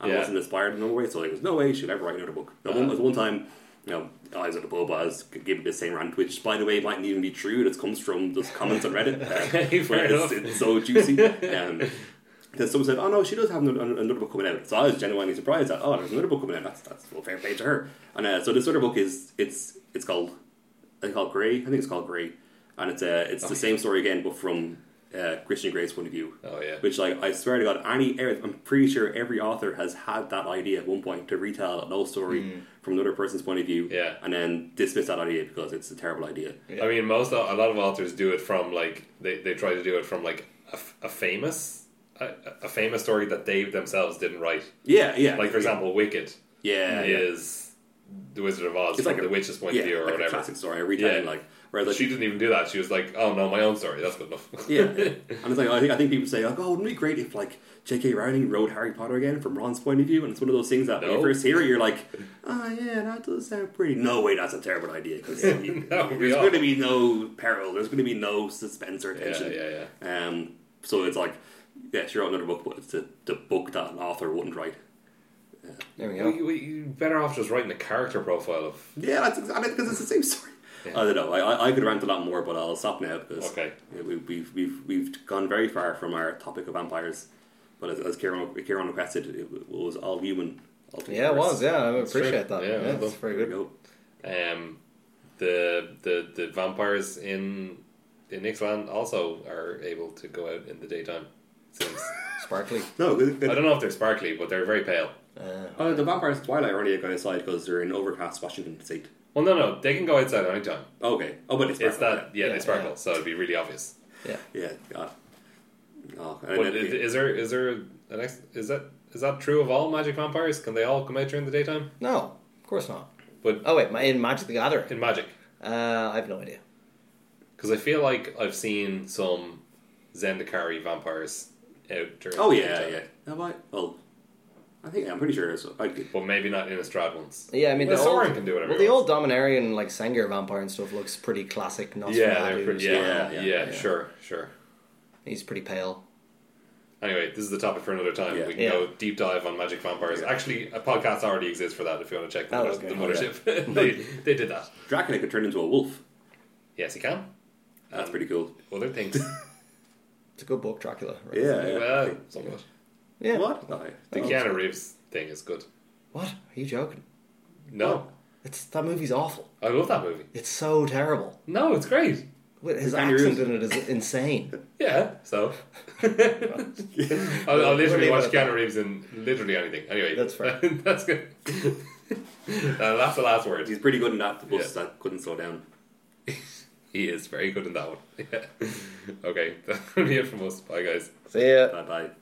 Speaker 3: and
Speaker 1: Yeah.
Speaker 3: wasn't inspired in a normal way so like, there's no way she'll ever write another book. Now, one,
Speaker 1: Uh-huh.
Speaker 3: one time you know, I was at the pub, I was giving the same rant, which, by the way, mightn't even be true. It comes from just comments on Reddit. Uh,
Speaker 1: Fair
Speaker 3: but
Speaker 1: enough.
Speaker 3: it's, it's so juicy. Um, then someone said, "Oh no, she does have another, another book coming out." So I was genuinely surprised that oh, there's another book coming out. That's that's well, fair play to her. And uh, so this other book is it's it's called I think called Grey. I think it's called Grey, and it's uh, it's the same story again, but from uh, Christian Grey's point of view.
Speaker 1: Oh, yeah.
Speaker 3: Which like I swear to God, any er- I'm pretty sure every author has had that idea at one point to retell an old story from another person's point of view,
Speaker 1: Hmm. Yeah.
Speaker 3: and then dismiss that idea because it's a terrible idea.
Speaker 1: I mean, most au- a lot of authors do it from like they, they try to do it from like a, f- a famous a, a famous story that they themselves didn't write.
Speaker 3: Yeah, yeah.
Speaker 1: Like for example, Hmm. Wicked
Speaker 3: yeah, yeah.
Speaker 1: is The Wizard of Oz
Speaker 3: It's
Speaker 1: from
Speaker 3: like a-
Speaker 1: the witch's point
Speaker 3: yeah,
Speaker 1: of view or
Speaker 3: like a
Speaker 1: whatever.
Speaker 3: classic story, a retelling.
Speaker 1: Yeah.
Speaker 3: Like whereas like,
Speaker 1: she didn't even do that. She was like, "Oh no, my own story. That's good enough."
Speaker 3: Yeah, and it's like I think I think people say like, oh, wouldn't it be great if like J.K. Rowling wrote Harry Potter again from Ron's point of view? And it's one of those things that when you
Speaker 1: No.
Speaker 3: first hear it, you're like, oh yeah, that does sound pretty. No way, that's a terrible idea because there's
Speaker 1: That would be
Speaker 3: going to
Speaker 1: awful.
Speaker 3: be no peril, there's going to be no suspense or
Speaker 1: yeah,
Speaker 3: tension.
Speaker 1: yeah,
Speaker 3: Um, so it's like, yeah, she wrote another book, but it's the, the book that an author wouldn't write.
Speaker 2: There we
Speaker 1: yeah.
Speaker 2: go.
Speaker 1: We, we, you better off just writing a character profile of.
Speaker 3: Yeah, that's exactly because it's the same story. I don't know. I, I, I could rant a lot more, but I'll stop now because
Speaker 1: Okay.
Speaker 3: yeah, we, we've we've we've gone very far from our topic of vampires. But as, as Kieran, Kieran requested, it was all human. all
Speaker 2: Yeah, it was. Yeah, I
Speaker 1: true.
Speaker 2: appreciate that.
Speaker 1: Yeah,
Speaker 2: Yeah,
Speaker 1: well
Speaker 2: that's
Speaker 1: done.
Speaker 2: very
Speaker 3: There we
Speaker 2: good.
Speaker 3: go.
Speaker 1: Um, the the the vampires in in Ixalan also are able to go out in the daytime. Since
Speaker 2: Sparkly.
Speaker 3: No,
Speaker 1: I
Speaker 3: the,
Speaker 1: don't know if they're sparkly, but they're very pale.
Speaker 2: Uh,
Speaker 3: uh, the vampires in Twilight are only going outside because they're in overcast Washington State.
Speaker 1: Well, no, no, they can go outside at any time.
Speaker 3: Okay. Oh, but it's,
Speaker 1: It's
Speaker 3: Batman,
Speaker 1: that yeah,
Speaker 2: Yeah,
Speaker 1: they sparkle,
Speaker 2: yeah.
Speaker 1: so it'd be really obvious.
Speaker 2: yeah.
Speaker 3: Yeah. Yeah, God. Oh, and
Speaker 1: But
Speaker 3: then-
Speaker 1: is, is there is there an ex, is that is that true of all magic vampires? Can they all come out during the daytime?
Speaker 2: No, of course not.
Speaker 1: But
Speaker 2: Oh wait, ma- in Magic the Gathering.
Speaker 1: in magic,
Speaker 2: Uh, I have no idea.
Speaker 1: because I feel like I've seen some Zendikari vampires out during.
Speaker 3: oh
Speaker 1: the
Speaker 3: yeah,
Speaker 1: daytime.
Speaker 3: yeah. Have I? Well, I think I'm pretty sure there's. I could,
Speaker 1: But maybe not Innistrad ones.
Speaker 2: Yeah, I mean
Speaker 1: Well,
Speaker 2: the
Speaker 1: Sauron
Speaker 2: old,
Speaker 1: can do whatever
Speaker 2: Well,
Speaker 1: he
Speaker 2: the old Dominarian like Sengir vampire and stuff looks pretty classic. Nosferatu
Speaker 1: Yeah, they're pretty, yeah,
Speaker 2: style.
Speaker 1: yeah,
Speaker 3: yeah,
Speaker 2: yeah.
Speaker 1: sure, sure.
Speaker 2: He's pretty pale.
Speaker 1: Anyway, this is the topic for another time.
Speaker 3: Yeah.
Speaker 1: We can
Speaker 2: Yeah.
Speaker 1: go deep dive on magic vampires.
Speaker 3: Yeah.
Speaker 1: Actually, a podcast already exists for that. If you want to check the,
Speaker 2: Oh,
Speaker 1: mother-
Speaker 2: okay.
Speaker 1: the
Speaker 2: Oh, yeah.
Speaker 1: mothership, they they did that.
Speaker 3: Dracula could turn into a wolf.
Speaker 1: Yes, you can.
Speaker 3: That's pretty cool.
Speaker 1: Other things. uh,
Speaker 2: It's a good book, Dracula. Right?
Speaker 3: Yeah.
Speaker 1: well, somewhat.
Speaker 2: yeah.
Speaker 3: What? No, I
Speaker 1: The
Speaker 3: think-
Speaker 1: Keanu Reeves thing is good.
Speaker 2: What? Are you joking?
Speaker 1: No,
Speaker 2: It's that movie's awful.
Speaker 1: I love that movie.
Speaker 2: It's so terrible.
Speaker 1: No, it's great.
Speaker 2: With His
Speaker 3: Keanu Reeves-
Speaker 2: accent in it is insane.
Speaker 1: Yeah, so I'll, I'll literally
Speaker 2: We'll
Speaker 1: watch
Speaker 2: leave it at
Speaker 1: Keanu Reeves in literally anything. Anyway,
Speaker 2: That's fair.
Speaker 1: that's good. Uh, that's the last word.
Speaker 3: He's pretty good in that. The bus
Speaker 1: Yeah.
Speaker 3: that couldn't slow down.
Speaker 1: He is very good in that one. Yeah. Okay, that'll be it from us. Bye, guys.
Speaker 2: See ya.
Speaker 3: Bye bye.